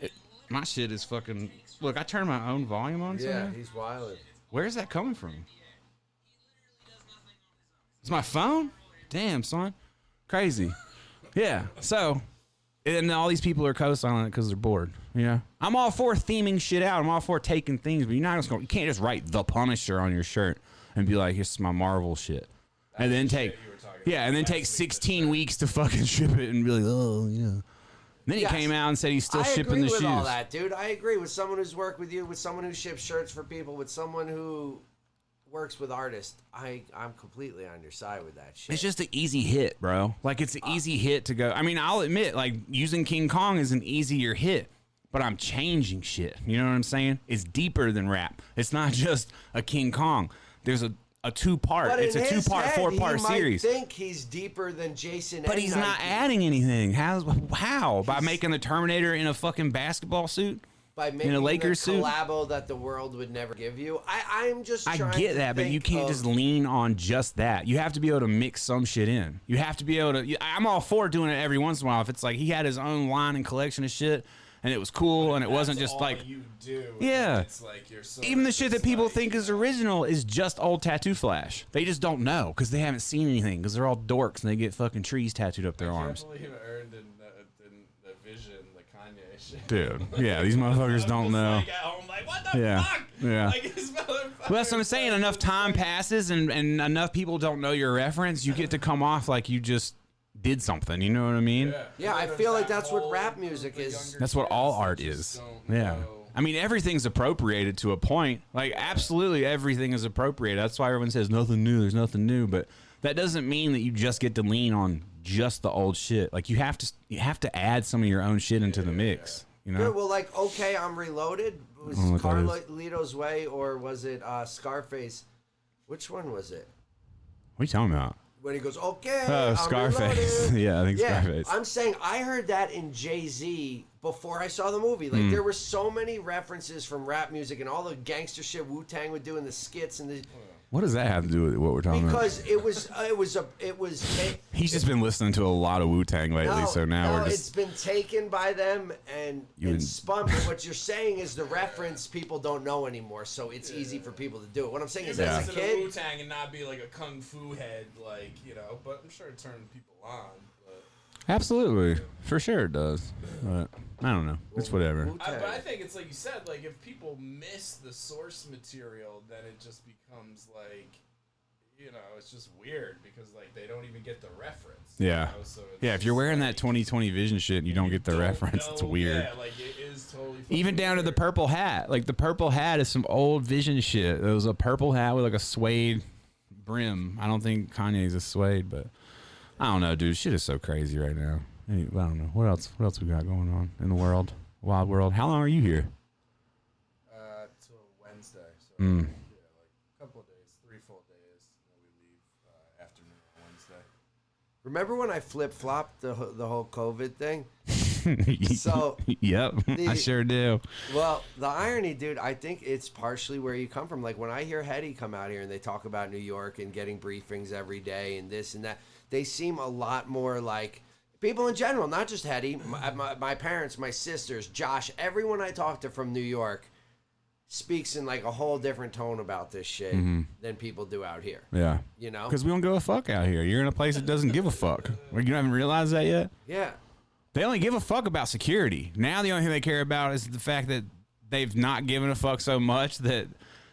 Speaker 2: It- my shit is fucking. Look, I turned my own volume on.
Speaker 4: Yeah,
Speaker 2: somewhere.
Speaker 4: he's wild.
Speaker 2: Where is that coming from? It's my phone? Damn, son. Crazy. Yeah. So, and all these people are co-signing it because they're bored. You know, I'm all for theming shit out. I'm all for taking things, but you're not just going. You can't just write the Punisher on your shirt and be like, "Here's my Marvel shit," and then take, yeah, and then take 16 weeks to fucking ship it and be like, "Oh, yeah." And then he
Speaker 4: Yes.
Speaker 2: came out and said he's still
Speaker 4: I
Speaker 2: shipping
Speaker 4: agree
Speaker 2: the
Speaker 4: with
Speaker 2: shoes.
Speaker 4: all that, dude. I agree with someone who's worked with you, with someone who ships shirts for people, with someone who works with artists. I I'm completely on your side with that shit.
Speaker 2: It's just an easy hit, bro. Like it's an
Speaker 4: Uh,
Speaker 2: easy hit to go. I mean, I'll admit, like using King Kong is an easier hit, but I'm changing shit. You know what I'm saying? It's deeper than rap. It's not just a King Kong. There's a, a two part.
Speaker 4: but
Speaker 2: It's
Speaker 4: in
Speaker 2: a two
Speaker 4: his
Speaker 2: part,
Speaker 4: head,
Speaker 2: four
Speaker 4: he
Speaker 2: part
Speaker 4: might
Speaker 2: series.
Speaker 4: Think he's deeper than Jason,
Speaker 2: But
Speaker 4: and
Speaker 2: he's not
Speaker 4: Nike
Speaker 2: adding anything. How? How? By making the Terminator in a fucking basketball suit?
Speaker 4: by making
Speaker 2: Lakers
Speaker 4: the
Speaker 2: suit?
Speaker 4: collabo that the world would never give you. I I'm just
Speaker 2: I
Speaker 4: trying
Speaker 2: get
Speaker 4: to
Speaker 2: that, but you
Speaker 4: think
Speaker 2: can't
Speaker 4: of-
Speaker 2: just lean on just that. You have to be able to mix some shit in. You have to be able to. you- I'm all for doing it every once in a while. If it's like he had his own line and collection of shit, and it was cool, and it wasn't
Speaker 3: That's
Speaker 2: just
Speaker 3: all
Speaker 2: like
Speaker 3: you do.
Speaker 2: Yeah.
Speaker 3: It's like you're sort
Speaker 2: even the
Speaker 3: of
Speaker 2: shit
Speaker 3: just
Speaker 2: that people
Speaker 3: like-
Speaker 2: think is original is just old tattoo flash. They just don't know because they haven't seen anything because they're all dorks and they get fucking trees tattooed up their
Speaker 5: I
Speaker 2: arms.
Speaker 5: can't believe Aaron didn't, know- didn't the vision, the Kanye shit.
Speaker 2: Dude, yeah, these motherfuckers don't
Speaker 3: Just
Speaker 2: know.
Speaker 3: Like at home, like what the
Speaker 2: Yeah.
Speaker 3: fuck?
Speaker 2: Yeah.
Speaker 3: Like this motherfucker.
Speaker 2: Well, that's what I'm saying. Enough time passes and, and enough people don't know your reference. You get to come off like you just did something. You know what I mean?
Speaker 4: Yeah, I
Speaker 3: There's
Speaker 4: feel like
Speaker 3: that
Speaker 4: that's what
Speaker 3: whole
Speaker 4: rap
Speaker 3: group
Speaker 4: music
Speaker 3: of
Speaker 4: is.
Speaker 3: younger
Speaker 2: That's what all art
Speaker 5: just
Speaker 2: is.
Speaker 5: don't
Speaker 2: Yeah.
Speaker 5: know.
Speaker 2: I mean, everything's appropriated to a point. Like, absolutely everything is appropriated. That's why everyone says nothing new, there's nothing new. But that doesn't mean that you just get to lean on just the old shit. Like, you have to you have to add some of your own shit into the mix. You
Speaker 4: Yeah,
Speaker 2: know?
Speaker 4: well, like, okay, I'm reloaded. Was
Speaker 2: know what that is.
Speaker 4: Carlito's Way or was it uh, Scarface? Which one was it?
Speaker 2: What are you talking about?
Speaker 4: When he goes, okay,
Speaker 2: Oh,
Speaker 4: I'm
Speaker 2: Scarface.
Speaker 4: reloaded."
Speaker 2: Yeah, I think
Speaker 4: yeah,
Speaker 2: Scarface.
Speaker 4: I'm saying I heard that in Jay Z before I saw the movie.
Speaker 2: Hmm.
Speaker 4: Like, there were so many references from rap music and all the gangster shit Wu Tang would do in the skits and the
Speaker 2: What does that have to do with what we're talking about?
Speaker 4: because it was uh, it was a it was. It,
Speaker 2: He's just been listening to a lot of Wu Tang lately,
Speaker 4: No,
Speaker 2: so now
Speaker 4: no,
Speaker 2: we're
Speaker 4: it's
Speaker 2: just.
Speaker 4: been taken by them and
Speaker 2: You
Speaker 4: it's
Speaker 2: would-
Speaker 4: spun. But what you're saying is the reference people don't know anymore, so it's easy for people to do it. What I'm saying
Speaker 3: You
Speaker 4: is,
Speaker 3: can
Speaker 4: as a
Speaker 3: listen to Wu
Speaker 4: kid,
Speaker 3: Tang and not be like a kung fu head, like you know. But I'm sure it turned people on. But
Speaker 2: Absolutely. For sure it does. But I don't know. It's whatever.
Speaker 3: I, but I
Speaker 4: Wu-Tang.
Speaker 3: think it's like you said, like if people miss the source material, then it just becomes like, you know, it's just weird because like they don't even get the reference. you
Speaker 2: Yeah.
Speaker 3: know, so it's
Speaker 2: Yeah, if you're
Speaker 3: just,
Speaker 2: wearing that
Speaker 3: like,
Speaker 2: 2020 vision shit and you don't get the
Speaker 3: don't
Speaker 2: reference, it's
Speaker 3: know-
Speaker 2: weird.
Speaker 3: Yeah, like it is totally. fucking
Speaker 2: Even down to the
Speaker 3: weird.
Speaker 2: purple hat. Like the purple hat is some old vision shit. It was a purple hat with like a suede brim. I don't think Kanye's a suede, but I don't know, dude. Shit is so crazy right now. Any- I don't know. What else what else we got going on in the world? Wild world. How long are you here? Mm.
Speaker 5: Uh, till Wednesday. So, yeah, like a couple of days, three full days. and then we
Speaker 4: Remember when I flip flopped the ho- the whole COVID thing? So,
Speaker 2: so yep, I
Speaker 4: the-
Speaker 2: sure do.
Speaker 4: Well, the irony, dude, I think it's partially where you come from. Like when I hear Hetty come out here and they talk about New York and getting briefings every day and this and that, they seem a lot more like people in general, not just Hetty. My, my, my parents, my sisters, Josh, everyone I talk to from New York speaks in like a whole different tone about this shit
Speaker 2: Mm-hmm.
Speaker 4: than people do out here.
Speaker 2: Yeah,
Speaker 4: You know?
Speaker 2: because we don't give a fuck out here. You're in a place that doesn't give a fuck. Like, you haven't realized that yet.
Speaker 4: Yeah.
Speaker 2: They only give a fuck about security. Now the only thing they care about is the fact that they've not given a fuck so much that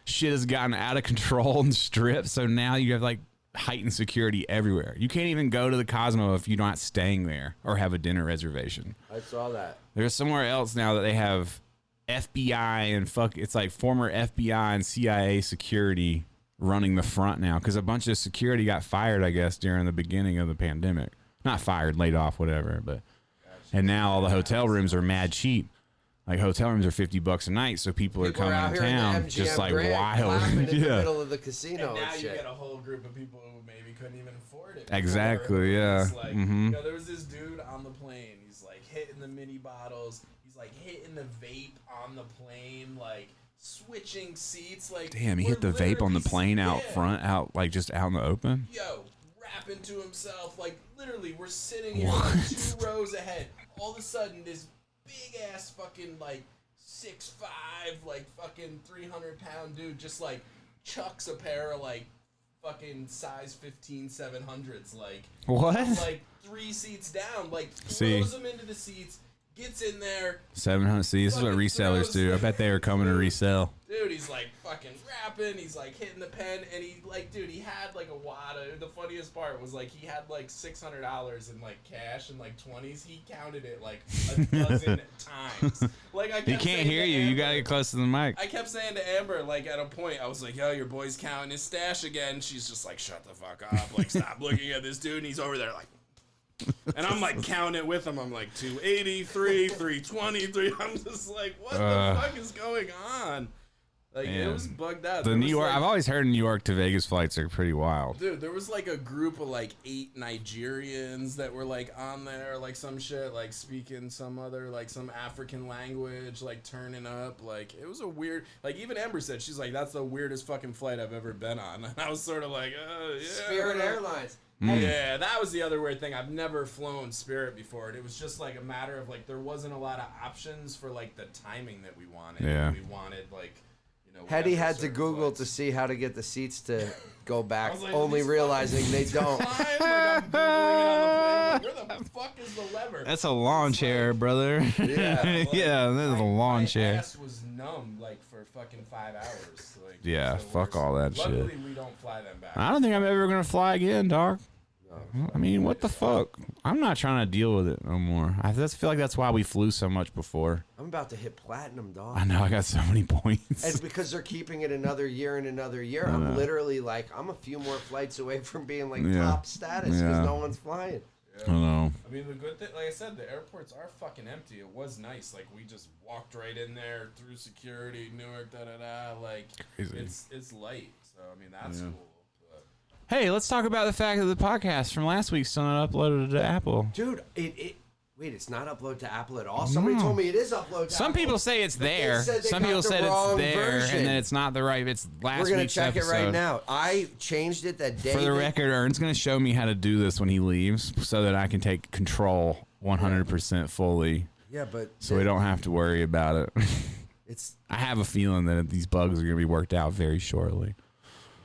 Speaker 2: shit has gotten out of control and stripped. So now you have like heightened security everywhere. You can't even go to the Cosmo if you're not staying there or have a dinner reservation.
Speaker 4: I saw that.
Speaker 2: There's somewhere else now that they have FBI and fuck. It's like former FBI and CIA security running the front now because a bunch of security got fired, I guess, during the beginning of the pandemic. Not fired, laid off, whatever. But and now all the hotel rooms are mad cheap. Like hotel rooms are fifty bucks a night, so people,
Speaker 4: People
Speaker 2: are
Speaker 4: are
Speaker 2: coming
Speaker 4: out
Speaker 2: to
Speaker 4: here in the
Speaker 2: town
Speaker 4: MGM
Speaker 2: just like
Speaker 4: Grand
Speaker 2: wild.
Speaker 4: clapping in the
Speaker 2: yeah,
Speaker 4: middle of the casino
Speaker 3: And
Speaker 4: and,
Speaker 3: now you
Speaker 4: shit.
Speaker 3: get a whole group of people who maybe couldn't even afford it. before.
Speaker 2: Exactly, yeah.
Speaker 3: It's Like,
Speaker 2: Mhm.
Speaker 3: you know, there was this dude on the plane. He's like hitting the mini bottles. He's like hitting the vape on the plane. Like switching seats. Like
Speaker 2: damn, he
Speaker 3: we're
Speaker 2: hit the vape on the
Speaker 3: literally-
Speaker 2: plane out
Speaker 3: yeah.
Speaker 2: front, out like just out in the open.
Speaker 3: Yo, rapping to himself. Like literally, we're sitting here
Speaker 2: What?
Speaker 3: like, two rows ahead. All of a sudden, this big ass fucking like six five, like fucking three hundred pound dude just like chucks a pair of like fucking size 15 700s like
Speaker 2: What?
Speaker 3: like three seats down, like
Speaker 2: See.
Speaker 3: throws them into the seats, gets in there.
Speaker 2: Seven hundred. See, this is what
Speaker 3: Fucking
Speaker 2: resellers
Speaker 3: throws-
Speaker 2: do. I bet they are coming to resell.
Speaker 3: Dude, he's like fucking rapping. He's like hitting the pen, and he like, dude, he had like a wad. Of, the funniest part was like he had like six hundred dollars in like cash and like twenties. He counted it like a dozen times. Like I kept
Speaker 2: He can't
Speaker 3: saying
Speaker 2: hear
Speaker 3: to
Speaker 2: you. You
Speaker 3: Amber-
Speaker 2: gotta get close to the mic.
Speaker 3: I kept saying to Amber, like at a point, I was like, "Yo, your boy's counting his stash again." She's just like, "Shut the fuck up! Like, stop looking at this dude." And he's over there like, and I'm like counting it with him. I'm like 283, 323. I'm just like, what
Speaker 2: Uh.
Speaker 3: the fuck is going on? Like it
Speaker 2: Man.
Speaker 3: was bugged out.
Speaker 2: The
Speaker 3: There
Speaker 2: New
Speaker 3: was,
Speaker 2: York.
Speaker 3: like-
Speaker 2: I've always heard New York to Vegas flights are pretty wild.
Speaker 3: Dude, there was like a group of like eight Nigerians that were like on there, like some shit, like speaking some other, like some African language, like turning up. Like it was a weird, like even Amber said, she's like, that's the weirdest fucking flight I've ever been on. And I was sort of like, uh, yeah.
Speaker 4: Spirit Airlines.
Speaker 3: Yeah, that was the other weird thing. I've never flown Spirit before, and it was just like a matter of like there wasn't a lot of options for like the timing that we wanted.
Speaker 2: Yeah.
Speaker 3: We wanted like, you know,
Speaker 4: Hetty
Speaker 3: whatever
Speaker 4: had to
Speaker 3: certain
Speaker 4: Google
Speaker 3: flights.
Speaker 4: to see how to get the seats to go
Speaker 3: I
Speaker 4: back,
Speaker 3: was like,
Speaker 4: only
Speaker 3: these
Speaker 4: realizing they don't.
Speaker 3: Like, I'm Googling it on the plane, like, Where the fuck is the lever?
Speaker 2: That's a lawn chair, brother. Yeah,
Speaker 3: like,
Speaker 2: yeah, that's a
Speaker 3: my-
Speaker 2: lawn
Speaker 3: my
Speaker 2: chair.
Speaker 3: ass was numb like for fucking five hours. Like, it
Speaker 2: Yeah,
Speaker 3: was the
Speaker 2: fuck
Speaker 3: worst.
Speaker 2: all that
Speaker 3: Luckily, we don't fly them back.
Speaker 2: I don't think I'm ever gonna fly again, Dark. I mean, what the fuck? I'm not trying to deal with it no more. I just feel like that's why we flew so much before.
Speaker 4: I'm about to hit platinum,
Speaker 2: I
Speaker 4: dog.
Speaker 2: know I got so many
Speaker 4: It's
Speaker 2: points.
Speaker 4: because they're keeping it another year and another year. I'm literally like, I'm a few more flights away from being like
Speaker 2: Yeah.
Speaker 4: top status because
Speaker 2: Yeah.
Speaker 4: no one's flying.
Speaker 2: I don't know.
Speaker 3: I mean, the good thing, like I said, the airports are fucking empty. It was nice. Like we just walked right in there through security, Newark, da da da. Like
Speaker 2: Crazy.
Speaker 3: it's it's light, so I mean that's cool. But
Speaker 2: Hey, let's talk about the fact that the podcast from last week's still not uploaded to Apple.
Speaker 4: Dude, it, it wait, it's not upload to Apple at all. Somebody told me it is upload to
Speaker 2: Some
Speaker 4: Apple.
Speaker 2: people say it's there.
Speaker 4: said they
Speaker 2: Some
Speaker 4: got
Speaker 2: people
Speaker 4: the
Speaker 2: said it's
Speaker 4: wrong
Speaker 2: there,
Speaker 4: version.
Speaker 2: and then it's not the right. It's last
Speaker 4: We're gonna
Speaker 2: week's
Speaker 4: check it right
Speaker 2: episode.
Speaker 4: now. I changed it that day.
Speaker 2: For the
Speaker 4: that-
Speaker 2: record, Ern's going to show me how to do this when he leaves so that I can take control 100% fully
Speaker 4: Yeah, but
Speaker 2: so we don't have to worry about it.
Speaker 4: it's
Speaker 2: I have a feeling that these bugs are going to be worked out very shortly.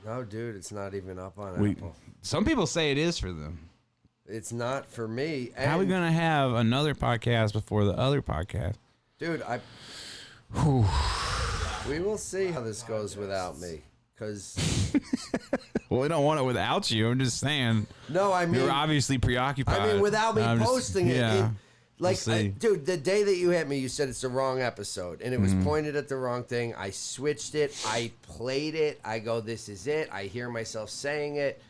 Speaker 4: no dude, it's not even up on
Speaker 2: We,
Speaker 4: Apple.
Speaker 2: some people say it is for them.
Speaker 4: It's not for me. And,
Speaker 2: How are we going to have another podcast before the other podcast?
Speaker 4: Dude, I. we will see how this goes without me. Because,
Speaker 2: Well, we don't want it without you. I'm just saying.
Speaker 4: no, I mean,
Speaker 2: You're obviously preoccupied.
Speaker 4: I mean, without me
Speaker 2: I'm just-
Speaker 4: posting it,
Speaker 2: Yeah.
Speaker 4: it- Like,
Speaker 2: We'll
Speaker 4: I-
Speaker 2: see.
Speaker 4: dude, the day that you hit me, you said it's the wrong episode, and it was
Speaker 2: Mm-hmm.
Speaker 4: pointed at the wrong thing. I switched it. I played it. I go, this is it. I hear myself saying it,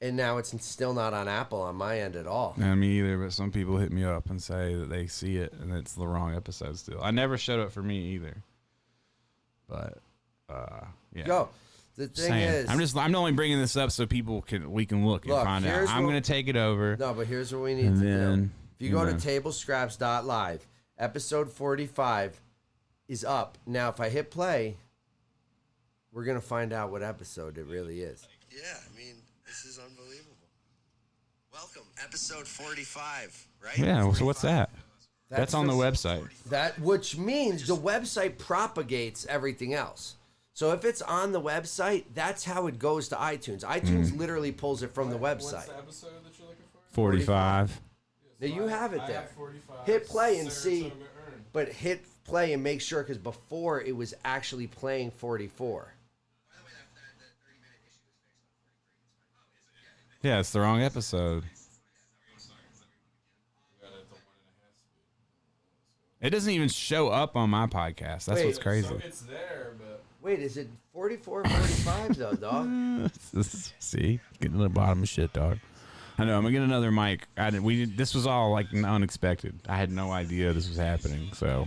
Speaker 4: and now it's still not on Apple on my end at all.
Speaker 2: Yeah, me either, but some people hit me up and say that they see it and it's the wrong episode still. I never showed up for me either. But uh yeah.
Speaker 4: Yo, The thing
Speaker 2: Saying.
Speaker 4: is,
Speaker 2: I'm just I'm only bringing this up so people can we can look,
Speaker 4: Look,
Speaker 2: and find out.
Speaker 4: here's
Speaker 2: I'm
Speaker 4: what-
Speaker 2: gonna take it over.
Speaker 4: No, but here's what we need
Speaker 2: And
Speaker 4: to do.
Speaker 2: then-
Speaker 4: If you go
Speaker 2: and
Speaker 4: to tablescraps.live, episode 45 is up. Now, if I hit play, we're going to find out what episode it really is.
Speaker 6: Yeah, I mean, this is unbelievable. Welcome, episode 45, right?
Speaker 2: Yeah. So what's that? That's, on the
Speaker 4: just-
Speaker 2: website.
Speaker 4: That which means the website propagates everything else. So if it's on the website, that's how it goes to iTunes. iTunes
Speaker 2: Mm.
Speaker 4: literally pulls it from the website.
Speaker 3: episode that you're looking for?
Speaker 2: 45.
Speaker 4: Now you have it
Speaker 3: I
Speaker 4: there.
Speaker 3: have 45.
Speaker 4: Hit play and see.
Speaker 3: Saratoga Urn.
Speaker 4: But hit play and make sure because before it was actually playing 44.
Speaker 2: Yeah, it's the wrong episode. It doesn't even show up on my podcast. That's
Speaker 4: Wait,
Speaker 2: what's crazy.
Speaker 3: So it's there, but
Speaker 4: Wait, is it 44, 45 though, dog?
Speaker 2: See, getting to the bottom of shit, dog. I know. I'm gonna get another mic. I didn't, we did, this was all like unexpected. I had no idea this was happening, so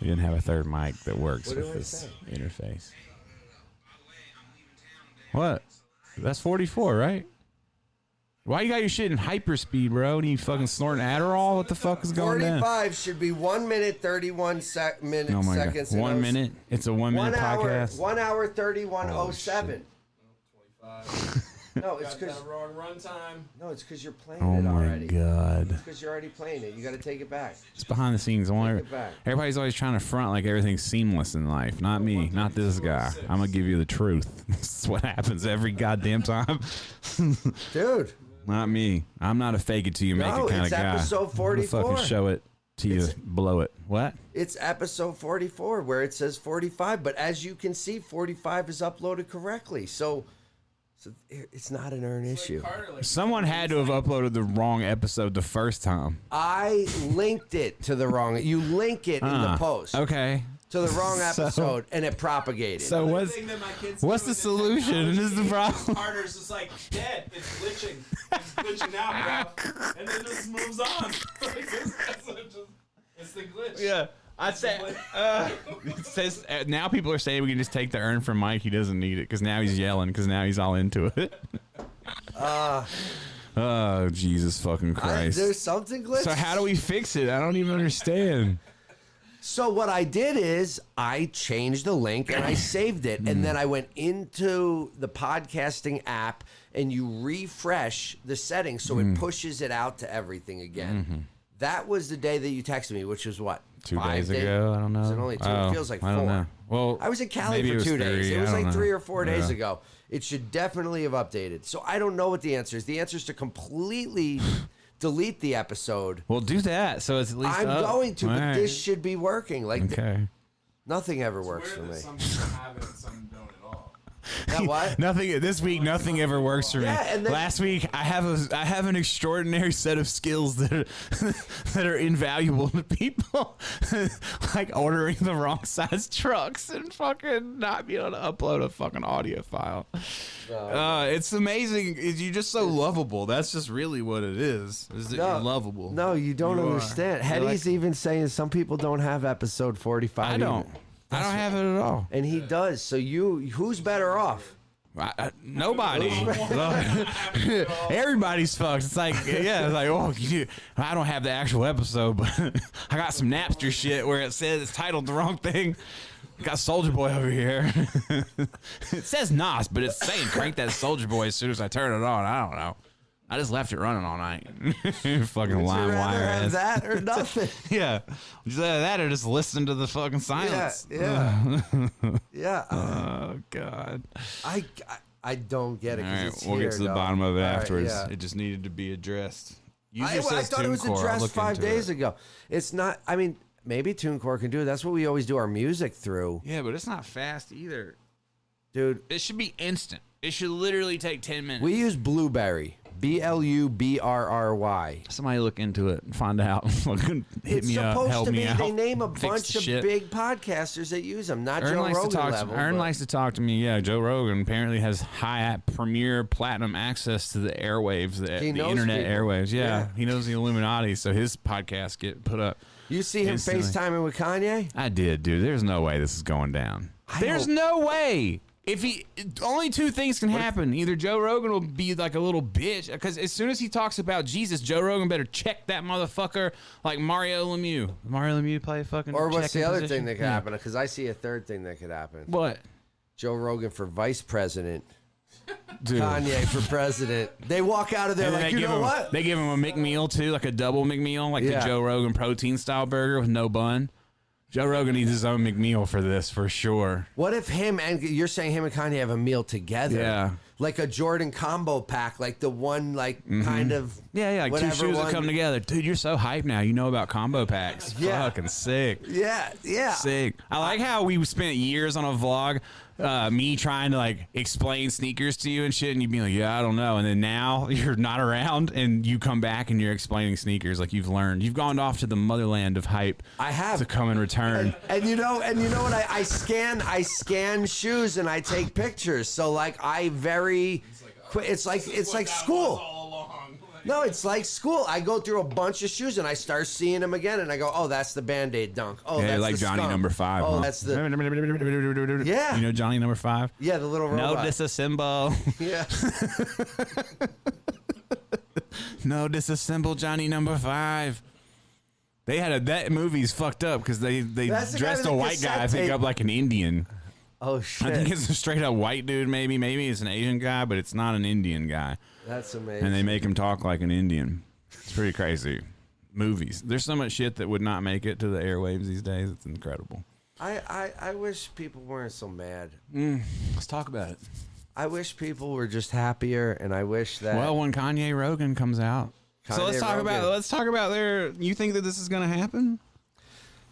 Speaker 2: we didn't have a third mic that works
Speaker 4: What do
Speaker 2: with
Speaker 4: I
Speaker 2: this
Speaker 4: say?
Speaker 2: interface. What? That's 44, right? Why you got your shit in hyperspeed, bro? What Are you fucking snorting Adderall? What the fuck is going on?
Speaker 4: 45 should be 1 minute 31 sec- minute,
Speaker 2: Oh my god!
Speaker 4: seconds. and oh-
Speaker 2: One minute. It's a one minute
Speaker 4: One hour,
Speaker 2: podcast.
Speaker 4: one hour thirty-one oh
Speaker 2: Oh,
Speaker 4: seven. No, it's
Speaker 3: got
Speaker 4: because
Speaker 3: that wrong runtime.
Speaker 4: no, it's because you're playing
Speaker 2: Oh
Speaker 4: it
Speaker 2: my
Speaker 4: already.
Speaker 2: god!
Speaker 4: Because you're already playing it, you got to take it back.
Speaker 2: It's behind the scenes. I want
Speaker 4: Take it back.
Speaker 2: everybody's always trying to front like everything's seamless in life. Not me. Not this guy. I'm gonna give you the truth. That's what happens every goddamn time.
Speaker 4: Dude,
Speaker 2: not me. I'm not a fake it till you make
Speaker 4: No,
Speaker 2: it kind
Speaker 4: it's
Speaker 2: of guy.
Speaker 4: episode
Speaker 2: I'm gonna
Speaker 4: 44.
Speaker 2: Fucking show it to you. blow it. What?
Speaker 4: it's episode forty-four where it says forty-five, but as you can see, forty-five is uploaded correctly. So, so it's not an urn issue.
Speaker 3: Carter, like,
Speaker 2: Someone had to have uploaded the wrong episode the first time.
Speaker 4: I linked it to the wrong. You link it in the
Speaker 2: Huh.
Speaker 4: post
Speaker 2: Okay.
Speaker 4: to the wrong
Speaker 2: So-
Speaker 4: episode, and it propagated.
Speaker 2: So
Speaker 3: the
Speaker 2: what's
Speaker 3: thing that my kids
Speaker 2: what's
Speaker 3: do
Speaker 2: the
Speaker 3: with
Speaker 2: solution?
Speaker 3: technology
Speaker 2: This is the problem.
Speaker 3: Carter's just like dead. It's glitching. It's glitching out, bro. And then just moves on. Like, this- that's what it just- it's the glitch.
Speaker 2: Yeah. I say, uh, it says uh, now people are saying we can just take the urn from Mike. He doesn't need it because now he's yelling because now he's all into it. Uh, oh Jesus fucking
Speaker 4: I,
Speaker 2: Christ!
Speaker 4: there's something glitched.
Speaker 2: so how do we fix it? I don't even understand.
Speaker 4: So what I did is I changed the link and I saved it,
Speaker 2: Hmm.
Speaker 4: and then I went into the podcasting app and you refresh the settings so
Speaker 2: Hmm.
Speaker 4: it pushes it out to everything again. That was the day that you texted me, which was what
Speaker 2: Mm-hmm. Two
Speaker 4: five
Speaker 2: days
Speaker 4: day-
Speaker 2: ago, I don't know.
Speaker 4: Was it only two?
Speaker 2: Oh,
Speaker 4: it feels like four.
Speaker 2: I don't know. Well,
Speaker 4: I was in Cali
Speaker 2: maybe
Speaker 4: for
Speaker 2: it was
Speaker 4: two days.
Speaker 2: three,
Speaker 4: It was
Speaker 2: I
Speaker 4: like
Speaker 2: don't
Speaker 4: three
Speaker 2: know.
Speaker 4: or four days
Speaker 2: Yeah.
Speaker 4: ago. It should definitely have updated. So I don't know what the answer is. The answer is to completely delete the episode.
Speaker 2: Well, do that. So it's at least
Speaker 4: I'm
Speaker 2: up.
Speaker 4: going to,
Speaker 2: All
Speaker 4: but
Speaker 2: right.
Speaker 4: this should be working. Like th-
Speaker 2: okay.
Speaker 4: nothing ever works
Speaker 3: Weird
Speaker 4: for
Speaker 3: that Some
Speaker 4: me.
Speaker 3: people have it and some don't at all.
Speaker 4: That what?
Speaker 2: Nothing this week. Nothing ever works for me.
Speaker 4: Yeah, and then-
Speaker 2: Last week, I have a I have an extraordinary set of skills that are that are invaluable to people, like ordering the wrong size trucks and fucking not being able to upload a fucking audio file. Uh, it's amazing. You're just so lovable. That's just really what it is. Is that you're lovable?
Speaker 4: No, you don't
Speaker 2: You are. You're
Speaker 4: understand. Hetty's even saying some people don't have episode 45.
Speaker 2: I
Speaker 4: even.
Speaker 2: don't. I don't have it at all.
Speaker 4: And he does. So you, who's better off?
Speaker 2: I, I, nobody. Everybody's fucked. It's like, yeah, it's like, oh, you, I don't have the actual episode, but I got some Napster shit where it says it's titled the wrong thing. Got Soldier Boy over here. it says Nas, but it's saying crank that Soldier Boy as soon as I turn it on. I don't know. I just left it running all night. fucking
Speaker 4: Would you
Speaker 2: line
Speaker 4: rather
Speaker 2: wire
Speaker 4: have
Speaker 2: ass.
Speaker 4: that or nothing?
Speaker 2: Yeah. Would you rather that or just listen to the fucking
Speaker 4: yeah,
Speaker 2: silence?
Speaker 4: yeah, yeah. uh,
Speaker 2: Oh, God.
Speaker 4: I, I, I don't get it.
Speaker 2: All
Speaker 4: 'cause
Speaker 2: right,
Speaker 4: it's
Speaker 2: we'll
Speaker 4: here,
Speaker 2: get to the
Speaker 4: dog.
Speaker 2: bottom of it
Speaker 4: All right,
Speaker 2: afterwards.
Speaker 4: yeah.
Speaker 2: It just needed to be addressed.
Speaker 4: I, well, I thought it was addressed five days ago. It's not. I mean, maybe TuneCore can do it. That's what we always do our music through,
Speaker 2: Yeah, but it's not fast either.
Speaker 4: dude.
Speaker 2: It should be instant. It should literally take ten minutes.
Speaker 4: We use Blueberry, B L U B R R Y.
Speaker 2: Somebody look into it and find out. Fucking Hit
Speaker 4: it's
Speaker 2: me up.
Speaker 4: supposed
Speaker 2: Help
Speaker 4: to
Speaker 2: me
Speaker 4: be.
Speaker 2: out.
Speaker 4: They name a
Speaker 2: Fix
Speaker 4: bunch
Speaker 2: the
Speaker 4: of
Speaker 2: shit.
Speaker 4: big podcasters that use them, not
Speaker 2: Ern
Speaker 4: Joe
Speaker 2: likes to
Speaker 4: Rogan
Speaker 2: talk.
Speaker 4: level.
Speaker 2: to, Ern
Speaker 4: but-
Speaker 2: likes to talk to me. Yeah, Joe Rogan apparently has high premier platinum access to the airwaves, the,
Speaker 4: He
Speaker 2: the
Speaker 4: knows
Speaker 2: internet
Speaker 4: people.
Speaker 2: airwaves. Yeah,
Speaker 4: Yeah.
Speaker 2: he knows the Illuminati, so his podcasts get put up.
Speaker 4: you see him
Speaker 2: Instantly.
Speaker 4: FaceTiming with Kanye?
Speaker 2: I did, dude. There's no way this is going down.
Speaker 4: I
Speaker 2: There's
Speaker 4: don't-
Speaker 2: no way. If he only two things can happen. Either Joe Rogan will be like a little bitch because as soon as he talks about Jesus, Joe Rogan better check that motherfucker like Mario Lemieux.
Speaker 7: Mario Lemieux play fucking.
Speaker 4: Or what's
Speaker 7: checking
Speaker 4: the other
Speaker 7: position?
Speaker 4: thing that could
Speaker 7: Yeah.
Speaker 4: happen? Because I see a third thing that could happen.
Speaker 2: What?
Speaker 4: Joe Rogan for vice president,
Speaker 7: Dude.
Speaker 4: Kanye for president. They walk out of there
Speaker 2: And then
Speaker 4: like,
Speaker 2: they
Speaker 4: you
Speaker 2: give
Speaker 4: know
Speaker 2: him,
Speaker 4: what?
Speaker 2: They give him a McMeal too, like a double McMeal, like
Speaker 4: Yeah.
Speaker 2: the Joe Rogan protein style burger with no bun. Joe Rogan needs his own McMeal for this for sure.
Speaker 4: What if him and you're saying him and Kanye have a meal together?
Speaker 2: Yeah.
Speaker 4: Like a Jordan combo pack, like the one, like kind of.
Speaker 2: Mm-hmm. Yeah, yeah, like
Speaker 4: whatever
Speaker 2: two shoes
Speaker 4: one.
Speaker 2: that come together. Dude, you're so hyped now. You know about combo packs.
Speaker 4: Yeah.
Speaker 2: Fucking sick.
Speaker 4: Yeah, yeah.
Speaker 2: Sick. I like how we spent years on a vlog, uh, me trying to like explain sneakers to you and shit, and you'd be like, yeah, I don't know. And then now you're not around and you come back and you're explaining sneakers like you've learned. You've gone off to the motherland of hype
Speaker 4: I have.
Speaker 2: to come and return.
Speaker 4: And you know, and you know what? I, I scan, I scan shoes, and I take pictures. So like, I very, qui- it's like it's like school.
Speaker 3: all along. Like,
Speaker 4: No, it's like school. I go through a bunch of shoes, and I start seeing them again, and I go, oh, that's the Band Aid dunk. Oh,
Speaker 2: Yeah,
Speaker 4: that's
Speaker 2: like
Speaker 4: the
Speaker 2: Johnny
Speaker 4: skunk.
Speaker 2: number five.
Speaker 4: Oh,
Speaker 2: huh?
Speaker 4: that's the Yeah.
Speaker 2: You know Johnny number five?
Speaker 4: yeah, the little robot.
Speaker 2: No disassemble.
Speaker 4: yeah.
Speaker 2: no disassemble Johnny number five. They had a that movie's fucked up because they they
Speaker 4: That's the guy
Speaker 2: dressed
Speaker 4: with
Speaker 2: a
Speaker 4: the
Speaker 2: white guy I
Speaker 4: cassette
Speaker 2: think
Speaker 4: tape.
Speaker 2: up like an Indian.
Speaker 4: Oh
Speaker 2: I think
Speaker 4: shit,
Speaker 2: it's a straight up white dude maybe maybe it's an Asian guy but it's not an Indian guy
Speaker 4: that's
Speaker 2: and
Speaker 4: amazing.
Speaker 2: they make him talk like an Indian. It's pretty crazy. Movies. There's so much shit that would not make it to the airwaves these days. It's incredible.
Speaker 4: I, I I wish people weren't so mad.
Speaker 2: Let's talk about it.
Speaker 4: I wish people were just happier, and I wish that.
Speaker 2: Well, when Kanye Rogan comes out. so
Speaker 4: Kanye
Speaker 2: let's talk about
Speaker 4: Rogan.
Speaker 2: let's talk about their you think that this is going to happen?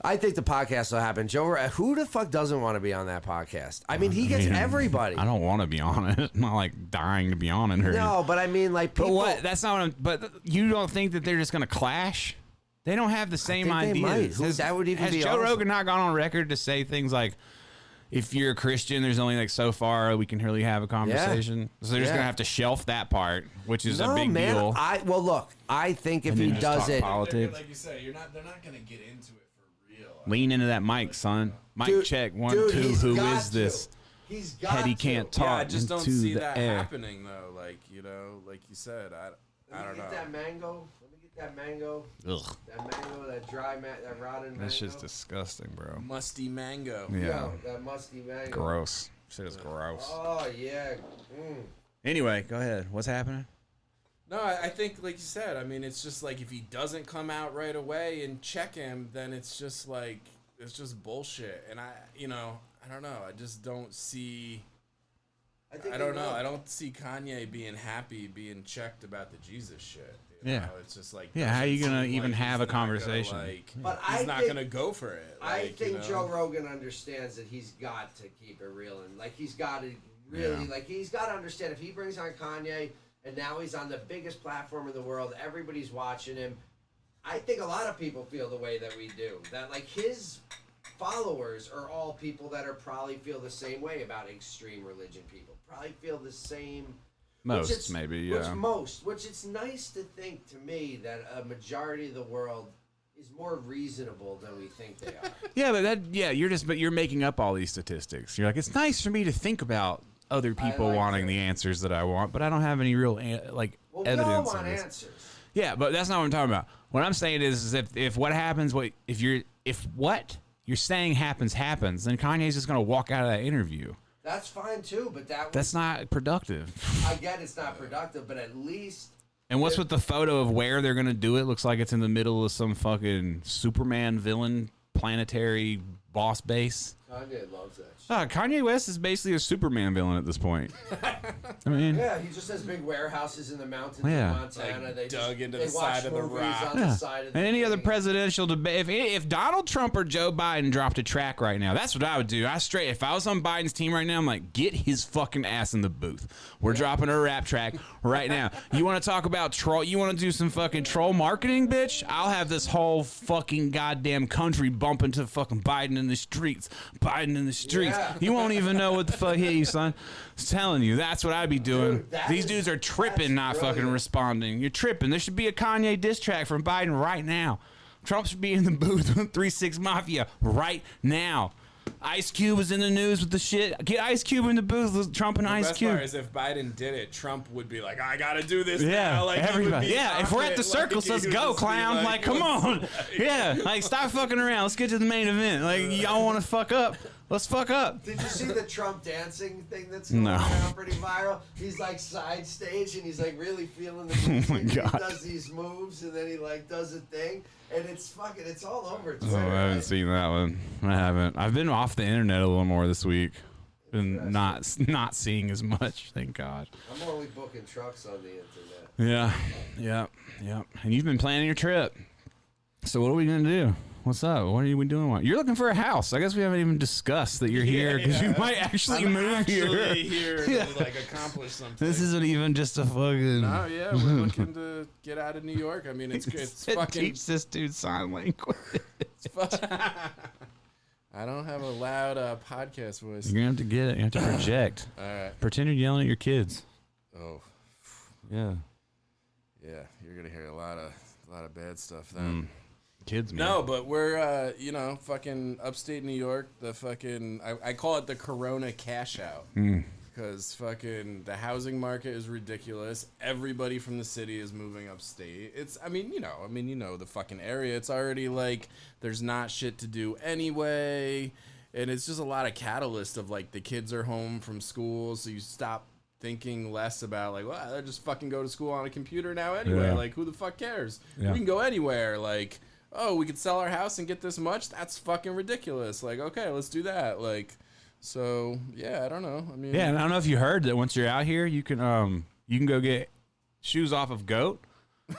Speaker 4: I think the podcast will happen. Joe, Rog- who the fuck doesn't want to be on that podcast? I mean, he gets
Speaker 2: mean,
Speaker 4: everybody.
Speaker 2: I don't want to be on it. I'm not like dying to be on it. Or anything.
Speaker 4: No, but I mean, like
Speaker 2: But
Speaker 4: people.
Speaker 2: what? That's not what I'm. But you don't think that they're just going to clash? They don't have the same
Speaker 4: think they
Speaker 2: ideas.
Speaker 4: might. Who-
Speaker 2: Has-
Speaker 4: that would even
Speaker 2: has
Speaker 4: be
Speaker 2: Joe
Speaker 4: awesome.
Speaker 2: Rogan not gone on record to say things like, "If you're a Christian, there's only like so far we can really have a conversation." So they're just
Speaker 4: Yeah.
Speaker 2: going to have to shelf that part, which is
Speaker 4: no,
Speaker 2: a big
Speaker 4: man.
Speaker 2: deal.
Speaker 4: I well, look. I think if
Speaker 2: then
Speaker 4: he
Speaker 2: just
Speaker 4: does
Speaker 2: talk poli-
Speaker 4: it,
Speaker 3: they're-
Speaker 2: politics.
Speaker 3: like you say, you're not. They're not gonna get into it for real.
Speaker 2: Lean into that mic, son. Mic
Speaker 4: Dude,
Speaker 2: check one
Speaker 4: dude,
Speaker 2: two.
Speaker 4: he's
Speaker 2: Who
Speaker 4: got
Speaker 2: is this?
Speaker 4: to. He's got
Speaker 2: Petty
Speaker 4: to.
Speaker 2: can't
Speaker 3: Yeah,
Speaker 2: talk
Speaker 3: I just don't
Speaker 2: into
Speaker 3: see
Speaker 2: the
Speaker 3: that
Speaker 2: air.
Speaker 3: happening though. Like you know, like you said, I, I
Speaker 4: Let
Speaker 3: don't
Speaker 4: me get
Speaker 3: know.
Speaker 4: that mango. Let me get that mango.
Speaker 2: Ugh,
Speaker 4: That mango. That dry ma- That rotten mango.
Speaker 2: that's just disgusting, bro.
Speaker 3: Musty mango.
Speaker 2: Yeah,
Speaker 4: Yo, that musty mango.
Speaker 2: gross. Shit is gross.
Speaker 4: Oh yeah. Mm.
Speaker 2: Anyway, go ahead. What's happening?
Speaker 3: No, I I think, like you said, I mean, it's just like if he doesn't come out right away and check him, then it's just like it's just bullshit. And I, you know, I don't know. I just don't see.
Speaker 4: think
Speaker 3: I
Speaker 4: they
Speaker 3: don't know.
Speaker 4: will.
Speaker 3: I don't see Kanye being happy, being checked about the Jesus shit. you
Speaker 2: Yeah.
Speaker 3: know? it's just like
Speaker 2: Yeah, how you
Speaker 3: doesn't
Speaker 2: gonna
Speaker 3: seem
Speaker 2: even
Speaker 3: he's
Speaker 2: have a
Speaker 3: not gonna,
Speaker 2: conversation?
Speaker 3: like,
Speaker 4: But
Speaker 3: he's
Speaker 4: I
Speaker 3: not
Speaker 4: think-
Speaker 3: gonna go for it.
Speaker 4: I
Speaker 3: like, you
Speaker 4: think
Speaker 3: know?
Speaker 4: Joe Rogan understands that he's got to keep it real and like he's got to really like he's got to understand if he brings on Kanye and now he's on the biggest platform in the world, everybody's watching him. I think a lot of people feel the way that we do. That like his followers are all people that are probably feel the same way about extreme religion people. Probably feel the same which
Speaker 2: Most,
Speaker 4: it's-
Speaker 2: maybe,
Speaker 4: Which
Speaker 2: yeah.
Speaker 4: most, which it's nice to think to me that a majority of the world is more reasonable than we think they are.
Speaker 2: Yeah, but that yeah, you're just but you're making up all these statistics. You're like, it's nice for me to think about other people
Speaker 4: like
Speaker 2: wanting
Speaker 4: it.
Speaker 2: the answers that I want, but I don't have any real an- like
Speaker 4: Well, we all
Speaker 2: evidence. of
Speaker 4: want
Speaker 2: this.
Speaker 4: answers.
Speaker 2: Yeah, but that's not what I'm talking about. What I'm saying is, is if if what happens, what if you're if what you're saying happens happens, then Kanye's just gonna walk out of that interview.
Speaker 4: That's fine too, but that
Speaker 2: That's not productive.
Speaker 4: I get it's not productive, but at least
Speaker 2: And what's with the photo of where they're gonna do it? Looks like it's in the middle of some fucking Superman villain planetary boss base.
Speaker 4: Kanye loves that. Shit.
Speaker 2: Ah, Kanye West is basically a Superman villain at this point. I mean,
Speaker 4: Yeah, he just has big warehouses in the mountains
Speaker 2: Yeah.
Speaker 4: of Montana.
Speaker 3: Like,
Speaker 4: they
Speaker 3: dug
Speaker 4: just,
Speaker 3: into
Speaker 4: they
Speaker 3: the
Speaker 4: watch
Speaker 3: side of the
Speaker 4: movies
Speaker 3: rock.
Speaker 4: on the side of the
Speaker 2: and any other
Speaker 4: thing.
Speaker 2: presidential debate, if if Donald Trump or Joe Biden dropped a track right now, that's what I would do. I straight, if I was on Biden's team right now, I'm like, get his fucking ass in the booth. We're dropping a rap track right now. You want to talk about troll? You want to do some fucking troll marketing, bitch? I'll have this whole fucking goddamn country bumping to fucking Biden in the streets, Biden in the streets.
Speaker 4: Yeah.
Speaker 2: You won't even know what the fuck hit you, son. I'm telling you, that's what I'd be doing.
Speaker 4: that
Speaker 2: These
Speaker 4: is-
Speaker 2: dudes are tripping, not fucking
Speaker 4: brilliant.
Speaker 2: responding. You're tripping. There should be a Kanye diss track from Biden right now. Trump should be in the booth with Three Six Mafia right now.
Speaker 8: Ice Cube was in the news with the shit. Get Ice Cube in the booth. with Trump and
Speaker 3: The
Speaker 8: Ice
Speaker 3: best
Speaker 8: Cube.
Speaker 3: part is if Biden did it, Trump would be like, "I gotta do this."
Speaker 2: Yeah,
Speaker 3: now. Like, he would
Speaker 2: everybody.
Speaker 3: be
Speaker 8: Yeah, if we're at the
Speaker 3: confident, like,
Speaker 8: circles,
Speaker 3: he
Speaker 8: let's
Speaker 3: would
Speaker 8: go,
Speaker 3: just be
Speaker 8: clown. Like, come
Speaker 3: "What's
Speaker 8: on. Yeah, like, stop fucking around. Let's get to the main event. Like, y'all want to fuck up? Let's fuck up.
Speaker 4: Did you see the Trump dancing thing that's going
Speaker 8: No.
Speaker 4: around pretty viral? He's like side stage and he's like really feeling the music.
Speaker 2: Oh my
Speaker 4: He
Speaker 2: God.
Speaker 4: does these moves and then he like does a thing and it's fucking it's all over
Speaker 2: Oh,
Speaker 4: Twitter.
Speaker 2: I haven't
Speaker 4: right?
Speaker 2: seen that one. I haven't. I've been off the internet a little more this week. Been not not seeing as much. Thank God.
Speaker 4: I'm only booking trucks on the internet.
Speaker 2: Yeah, yeah, yeah. And you've been planning your trip. So what are we gonna do? What's up? What are you doing? You're looking for a house. I guess we haven't even discussed that you're here because you might actually
Speaker 3: I'm
Speaker 2: move
Speaker 3: actually
Speaker 2: here.
Speaker 3: here
Speaker 2: Yeah.
Speaker 3: to like accomplish something.
Speaker 2: This isn't even just a fucking.
Speaker 3: Oh yeah, we're looking to get out of New York. I mean, it's it's fucking.
Speaker 2: teach this dude sign language.
Speaker 3: I don't have a loud uh, podcast voice.
Speaker 2: You're gonna have to get it. You have to project.
Speaker 3: All right.
Speaker 2: Pretend you're yelling at your kids.
Speaker 3: Oh
Speaker 2: Yeah.
Speaker 3: yeah, you're gonna hear a lot of a lot of bad stuff then.
Speaker 2: Mm, Kids, man.
Speaker 3: No, but we're uh, you know fucking upstate New York. The fucking I, I call it the Corona cash out
Speaker 2: Mm.
Speaker 3: because fucking the housing market is ridiculous. Everybody from the city is moving upstate. It's I mean you know I mean you know the fucking area. It's already like there's not shit to do anyway, and it's just a lot of catalyst of like the kids are home from school, so you stop thinking less about like well I just fucking go to school on a computer now anyway
Speaker 2: Yeah.
Speaker 3: like who the fuck cares
Speaker 2: Yeah.
Speaker 3: we can go anywhere like oh we could sell our house and get this much that's fucking ridiculous like okay let's do that like so yeah i don't know i mean
Speaker 2: Yeah, and I don't know if you heard that once you're out here, you can um you can go get shoes off of goat,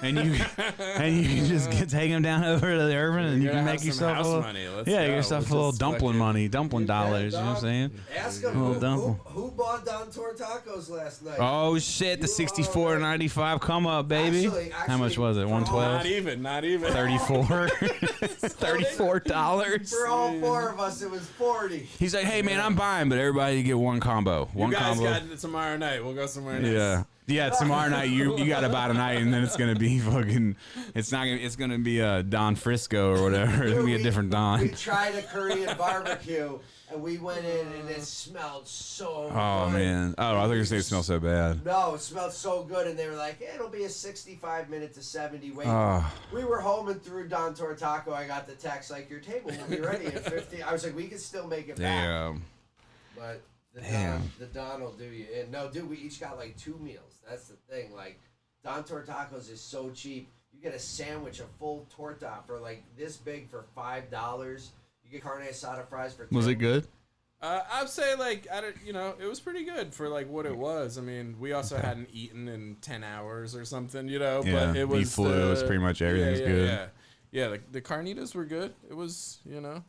Speaker 2: and you and you can just get take them down over to the urban, and you
Speaker 3: You're
Speaker 2: can
Speaker 3: gonna
Speaker 2: make
Speaker 3: have some
Speaker 2: yourself a
Speaker 3: house
Speaker 2: little,
Speaker 3: money. Let's
Speaker 2: yeah,
Speaker 3: go.
Speaker 2: yourself
Speaker 3: Let's
Speaker 2: a little
Speaker 3: just
Speaker 2: dumpling
Speaker 3: fucking-
Speaker 2: money, dumpling dollars. You know what I'm saying?
Speaker 4: Ask him
Speaker 2: Little
Speaker 4: who, who,
Speaker 2: dumple.
Speaker 4: who bought Don Tor tacos last night.
Speaker 8: Oh shit, the
Speaker 4: You are
Speaker 8: 64
Speaker 4: right.
Speaker 8: 95 come up, baby.
Speaker 4: Actually-
Speaker 2: How much
Speaker 4: actually,
Speaker 2: was it?
Speaker 4: for all-
Speaker 2: One
Speaker 3: not
Speaker 2: twelve.
Speaker 3: even not even
Speaker 2: 34 34 dollars
Speaker 4: For all four of us, it was forty.
Speaker 8: He's like, hey man, I'm buying, but everybody get one combo.
Speaker 3: you
Speaker 8: One
Speaker 3: guys
Speaker 8: combo.
Speaker 3: got it tomorrow night we'll go somewhere nice.
Speaker 8: yeah. Yeah, tomorrow night you you got to buy tonight, and then it's gonna be fucking. It's not gonna. It's gonna be uh, Don Frisco or whatever. It's gonna be a different
Speaker 4: We
Speaker 8: Don.
Speaker 4: tried a Korean barbecue and we went in and it smelled so
Speaker 8: Oh
Speaker 4: good.
Speaker 8: man. Oh, I thought you were gonna say it smells so bad.
Speaker 4: No, it smelled so good, and they were like, "It'll be a 65 minute to 70 wait."
Speaker 8: Ah.
Speaker 4: we were home and through Don Tortaco. I got the text like, "Your table will be ready in 50." I was like, "We can still make it back."
Speaker 8: Damn.
Speaker 4: But the Don,
Speaker 8: Damn.
Speaker 4: the Don will do you. And no, dude, we each got like two meals. That's the thing. Like Don Tortacos is so cheap. You get a sandwich, a full torta for like this big for five dollars. You get carne asada fries for.
Speaker 8: Was
Speaker 4: two.
Speaker 8: it good?
Speaker 3: uh, i'd say like i don't you know it was pretty good for like what it was i mean we also hadn't eaten in 10 hours or something you know
Speaker 8: Yeah,
Speaker 3: but
Speaker 8: you
Speaker 3: it was
Speaker 8: flew,
Speaker 3: the-
Speaker 8: it was pretty much
Speaker 3: yeah,
Speaker 8: everything's
Speaker 3: yeah,
Speaker 8: good.
Speaker 3: yeah yeah the, the carnitas were good it was you know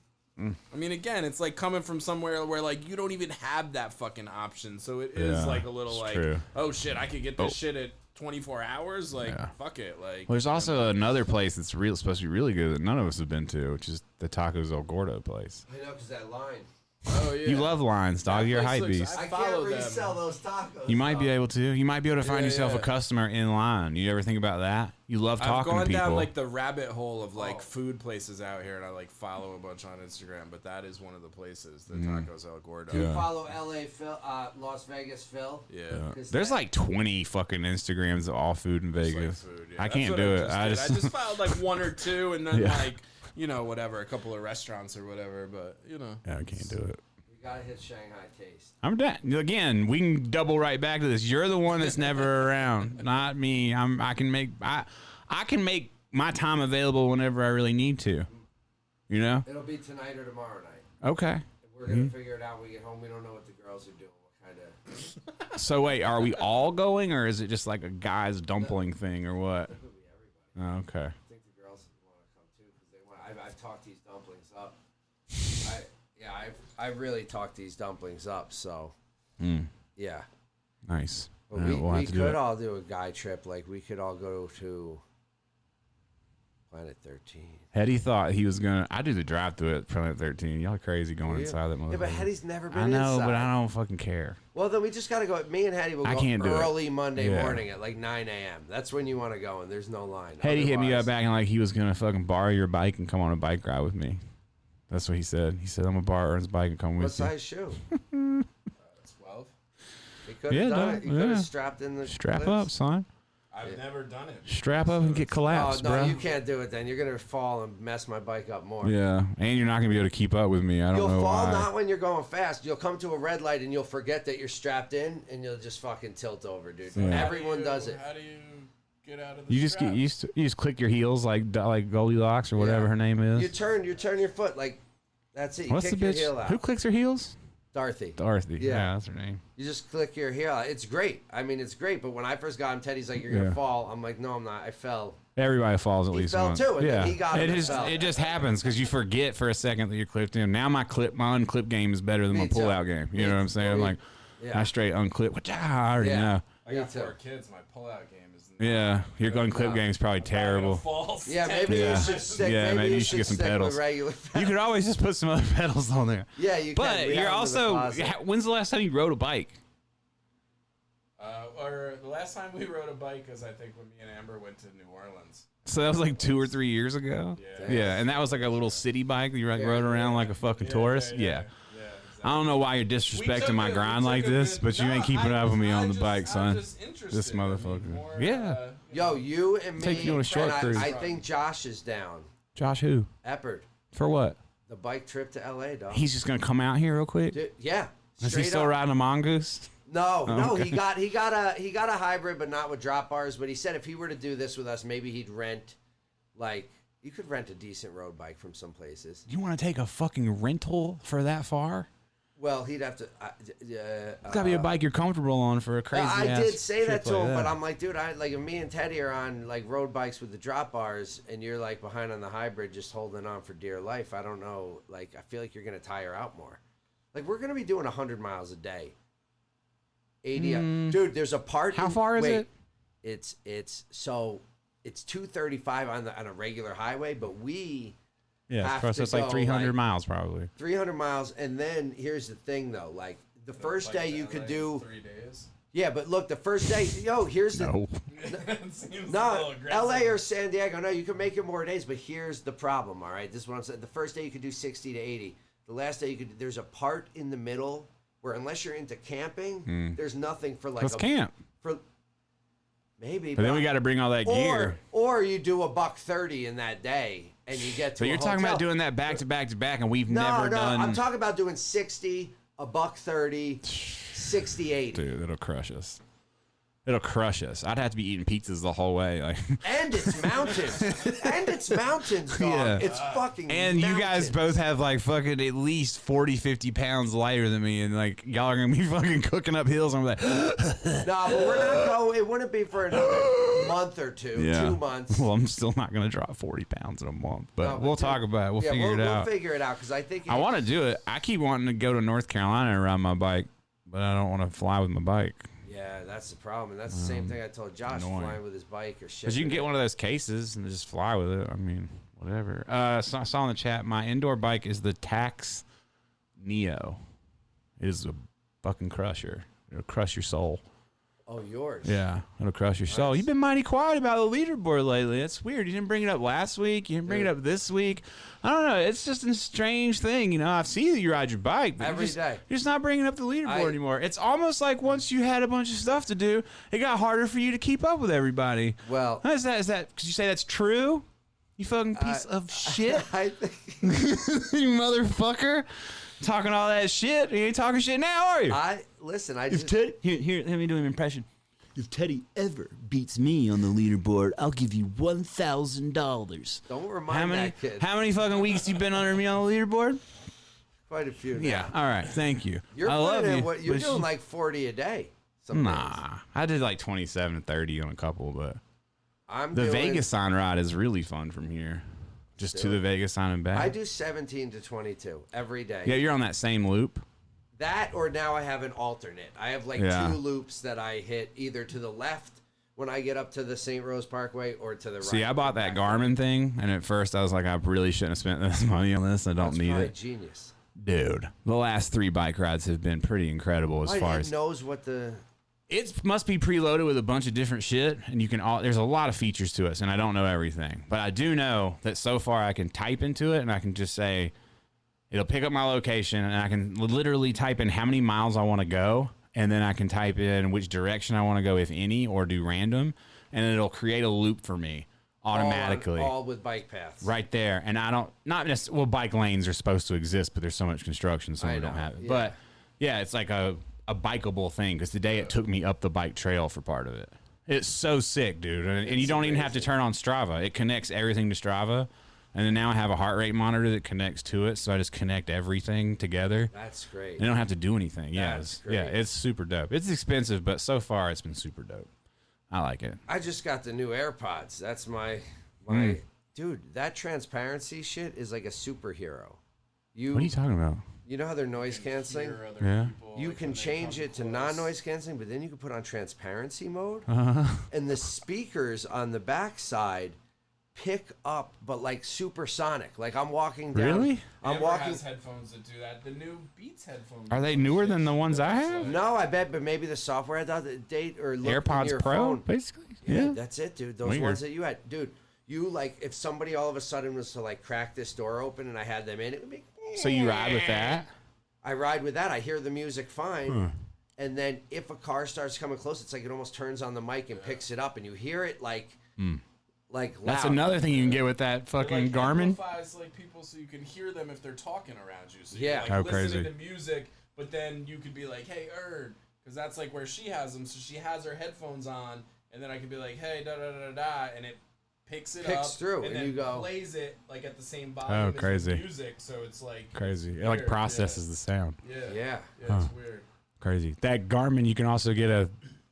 Speaker 3: I mean, again, it's like coming from somewhere where like you don't even have that fucking option. So it is
Speaker 2: Yeah,
Speaker 3: like a little
Speaker 2: it's
Speaker 3: like,
Speaker 2: true.
Speaker 3: oh shit, I could get this shit at 24 hours. Like, fuck it. Like,
Speaker 2: Well, there's also another place that's real supposed to be really good that none of us have been to, which is the Tacos El Gordo place.
Speaker 4: I know, cause that line.
Speaker 3: oh yeah,
Speaker 2: You love lines, dog. You're a
Speaker 3: place
Speaker 2: hype
Speaker 3: looks-
Speaker 2: beast.
Speaker 3: I
Speaker 4: I can't
Speaker 3: follow them.
Speaker 4: resell those tacos. Uh,
Speaker 2: You might be able to. You might be able to find
Speaker 3: Yeah,
Speaker 2: yourself a
Speaker 3: yeah.
Speaker 2: customer in line. You ever think about that? You love
Speaker 3: I've
Speaker 2: talking
Speaker 3: gone
Speaker 2: to people.
Speaker 3: down like the rabbit hole of like
Speaker 4: Oh.
Speaker 3: food places out here, and I like follow a bunch on Instagram. But that is one of the places, the Tacos El Gordo.
Speaker 2: Mm. Yeah.
Speaker 4: follow LA Phil, uh, Las Vegas Phil.
Speaker 3: Yeah.
Speaker 4: 'Cause
Speaker 2: There's
Speaker 4: that-
Speaker 2: like 20 fucking Instagrams of all food in
Speaker 3: Just, like,
Speaker 2: Vegas.
Speaker 3: food, yeah.
Speaker 2: I
Speaker 3: That's
Speaker 2: can't
Speaker 3: what
Speaker 2: do it. I
Speaker 3: did.
Speaker 2: just,
Speaker 3: I just followed like one or two, and then
Speaker 2: Yeah.
Speaker 3: like you know whatever, a couple of restaurants or whatever. But you know,
Speaker 2: Yeah, I can't do it.
Speaker 4: we gotta hit Shanghai taste.
Speaker 2: I'm done. Again, we can double right back to this. You're the one that's never around, not me. I'm. I can make. I. I can make my time available whenever I really need to. You know.
Speaker 4: It'll be tonight or tomorrow night.
Speaker 2: Okay.
Speaker 4: We're gonna figure it out. When we get home. We don't know what the girls are doing. What kind of?
Speaker 2: So wait, are we all going, or is it just like a guys dumpling thing, or what? Oh, okay.
Speaker 4: I think the girls want to come too because they want. I've, I've talked these dumplings up. I yeah. I've I really talked these dumplings up. So yeah.
Speaker 2: Nice.
Speaker 4: But
Speaker 2: All
Speaker 4: we
Speaker 2: right, Hmm. we'll have
Speaker 4: we
Speaker 2: to do
Speaker 4: could
Speaker 2: it.
Speaker 4: all do a guy trip. Like we could all go to Planet Thirteen.
Speaker 2: Hetty thought he was gonna. I do the drive through at Planet 13. Y'all crazy going inside that motherfucker.
Speaker 4: Yeah, but uh, Hetty's never been
Speaker 2: Oh, I know,
Speaker 4: inside.
Speaker 2: but I don't fucking care.
Speaker 4: Well, then we just got to go. Me and Hattie will
Speaker 2: I
Speaker 4: go
Speaker 2: can't do it.
Speaker 4: early Monday
Speaker 2: Yeah.
Speaker 4: morning at like 9 a.m. That's when you want to go, and there's no line.
Speaker 2: Hetty hit me
Speaker 4: Otherwise-
Speaker 2: up back and like he was gonna fucking borrow your bike and come on a bike ride with me. That's what he said. He said, "I'm gonna borrow Ern's bike and come
Speaker 4: What
Speaker 2: with you."
Speaker 4: size shoe?
Speaker 5: Twelve.
Speaker 4: He could have
Speaker 2: Yeah,
Speaker 4: done
Speaker 2: no,
Speaker 4: it. He could
Speaker 2: yeah.
Speaker 4: have strapped in the
Speaker 2: Strap
Speaker 4: clips.
Speaker 2: up, son.
Speaker 5: I've never done it.
Speaker 2: Strap up and get
Speaker 4: Oh
Speaker 2: collapsed,
Speaker 4: no,
Speaker 2: bro.
Speaker 4: you can't do it. Then you're gonna fall and mess my bike up more.
Speaker 2: Yeah, and you're not gonna be able to keep up with me. I don't
Speaker 4: You'll
Speaker 2: know
Speaker 4: fall
Speaker 2: why.
Speaker 4: not when you're going fast. You'll come to a red light and you'll forget that you're strapped in and you'll just fucking tilt over, dude. Everyone does it.
Speaker 5: How do you get out of the
Speaker 2: you just get used to. You just click your heels like like Goldilocks or whatever
Speaker 4: Yeah.
Speaker 2: her name
Speaker 4: You
Speaker 2: is.
Speaker 4: turn, you turn your foot like that's it. You
Speaker 2: What's the
Speaker 4: kick your
Speaker 2: bitch?
Speaker 4: heel out.
Speaker 2: Who clicks her heels?
Speaker 4: Dorothy.
Speaker 2: Dorothy.
Speaker 4: Yeah.
Speaker 2: Yeah. that's her name.
Speaker 4: You just click your heel. out. It's great. I mean, it's great. But when I first got him, Teddy's like, "You're gonna
Speaker 2: Yeah.
Speaker 4: fall." I'm like, "No, I'm not. I fell."
Speaker 2: Everybody falls at least
Speaker 4: fell
Speaker 2: once.
Speaker 4: too, and
Speaker 2: yeah,
Speaker 4: then he got
Speaker 2: it
Speaker 4: him and
Speaker 2: just
Speaker 4: fell.
Speaker 2: it just happens because you forget for a second that you're clipped in. Now my clip my unclip game is better than
Speaker 4: Me
Speaker 2: my
Speaker 4: too.
Speaker 2: pull out game. You know what I'm saying? I'm like
Speaker 4: Yeah.
Speaker 2: I straight unclip. Which I already
Speaker 4: Yeah.
Speaker 2: know.
Speaker 5: I got
Speaker 4: Me too.
Speaker 5: four kids. My pullout game is
Speaker 2: Yeah, your unclip game is probably terrible.
Speaker 5: false.
Speaker 4: Yeah, maybe
Speaker 2: Yeah.
Speaker 4: you should stick.
Speaker 2: Yeah,
Speaker 4: maybe,
Speaker 2: maybe
Speaker 4: you
Speaker 2: you should get some
Speaker 4: stick with
Speaker 2: pedals.
Speaker 4: Regular
Speaker 2: You could always just put some other pedals on there.
Speaker 4: Yeah, you.
Speaker 8: But
Speaker 4: can. We
Speaker 8: you're
Speaker 4: have them in the
Speaker 8: also.
Speaker 4: closet.
Speaker 8: ha- When's the last time you rode a bike?
Speaker 5: Uh, or the last time we rode a bike is I think when me and Amber went to New Orleans.
Speaker 8: So that was like two or three years ago. Yeah, and that was like a little city bike that you like rode around like a fucking tourist. Yeah. I don't know why you're disrespecting my grind like this, but you ain't keeping up with me on the bike, son. This motherfucker.
Speaker 3: uh,
Speaker 8: yeah.
Speaker 4: Yo, you and me.
Speaker 2: Take you on a short
Speaker 4: and I-
Speaker 2: cruise.
Speaker 4: I, think Josh is down.
Speaker 2: Josh, who
Speaker 4: Eppard,
Speaker 2: for what?
Speaker 4: the bike trip to L.A. Dog.
Speaker 2: He's just gonna come out here real quick.
Speaker 4: Dude, yeah.
Speaker 2: Is he
Speaker 4: straight
Speaker 2: still
Speaker 4: up.
Speaker 2: riding a mongoose?
Speaker 4: No, no,
Speaker 2: Okay.
Speaker 4: he got he got a he got a hybrid, but not with drop bars. But he said if he were to do this with us, maybe he'd rent, like you could rent a decent road bike from some places.
Speaker 2: You want to take a fucking rental for that far?
Speaker 4: Well, he'd have to. Uh, d- uh,
Speaker 2: It's gotta be a bike you're comfortable on for a crazy.
Speaker 4: I
Speaker 2: ass
Speaker 4: did say
Speaker 2: trip
Speaker 4: that to
Speaker 2: like
Speaker 4: him, but I'm like, dude, I like if me and Teddy are on like road bikes with the drop bars, and you're like behind on the hybrid, just holding on for dear life. I don't know, like I feel like you're gonna tire out more. Like we're gonna be doing 100 miles a day. 80, dude. There's a part.
Speaker 2: Hmm. How far is it?
Speaker 4: It's it's so it's 235 on the on a regular highway, but we
Speaker 2: yeah,
Speaker 4: have
Speaker 2: for us
Speaker 4: to
Speaker 2: it's like
Speaker 4: go,
Speaker 2: 300
Speaker 4: like-
Speaker 2: miles probably.
Speaker 4: 300 miles, and then here's the thing though, like. The first day you could do,
Speaker 5: three days.
Speaker 4: yeah, but look, the first day, yo, here's the
Speaker 5: It seems a little
Speaker 4: No,
Speaker 5: aggressive.
Speaker 4: LA or San Diego. No, you can make it more days, but here's the problem, all right? This is what I'm saying. The first day you could do 60 to 80. The last day you could, there's a part in the middle where, unless you're into camping, there's nothing for like
Speaker 2: Hmm. Let's
Speaker 4: a
Speaker 2: camp.
Speaker 4: For, maybe.
Speaker 2: But then we got to bring all that
Speaker 4: or,
Speaker 2: gear.
Speaker 4: or you do a buck 30 in that day and you get to
Speaker 2: So
Speaker 4: a
Speaker 2: you're talking about
Speaker 4: hotel.
Speaker 2: doing that back to back to back, and we've
Speaker 4: No,
Speaker 2: never
Speaker 4: no,
Speaker 2: done.
Speaker 4: I'm talking about doing 60, a buck 30, 60, 80.
Speaker 2: Dude, it'll crush us. It'll crush us. I'd have to be eating pizzas the whole way. Like,
Speaker 4: And it's mountains. and it's mountains, dog.
Speaker 2: Yeah.
Speaker 4: It's fucking
Speaker 2: and you guys
Speaker 4: mountains.
Speaker 2: both have like fucking at least 40, 50 pounds lighter than me, and like y'all are gonna be fucking cooking up hills. I'm like,
Speaker 4: No, but we're not going. It wouldn't be for another month or two, two months.
Speaker 2: Well, I'm still not gonna drop forty pounds in a month, but
Speaker 4: No, but
Speaker 2: we'll
Speaker 4: dude-
Speaker 2: talk about it. We'll
Speaker 4: yeah,
Speaker 2: figure
Speaker 4: we'll,
Speaker 2: it
Speaker 4: we'll
Speaker 2: out.
Speaker 4: figure it out because I think
Speaker 2: I want to do it. I keep wanting to go to North Carolina and ride my bike, but I don't want to fly with my bike
Speaker 4: Yeah, that's the problem, and that's the same thing I told Josh
Speaker 2: Mm. annoying.
Speaker 4: flying with his bike or shit.
Speaker 2: because you can get one of those cases and just fly with it. I mean, whatever. Uh, so I saw in the chat my indoor bike is the Tax Neo. It is a fucking crusher. It'll crush your soul.
Speaker 4: Oh, yours.
Speaker 2: Yeah, it'll crush your soul. You've been mighty quiet about the leaderboard lately. That's weird. You didn't bring it up last week. You didn't bring it up this week. I don't know. It's just a strange thing. You know, I see that you ride your bike but
Speaker 4: Every
Speaker 2: you're just,
Speaker 4: day.
Speaker 2: You're just not bringing up the leaderboard
Speaker 4: I-
Speaker 2: anymore. It's almost like once you had a bunch of stuff to do, it got harder for you to keep up with everybody.
Speaker 4: Well-
Speaker 2: is that is that? Because you say that's true. You fucking piece of shit,
Speaker 4: I think
Speaker 2: you motherfucker! Talking all that shit. You ain't talking shit now, are you?
Speaker 4: I listen. I
Speaker 2: If
Speaker 4: just
Speaker 2: Teddy, here, here, let me do an impression. If Teddy ever beats me on the leaderboard, I'll give you one thousand dollars.
Speaker 4: don't remind
Speaker 2: How many?
Speaker 4: that kid.
Speaker 2: How many fucking weeks you been under me on the leaderboard?
Speaker 4: Quite a few. now.
Speaker 2: Yeah. All right. Thank you.
Speaker 4: You're
Speaker 2: I
Speaker 4: putting
Speaker 2: love
Speaker 4: in
Speaker 2: you.
Speaker 4: What, you're
Speaker 2: but
Speaker 4: doing
Speaker 2: you-
Speaker 4: like forty a day. Some days.
Speaker 2: Nah, I did like twenty-seven to thirty on a couple, but
Speaker 4: I'm
Speaker 2: the
Speaker 4: doing,
Speaker 2: Vegas sign ride is really fun from here, just to the Vegas sign and back.
Speaker 4: I do seventeen to twenty-two every day.
Speaker 2: Yeah, you're on that same loop.
Speaker 4: That or now I have an alternate. I have like
Speaker 2: Yeah.
Speaker 4: two loops that I hit either to the left when I get up to the St. Rose Parkway or to the right.
Speaker 2: See, I bought that Garmin thing, and at first I was like, I really shouldn't have spent this money on this. I don't
Speaker 4: That's
Speaker 2: need
Speaker 4: probably
Speaker 2: it.
Speaker 4: Genius.
Speaker 2: Dude, the last three bike rides have been pretty incredible as
Speaker 4: Like,
Speaker 2: far
Speaker 4: it
Speaker 2: as
Speaker 4: knows what the
Speaker 2: it must be preloaded with a bunch of different shit, and you can all there's a lot of features to us, and I don't know everything, but I do know that so far I can type into it and I can just say, It'll pick up my location, and I can literally type in how many miles I want to go, and then I can type in which direction I want to go, if any, or do random, and it'll create a loop for me automatically.
Speaker 9: all, on- all with bike paths.
Speaker 2: Right there, and I don't not just well, bike lanes are supposed to exist, but there's so much construction, so
Speaker 9: I
Speaker 2: we don't
Speaker 9: know,
Speaker 2: have it.
Speaker 9: yeah.
Speaker 2: But yeah, it's like a a bikeable thing because today it took me up the bike trail for part of it. It's so sick, dude, and, and you don't even have to turn on Strava. It connects everything to Strava, and then now I have a heart rate monitor that connects to it, so I just connect everything together.
Speaker 9: That's great.
Speaker 2: They don't have to do anything. Yeah,
Speaker 9: That's
Speaker 2: it's- yeah,
Speaker 9: great.
Speaker 2: it's super dope. It's expensive, but so far it's been super dope. I like it.
Speaker 9: I
Speaker 4: I just got the new AirPods. That's my
Speaker 2: Hmm.
Speaker 4: my dude. That transparency shit is like a superhero. You
Speaker 2: What are
Speaker 4: you,
Speaker 2: you talking about?
Speaker 4: know how they're noise canceling.
Speaker 3: Or other
Speaker 8: Yeah.
Speaker 3: people,
Speaker 4: You
Speaker 3: like,
Speaker 4: can
Speaker 3: when they
Speaker 4: change
Speaker 3: come
Speaker 4: it to
Speaker 3: close.
Speaker 4: non-noise canceling, but then you can put on transparency mode,
Speaker 2: Uh-huh.
Speaker 4: and the speakers on the backside pick up, but like supersonic. Like I'm walking down.
Speaker 2: Really?
Speaker 4: I'm
Speaker 3: Amber
Speaker 4: walking.
Speaker 3: has headphones that do that. The new Beats headphones.
Speaker 2: Are they newer than the ones I have?
Speaker 4: no, I bet, but maybe the software had the date or looked in
Speaker 2: AirPods
Speaker 4: your
Speaker 2: Pro,
Speaker 4: phone.
Speaker 2: basically.
Speaker 4: Yeah,
Speaker 2: Yeah.
Speaker 4: that's it, dude. Those
Speaker 2: Weird.
Speaker 4: ones that you had, dude. You like if somebody all of a sudden was to like crack this door open and I had them in, it would be.
Speaker 2: So you ride with that?
Speaker 4: I ride with that. I hear the music fine,
Speaker 2: Hmm.
Speaker 4: and then if a car starts coming close, it's like it almost turns on the mic and picks it up, and you hear it like, like loud.
Speaker 2: Hmm. That's another thing you can get with that fucking
Speaker 3: like
Speaker 2: Garmin.
Speaker 3: amplifies like people so you can hear them if they're talking around you. So
Speaker 4: Yeah.
Speaker 3: yeah, like,
Speaker 2: How crazy.
Speaker 3: listening to music, but then you could be like, "Hey, Erd," because that's like where she has them. So she has her headphones on, and then I could be like, "Hey, da da da da," da," and it picks it
Speaker 4: Picks
Speaker 3: up,
Speaker 4: through,
Speaker 3: and
Speaker 4: and
Speaker 3: then
Speaker 4: you go-
Speaker 3: plays it like at the same volume.
Speaker 8: Oh,
Speaker 3: as the
Speaker 8: crazy.
Speaker 3: music, so it's like
Speaker 8: Crazy. It
Speaker 3: Weird,
Speaker 8: like
Speaker 3: yeah.
Speaker 8: processes the sound.
Speaker 3: Yeah,
Speaker 2: Hmm.
Speaker 4: yeah.
Speaker 3: yeah, it's weird.
Speaker 8: Crazy.
Speaker 2: That Garmin, you can also get a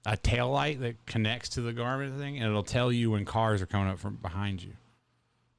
Speaker 2: a tail light that connects to the Garmin thing, and it'll tell you when cars are coming up from behind you.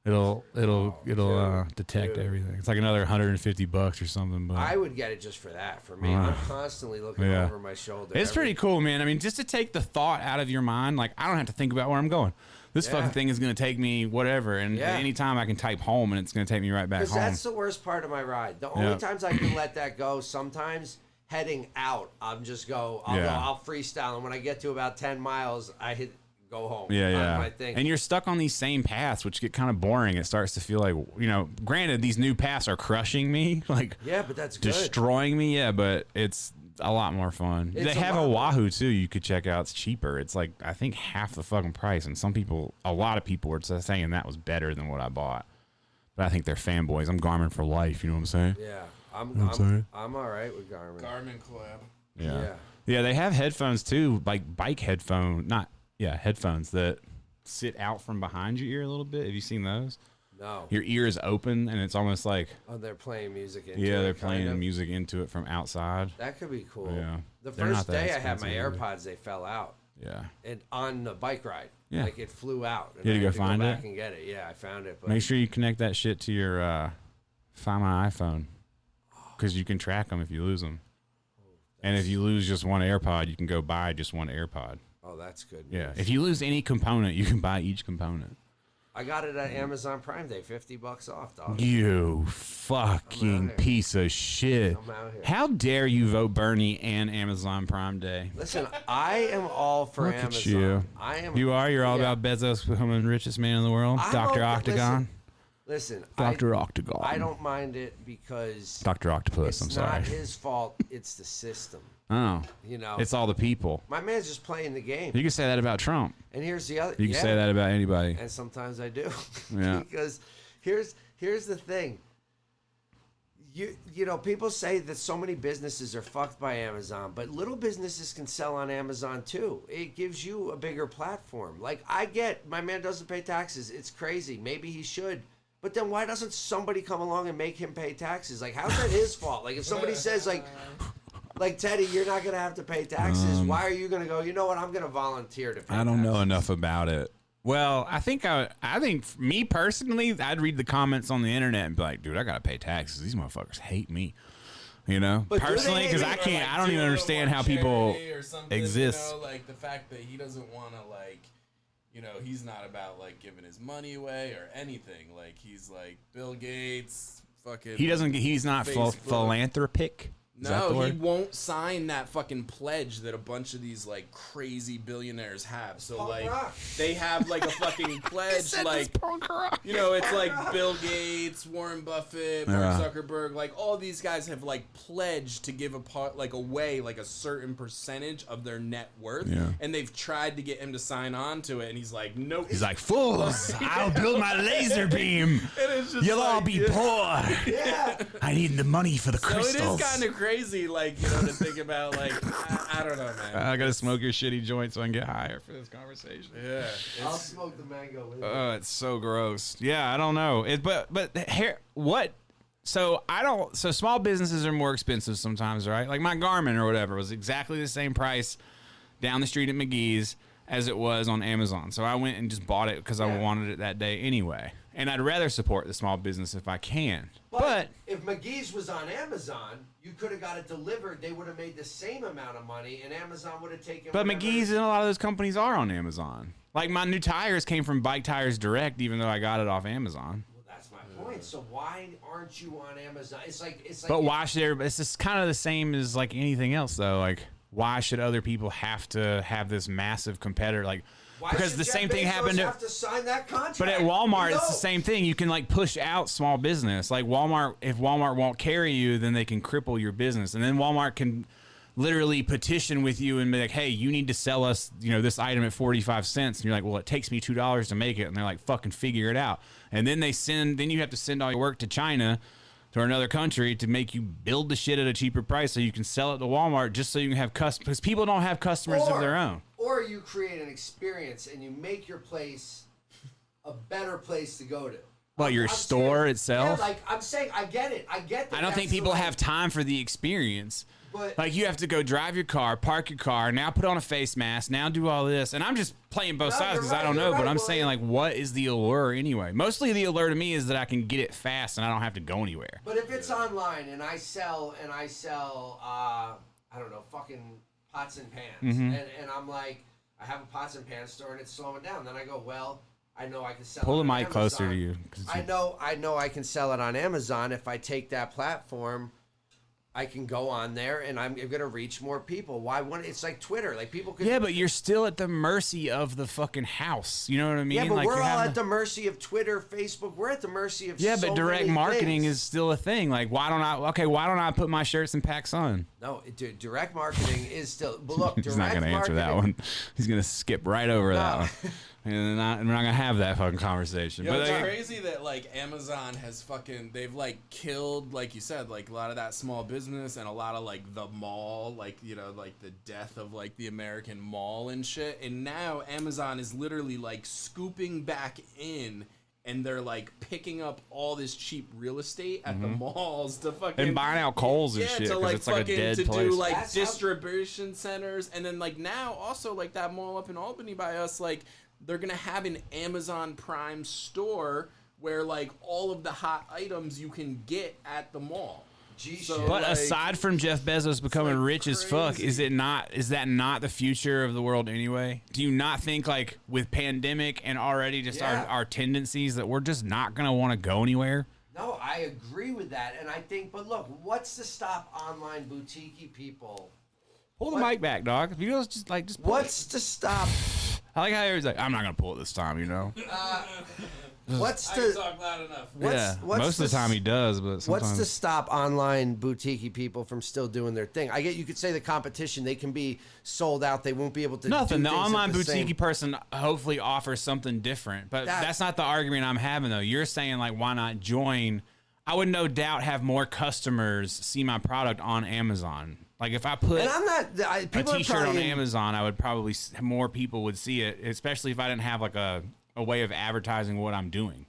Speaker 2: It'll
Speaker 4: Oh,
Speaker 2: it'll it'll uh, detect everything. It's like another 150 bucks or something, but
Speaker 4: I would get it just for that. For me, I'm constantly looking
Speaker 8: Yeah.
Speaker 4: over my shoulder.
Speaker 2: it's
Speaker 4: every-
Speaker 2: pretty cool, man. I mean, just to take the thought out of your mind, like I don't have to think about where I'm going. This fucking thing is gonna take me whatever, and
Speaker 4: Yeah.
Speaker 2: anytime I can type home, and it's gonna take me right back
Speaker 4: Because
Speaker 2: home.
Speaker 4: that's the worst part of my ride. The only
Speaker 2: Yeah.
Speaker 4: times I can let that go, sometimes heading out, I'm just go, I'll go,
Speaker 2: Yeah.
Speaker 4: I'll freestyle, and when I get to about ten miles, I hit go home.
Speaker 2: Yeah,
Speaker 4: on
Speaker 2: yeah.
Speaker 4: My thing.
Speaker 2: And you're stuck on these same paths, which get kind of boring. It starts to feel like, you know, granted, these new paths are crushing me, like
Speaker 4: yeah, but that's good.
Speaker 2: destroying me. Yeah, but it's a lot more fun.
Speaker 4: It's
Speaker 2: they
Speaker 4: a
Speaker 2: have
Speaker 4: lot
Speaker 2: a
Speaker 4: more-
Speaker 2: Wahoo too. You could check out. It's cheaper. It's like I think half the fucking price. And some people, a lot of people, were saying that was better than what I bought. But I think they're fanboys. I'm Garmin for life. You know what I'm saying?
Speaker 4: yeah, I'm I'm,
Speaker 8: sorry.
Speaker 4: I'm, all right with Garmin.
Speaker 3: Garmin collab.
Speaker 2: Yeah.
Speaker 4: Yeah.
Speaker 2: yeah. they have headphones too, like bike headphone, not yeah, headphones that sit out from behind your ear a little bit. Have you seen those?
Speaker 4: no,
Speaker 2: Your ear is open and it's almost like
Speaker 4: oh, they're playing music. Into
Speaker 2: yeah,
Speaker 4: it,
Speaker 2: they're
Speaker 4: kind
Speaker 2: playing
Speaker 4: of.
Speaker 2: music into it from outside.
Speaker 4: That could be cool.
Speaker 2: Yeah.
Speaker 4: The
Speaker 2: They're
Speaker 4: first
Speaker 2: not that
Speaker 4: day I had my
Speaker 2: expensive
Speaker 4: AirPods, they fell out,
Speaker 2: Yeah.
Speaker 4: and on the bike ride,
Speaker 2: Yeah.
Speaker 4: like it flew out. And
Speaker 2: You had
Speaker 4: I
Speaker 2: to go
Speaker 4: had to
Speaker 2: find
Speaker 4: go
Speaker 2: it?
Speaker 4: back and get it. Yeah, I found it. But
Speaker 2: Make sure you connect that shit to your uh Find My iPhone cuz you can track them if you lose them. And if you lose just one AirPod, you can go buy just one AirPod.
Speaker 4: oh, that's good.
Speaker 2: Yeah.
Speaker 4: news.
Speaker 2: If you lose any component, you can buy each component.
Speaker 4: I got it at Amazon Prime Day, fifty bucks off, dog.
Speaker 2: You fucking piece of shit.
Speaker 4: I'm out here.
Speaker 2: How dare you vote Bernie and Amazon Prime Day?
Speaker 4: Listen, I am all for
Speaker 2: Look
Speaker 4: Amazon.
Speaker 2: at you.
Speaker 4: I am.
Speaker 2: You are. You're all
Speaker 4: Yeah.
Speaker 2: about Bezos becoming the richest man in the world.
Speaker 4: I'm
Speaker 2: Doctor
Speaker 4: all-
Speaker 2: Octagon.
Speaker 4: Listen,
Speaker 2: Doctor
Speaker 4: I,
Speaker 2: Octagon.
Speaker 4: I don't mind it because
Speaker 2: Doctor Octopus.
Speaker 4: it's
Speaker 2: I'm
Speaker 4: not
Speaker 2: sorry.
Speaker 4: his fault. It's the system.
Speaker 2: oh,
Speaker 4: You know,
Speaker 2: it's all the people.
Speaker 4: my man's just playing the game.
Speaker 2: You can say that about Trump.
Speaker 4: and here's the other.
Speaker 2: You can
Speaker 4: yeah,
Speaker 2: say that about anybody.
Speaker 4: And sometimes I do.
Speaker 2: Yeah.
Speaker 4: because here's here's the thing. You you know people say that so many businesses are fucked by Amazon, but little businesses can sell on Amazon too. It gives you a bigger platform. Like I get my man doesn't pay taxes. It's crazy. Maybe he should. But then why doesn't somebody come along and make him pay taxes? Like how's that his fault? Like if somebody says like like Teddy, you're not gonna have to pay taxes. why are you gonna go? You know what? I'm gonna volunteer to. pay
Speaker 2: Um, I don't know
Speaker 4: taxes."
Speaker 2: enough about it. Well, I think I, I think f- me personally, I'd read the comments on the internet and be like, dude, I gotta pay taxes. These motherfuckers hate me. You know,
Speaker 4: But do they
Speaker 2: personally,
Speaker 4: hate
Speaker 2: because
Speaker 4: me?
Speaker 2: I
Speaker 3: Or,
Speaker 2: can't,
Speaker 3: like,
Speaker 2: I don't
Speaker 3: do
Speaker 2: even
Speaker 3: it
Speaker 2: understand
Speaker 3: for
Speaker 2: how people
Speaker 3: charity or something,
Speaker 2: exist.
Speaker 3: You know, like the fact that he doesn't want to like, you know, he's not about like giving his money away or anything. Like he's like Bill Gates, fucking.
Speaker 2: He doesn't. He's not phil-
Speaker 3: Facebook.
Speaker 2: philanthropic.
Speaker 10: that the
Speaker 3: No, he
Speaker 10: word?
Speaker 3: won't sign that fucking pledge that a bunch of these like crazy billionaires have. So like they have like a fucking pledge like you know, it's like Bill Gates, Warren Buffett, Mark
Speaker 2: Yeah.
Speaker 3: Zuckerberg, like all these guys have like pledged to give a part like away like a certain percentage of their net worth
Speaker 2: Yeah.
Speaker 3: and they've tried to get him to sign on to it and he's like nope.
Speaker 2: He's like, fools, I'll build my laser beam. You'll all be poor. I need the money for the
Speaker 3: so it is
Speaker 2: crystals.
Speaker 3: kind of crazy like you know to think about like I, I don't know, man.
Speaker 2: I gotta smoke your shitty joint so I can get higher for this conversation.
Speaker 3: yeah.
Speaker 4: I'll smoke the mango with
Speaker 2: Oh, it's so gross. Yeah, I don't know. It, but but hair, what? So I don't. So small businesses are more expensive sometimes, right? Like my Garmin or whatever was exactly the same price down the street at McGee's as it was on Amazon. So I went and just bought it because I wanted it that day anyway. And I'd rather support the small business if I can. But,
Speaker 4: if McGee's was on Amazon, you could have got it delivered. They would have made the same amount of money, and Amazon would have taken.
Speaker 2: but
Speaker 4: whatever-
Speaker 2: McGee's and a lot of those companies are on Amazon. Like my new tires came from Bike Tires Direct, even though I got it off Amazon.
Speaker 4: Well, that's my point. So why aren't you on Amazon? It's like it's like.
Speaker 2: But why should everybody? It's just kind of the same as like anything else, though. Like, why should other people have to have this massive competitor? Like,
Speaker 4: why
Speaker 2: because
Speaker 4: should
Speaker 2: the
Speaker 4: Jeff
Speaker 2: same thing
Speaker 4: Bezos
Speaker 2: happened to.
Speaker 4: Have to sign that contract.
Speaker 2: But at Walmart, it's
Speaker 4: No.
Speaker 2: the same thing. You can like push out small business. Like Walmart, if Walmart won't carry you, then they can cripple your business, and then Walmart can literally petition with you and be like, "Hey, you need to sell us, you know, this item at forty-five cents." And you're like, "Well, it takes me two dollars to make it," and they're like, "Fucking figure it out." And then they send. Then you have to send all your work to China. Or another country to make you build the shit at a cheaper price so you can sell it to Walmart just so you can have customers because people don't have customers of their own.
Speaker 4: Or you create an experience and you make your place a better place to go to.
Speaker 2: Well, your
Speaker 4: I'm
Speaker 2: store
Speaker 4: saying-
Speaker 2: itself.
Speaker 4: Yeah, like I'm saying, I get it. I get. That
Speaker 2: I don't think
Speaker 4: that's the
Speaker 2: people
Speaker 4: right-
Speaker 2: have time for the experience.
Speaker 4: But
Speaker 2: Like you have to go drive your car, park your car, now put on a face mask, now do all this, and I'm just playing both
Speaker 4: No,
Speaker 2: sides
Speaker 4: you're
Speaker 2: because I
Speaker 4: right,
Speaker 2: don't
Speaker 4: you're
Speaker 2: know.
Speaker 4: right,
Speaker 2: but I'm
Speaker 4: William.
Speaker 2: saying like, what is the allure anyway? Mostly the allure to me is that I can get it fast and I don't have to go anywhere.
Speaker 4: But if it's online and I sell and I sell, uh, I don't know, fucking pots and pans,
Speaker 2: Mm-hmm.
Speaker 4: and, and I'm like, I have a pots and pans store and it's slowing down. Then I go, well, I know I can sell.
Speaker 2: Pull
Speaker 4: it
Speaker 2: the
Speaker 4: on
Speaker 2: mic closer
Speaker 4: Amazon.
Speaker 2: to you, 'cause
Speaker 4: I
Speaker 2: you-
Speaker 4: know, I know, I can sell it on Amazon if I take that platform. I can go on there and I'm going to reach more people. Why? One, it's like Twitter. Like people could.
Speaker 2: Yeah, but you're still at the mercy of the fucking house. You know what I mean?
Speaker 4: Yeah, but
Speaker 2: like
Speaker 4: we're
Speaker 2: you're
Speaker 4: all
Speaker 2: having
Speaker 4: at the mercy of Twitter, Facebook. We're at the mercy of
Speaker 2: yeah,
Speaker 4: so
Speaker 2: but direct
Speaker 4: many
Speaker 2: marketing
Speaker 4: things.
Speaker 2: is still a thing. Like, why don't I? Okay, why don't I put my shirts in Pax Sun?
Speaker 4: no. it- dude, direct marketing is still. But look,
Speaker 10: He's
Speaker 4: direct
Speaker 10: not going to answer that
Speaker 4: marketing-
Speaker 10: one.
Speaker 2: He's gonna skip right over that
Speaker 4: No.
Speaker 2: one, and, then I, and we're not gonna have that fucking conversation.
Speaker 3: Yo,
Speaker 2: but
Speaker 3: it's
Speaker 2: like,
Speaker 3: crazy that like Amazon has fucking they've like killed like you said like a lot of that small business and a lot of like the mall like you know like the death of like the American mall and shit and now Amazon is literally like scooping back in and they're like picking up all this cheap real estate at the malls to fucking
Speaker 2: Mm-hmm. and buying out coals and
Speaker 3: yeah,
Speaker 2: shit
Speaker 3: to
Speaker 2: because
Speaker 3: like
Speaker 2: it's
Speaker 3: fucking
Speaker 2: like a dead
Speaker 3: to
Speaker 2: place.
Speaker 3: do like
Speaker 4: That's how-
Speaker 3: distribution centers, and then like now also like that mall up in Albany by us, like they're gonna have an Amazon Prime store where like all of the hot items you can get at the mall.
Speaker 4: G
Speaker 3: So-
Speaker 4: shit.
Speaker 2: but
Speaker 3: like-
Speaker 2: aside from Jeff Bezos becoming
Speaker 3: like
Speaker 2: rich as fuck, is
Speaker 3: crazy.
Speaker 2: it not? Is that not the future of the world anyway? Do you not think like with pandemic and already just
Speaker 4: Yeah.
Speaker 2: our, our tendencies that we're just not gonna want to go anywhere?
Speaker 4: No, I agree with that, and I think. But look, what's to stop online boutique people?
Speaker 2: Pull the
Speaker 4: What?
Speaker 2: mic back, dog. You guys just like just pull
Speaker 4: What's to stop?
Speaker 2: I like how everybody's like, I'm not gonna pull it this time, you know.
Speaker 4: What's to
Speaker 3: talk loud enough.
Speaker 4: what's, what's
Speaker 2: most
Speaker 4: to,
Speaker 2: of the time he does, but sometimes
Speaker 4: What's to stop online boutique people from still doing their thing? I get you could say the competition; they can be sold out. They won't be able to.
Speaker 2: Nothing.
Speaker 4: Do
Speaker 2: The
Speaker 4: things at
Speaker 2: online
Speaker 4: the
Speaker 2: boutique
Speaker 4: same-
Speaker 2: person hopefully offers something different, but
Speaker 4: That-
Speaker 2: that's not the argument I'm having though. You're saying like, why not join? I would no doubt have more customers see my product on Amazon. Like if I put
Speaker 4: And I'm not. I,
Speaker 2: a
Speaker 4: people are
Speaker 2: T-shirt on
Speaker 4: probably-
Speaker 2: Amazon, I would probably s- more people would see it, especially if I didn't have like a a way of advertising what I'm doing.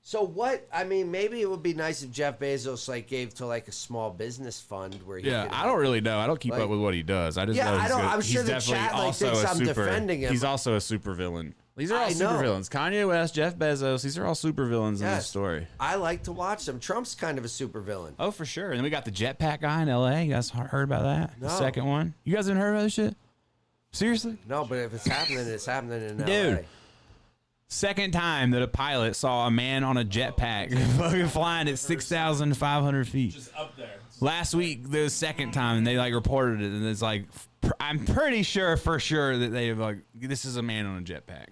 Speaker 4: So what? I mean, maybe it would be nice if Jeff Bezos like gave to like a small business fund where he. could help.
Speaker 2: really know. I don't keep
Speaker 4: Like- up with
Speaker 2: what he does. I just
Speaker 4: Yeah, know I he's don't- good- I'm sure he's the definitely chat, like, also thinks a I'm super- defending him. he's
Speaker 2: also a super villain. These are
Speaker 4: I
Speaker 2: all
Speaker 4: know.
Speaker 2: super villains. Kanye West, Jeff Bezos. These are all super villains in
Speaker 4: Yes.
Speaker 2: this story.
Speaker 4: I like to watch them. Trump's kind of a supervillain.
Speaker 2: Oh, for sure. And then we got the jetpack guy in LA. You guys he- heard about that? The
Speaker 4: No.
Speaker 2: second one. You guys haven't heard about this shit? Seriously?
Speaker 4: No, but if it's happening, it's happening in LA.
Speaker 2: Dude. Second time that a pilot saw a man on a jetpack fucking flying at 6,500 feet.
Speaker 3: Just up there.
Speaker 2: last week the second time and they like reported it and it's like pr- I'm pretty sure for sure that they like this is a man on a jetpack.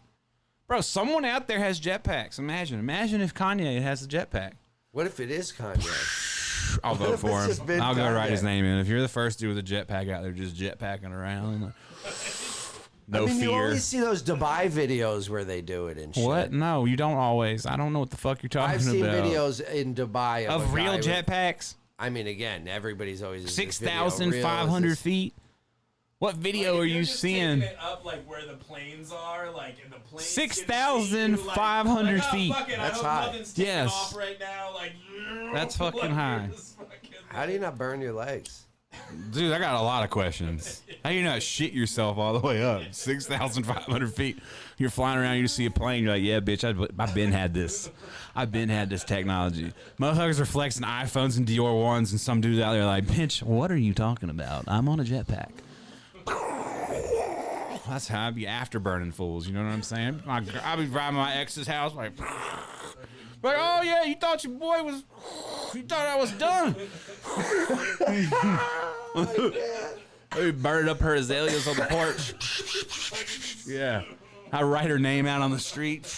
Speaker 2: Bro, someone out there has jetpacks. Imagine, imagine if Kanye has a jetpack.
Speaker 4: What if it is Kanye?
Speaker 2: I'll vote
Speaker 4: it's
Speaker 2: for him.
Speaker 4: just been
Speaker 2: I'll go write his
Speaker 4: Kanye?
Speaker 2: name in. If you're the first dude with a jetpack out there, just jetpacking around, like, no
Speaker 4: I mean, you
Speaker 2: fear.
Speaker 4: always see those Dubai videos where they do it and shit.
Speaker 2: What? No, you don't always. I don't know what the fuck you're talking
Speaker 4: I've seen
Speaker 2: about.
Speaker 4: videos in Dubai of,
Speaker 2: of
Speaker 4: a
Speaker 2: real
Speaker 4: guy with-
Speaker 2: jetpacks,
Speaker 4: I mean, again, everybody's always is this
Speaker 2: six
Speaker 4: video
Speaker 2: thousand five
Speaker 4: real?
Speaker 2: hundred
Speaker 4: Is this-
Speaker 2: feet. What video are you seeing?
Speaker 3: up like where the planes are, like and the planes.
Speaker 2: 6,500
Speaker 3: oh,
Speaker 2: feet.
Speaker 4: That's high.
Speaker 2: Yes.
Speaker 3: right now. Like
Speaker 2: That's
Speaker 3: like,
Speaker 2: fucking high.
Speaker 3: here's fucking-
Speaker 4: How do you not burn your legs?
Speaker 2: Dude, I got a lot of questions. How you not shit yourself all the way up? 6,500 feet. You're flying around, you see a plane, you're like, yeah, bitch, I- I've been had this. I've been had this technology. Motherfuckers are flexing iPhones and Dior 1s, and some dudes out there are like, bitch, what are you talking about? I'm on a jetpack. That's how I be afterburning fools, you know what I'm saying? My, gr- I be driving my ex's house, like, like, oh yeah, you thought your boy was, you thought I was done. We burned up her azaleas on the porch. yeah. I write her name out on the street.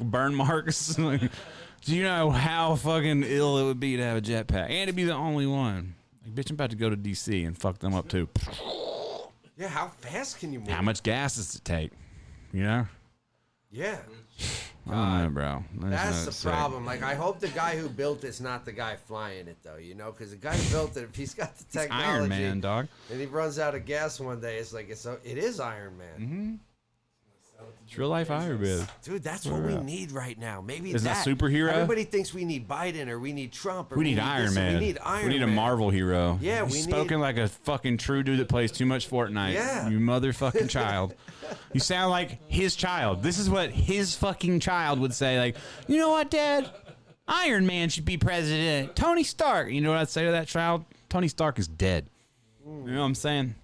Speaker 2: Burn marks. Like, Do you know how fucking ill it would be to have a jetpack? And to be the only one. Like, bitch, I'm about to go to DC and fuck them up too.
Speaker 4: Yeah, how fast can you move?
Speaker 2: How much gas does it take? You know?
Speaker 4: Yeah,
Speaker 2: I don't know, bro.
Speaker 4: that's
Speaker 2: not
Speaker 4: the
Speaker 2: sick.
Speaker 4: problem. Like, I hope the guy who built it's not the guy flying it, though. You know, because the guy who built it, if he's got the technology,
Speaker 2: Iron Man, dog.
Speaker 4: and he runs out of gas one day, it's like it's a, it is Iron Man,
Speaker 2: Mm-hmm. It's real life Iron Man.
Speaker 4: dude. That's what we need right now. Maybe
Speaker 2: Isn't that
Speaker 4: that
Speaker 2: superhero?
Speaker 4: Everybody thinks we need Biden or we need Trump or
Speaker 2: We need Iron
Speaker 4: this or
Speaker 2: Man.
Speaker 4: We need Iron.
Speaker 2: We need a
Speaker 4: Man.
Speaker 2: Marvel hero.
Speaker 4: Yeah,
Speaker 2: You've
Speaker 4: we need-
Speaker 2: spoken like a fucking true dude that plays too much Fortnite.
Speaker 4: Yeah.
Speaker 2: you motherfucking child. you sound like his child. This is what his fucking child would say. Like, you know what, Dad? Iron Man should be president. Tony Stark. You know what I'd say to that child? Tony Stark is dead. You know what I'm saying?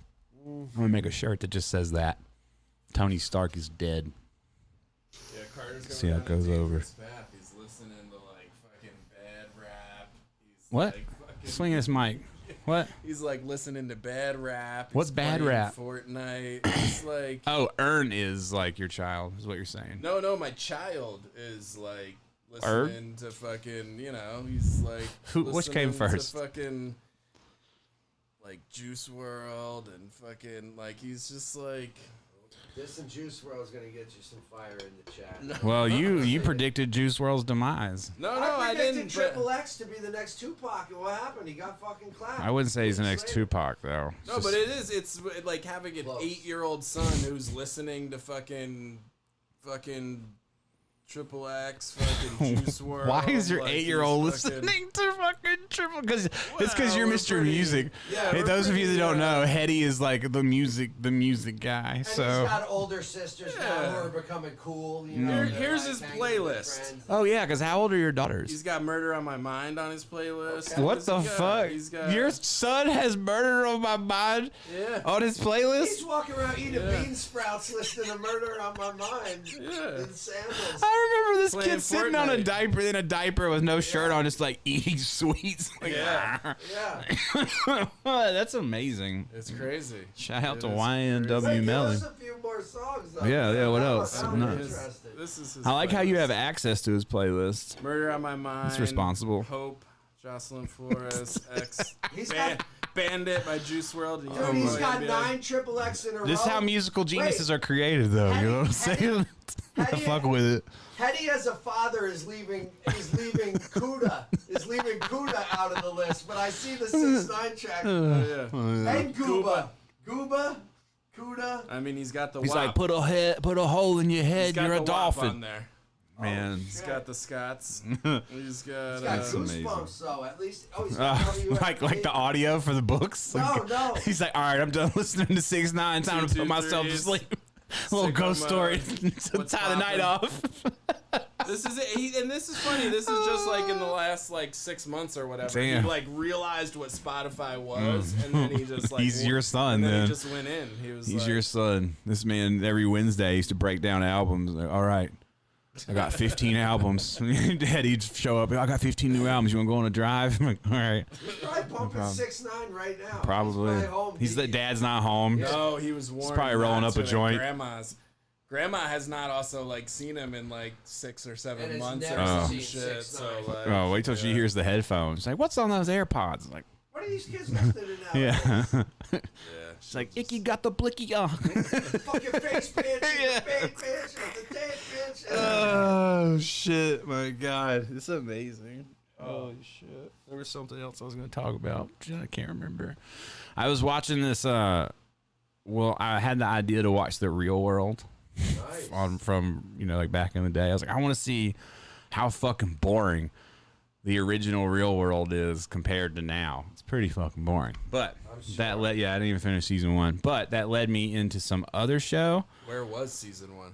Speaker 2: I'm gonna make a shirt that just says that. Tony Stark is dead.
Speaker 3: Yeah, Carter's going
Speaker 2: See how it goes over.
Speaker 3: Path. He's listening to like fucking bad rap. He's
Speaker 2: What?
Speaker 3: Like, fucking,
Speaker 2: Swing this mic. What?
Speaker 3: he's like listening to bad rap.
Speaker 2: What's
Speaker 3: He's
Speaker 2: bad
Speaker 3: playing
Speaker 2: rap?
Speaker 3: Fortnite. It's like
Speaker 2: Oh, Ern is like your child, is what you're saying.
Speaker 3: no, no. My child is like
Speaker 2: Herb?
Speaker 3: listening to fucking. You know, he's like
Speaker 2: Who- which came
Speaker 3: listening to
Speaker 2: first?
Speaker 3: fucking like Juice World and fucking like he's just like.
Speaker 4: This and Juice World's gonna get you some fire in the chat.
Speaker 2: Well, you you predicted Juice World's demise.
Speaker 3: No, no, I, didn't. but-
Speaker 4: Triple X to be the next Tupac, and what happened? He got fucking clapped.
Speaker 2: I wouldn't say he's the next Tupac though.
Speaker 3: No, but it is. It's like having an
Speaker 4: Close.
Speaker 3: eight-year-old son who's listening to fucking, fucking, triple X, fucking Juice World.
Speaker 2: why is your
Speaker 3: like,
Speaker 2: eight year old
Speaker 3: he's fucking-
Speaker 2: listening to fucking Triple? Because it's because
Speaker 3: Well,
Speaker 2: you're
Speaker 3: we're
Speaker 2: Mr.
Speaker 3: pretty-
Speaker 2: Music.
Speaker 3: yeah,
Speaker 2: Hey,
Speaker 3: we're
Speaker 2: those of you that
Speaker 3: pretty,
Speaker 2: don't
Speaker 3: uh,
Speaker 2: know, Hetty is like the music the music guy.
Speaker 4: And
Speaker 2: So
Speaker 4: he's got older sisters now who are becoming cool. You
Speaker 3: Here-
Speaker 4: know, they're,
Speaker 3: here's
Speaker 4: like,
Speaker 3: his
Speaker 4: hanging with
Speaker 3: playlist.
Speaker 4: friends.
Speaker 2: oh yeah, because how old are your
Speaker 3: He's
Speaker 2: daughters?
Speaker 3: got Murder on My Mind on his playlist.
Speaker 2: What
Speaker 3: What's
Speaker 2: the
Speaker 3: he got?
Speaker 2: fuck?
Speaker 3: He's got
Speaker 2: Your son has murder on my mind
Speaker 3: yeah,
Speaker 2: on his playlist.
Speaker 4: He's walking around eating bean sprouts, listening to "Murder on My Mind" in sandals.
Speaker 2: I remember this
Speaker 3: Playing
Speaker 2: kid sitting on a
Speaker 3: Fortnite.
Speaker 2: diaper in a diaper with no shirt on, just like eating sweets. Like,
Speaker 3: Yeah.
Speaker 4: Yeah.
Speaker 2: that's amazing.
Speaker 3: it's crazy.
Speaker 2: Shout out to
Speaker 3: is
Speaker 4: Hey,
Speaker 2: YNW
Speaker 4: give
Speaker 2: Melly.
Speaker 4: us a few more songs. Though.
Speaker 2: Yeah, yeah, what
Speaker 4: I'm-
Speaker 2: else?
Speaker 4: I'm
Speaker 2: No.
Speaker 4: interested.
Speaker 3: This is his
Speaker 2: I like how you
Speaker 3: playlist.
Speaker 2: have access to his playlist.
Speaker 3: Murder on My Mind.
Speaker 2: It's responsible.
Speaker 3: Hope, Jocelyn Flores, X.
Speaker 4: He's
Speaker 3: Ban-
Speaker 4: got-
Speaker 3: Bandit by Juice World. And
Speaker 4: Dude, Oh, he's
Speaker 3: Youngboy.
Speaker 4: got
Speaker 3: Yeah.
Speaker 4: nine triple X in a row.
Speaker 2: Oh, This is how musical geniuses are created, though.
Speaker 4: How
Speaker 2: You
Speaker 4: do-
Speaker 2: know what I'm
Speaker 4: how do-
Speaker 2: saying?
Speaker 4: how do you-
Speaker 2: Fuck with it.
Speaker 4: Hetty as a father is leaving is leaving Cuda is leaving Cuda out of the list, but I see the six nine track and Gooba, Gooba, Cuda.
Speaker 3: I mean, he's got the.
Speaker 2: He's
Speaker 3: WAP.
Speaker 2: like, put a head, put a hole in your
Speaker 3: He's
Speaker 2: head.
Speaker 3: got
Speaker 2: You're
Speaker 3: the
Speaker 2: a
Speaker 3: WAP on
Speaker 2: dolphin,
Speaker 3: there.
Speaker 2: man.
Speaker 3: He's got the Scots. He's got.
Speaker 4: Got
Speaker 3: Uh,
Speaker 2: amazing.
Speaker 4: goosebumps though. At least oh, he's
Speaker 2: Uh,
Speaker 4: got WFT.
Speaker 2: like, like the audio for the books.
Speaker 4: No,
Speaker 2: Like,
Speaker 4: no.
Speaker 2: He's like, all right, I'm done listening to Six Nine. Time
Speaker 3: Two,
Speaker 2: to put
Speaker 3: two,
Speaker 2: myself to
Speaker 3: threes.
Speaker 2: sleep. little
Speaker 3: Sicko
Speaker 2: ghost
Speaker 3: mode.
Speaker 2: story to
Speaker 3: What's
Speaker 2: tie the night
Speaker 3: poppin'?
Speaker 2: off.
Speaker 3: this is it. He, and this is funny. This is just like in the last like six months or whatever.
Speaker 2: Damn.
Speaker 3: He like realized what Spotify was, and then he just like
Speaker 2: He's
Speaker 3: went-
Speaker 2: your son,
Speaker 3: And then
Speaker 2: then.
Speaker 3: he just went in. He was
Speaker 2: He's
Speaker 3: like,
Speaker 2: your son. This man every Wednesday used to break down albums. Like, All right, I got 15 albums. Daddy would show up. I got 15 new albums. You want to go on a drive? I'm like, all right.
Speaker 4: He's probably pumping six nine right now.
Speaker 2: Probably.
Speaker 4: He's, home
Speaker 2: He's the
Speaker 4: beat.
Speaker 2: dad's not home.
Speaker 3: No, oh, he was warned.
Speaker 2: probably rolling
Speaker 3: not
Speaker 2: up a
Speaker 3: to at
Speaker 2: joint.
Speaker 3: Grandma's. Grandma has not also like seen him in like six or seven
Speaker 4: And has
Speaker 3: months or
Speaker 4: never
Speaker 3: some
Speaker 4: seen
Speaker 3: shit.
Speaker 4: six,
Speaker 3: So
Speaker 4: nine.
Speaker 3: like,
Speaker 2: Oh, wait till she hears the headphones. She's like, what's on those AirPods? I'm like,
Speaker 4: What are these kids listening to now?
Speaker 2: yeah. She's like, Icky got the blicky. Oh.
Speaker 4: Fucking face bitch, the big bitch, and the dead bitch. and-
Speaker 2: Uh.
Speaker 11: Oh shit! My God, it's amazing.
Speaker 2: Oh.
Speaker 11: Holy shit! There was something else I was going to talk about.
Speaker 2: I can't remember. I was watching this. Uh, well, I had the idea to watch The Real World on from you know like back in the day. I was like, I want to see how fucking boring the original Real World is compared to now. It's pretty fucking boring. But that led yeah, I didn't even finish season one. But that led me into some other show,
Speaker 3: where was season one?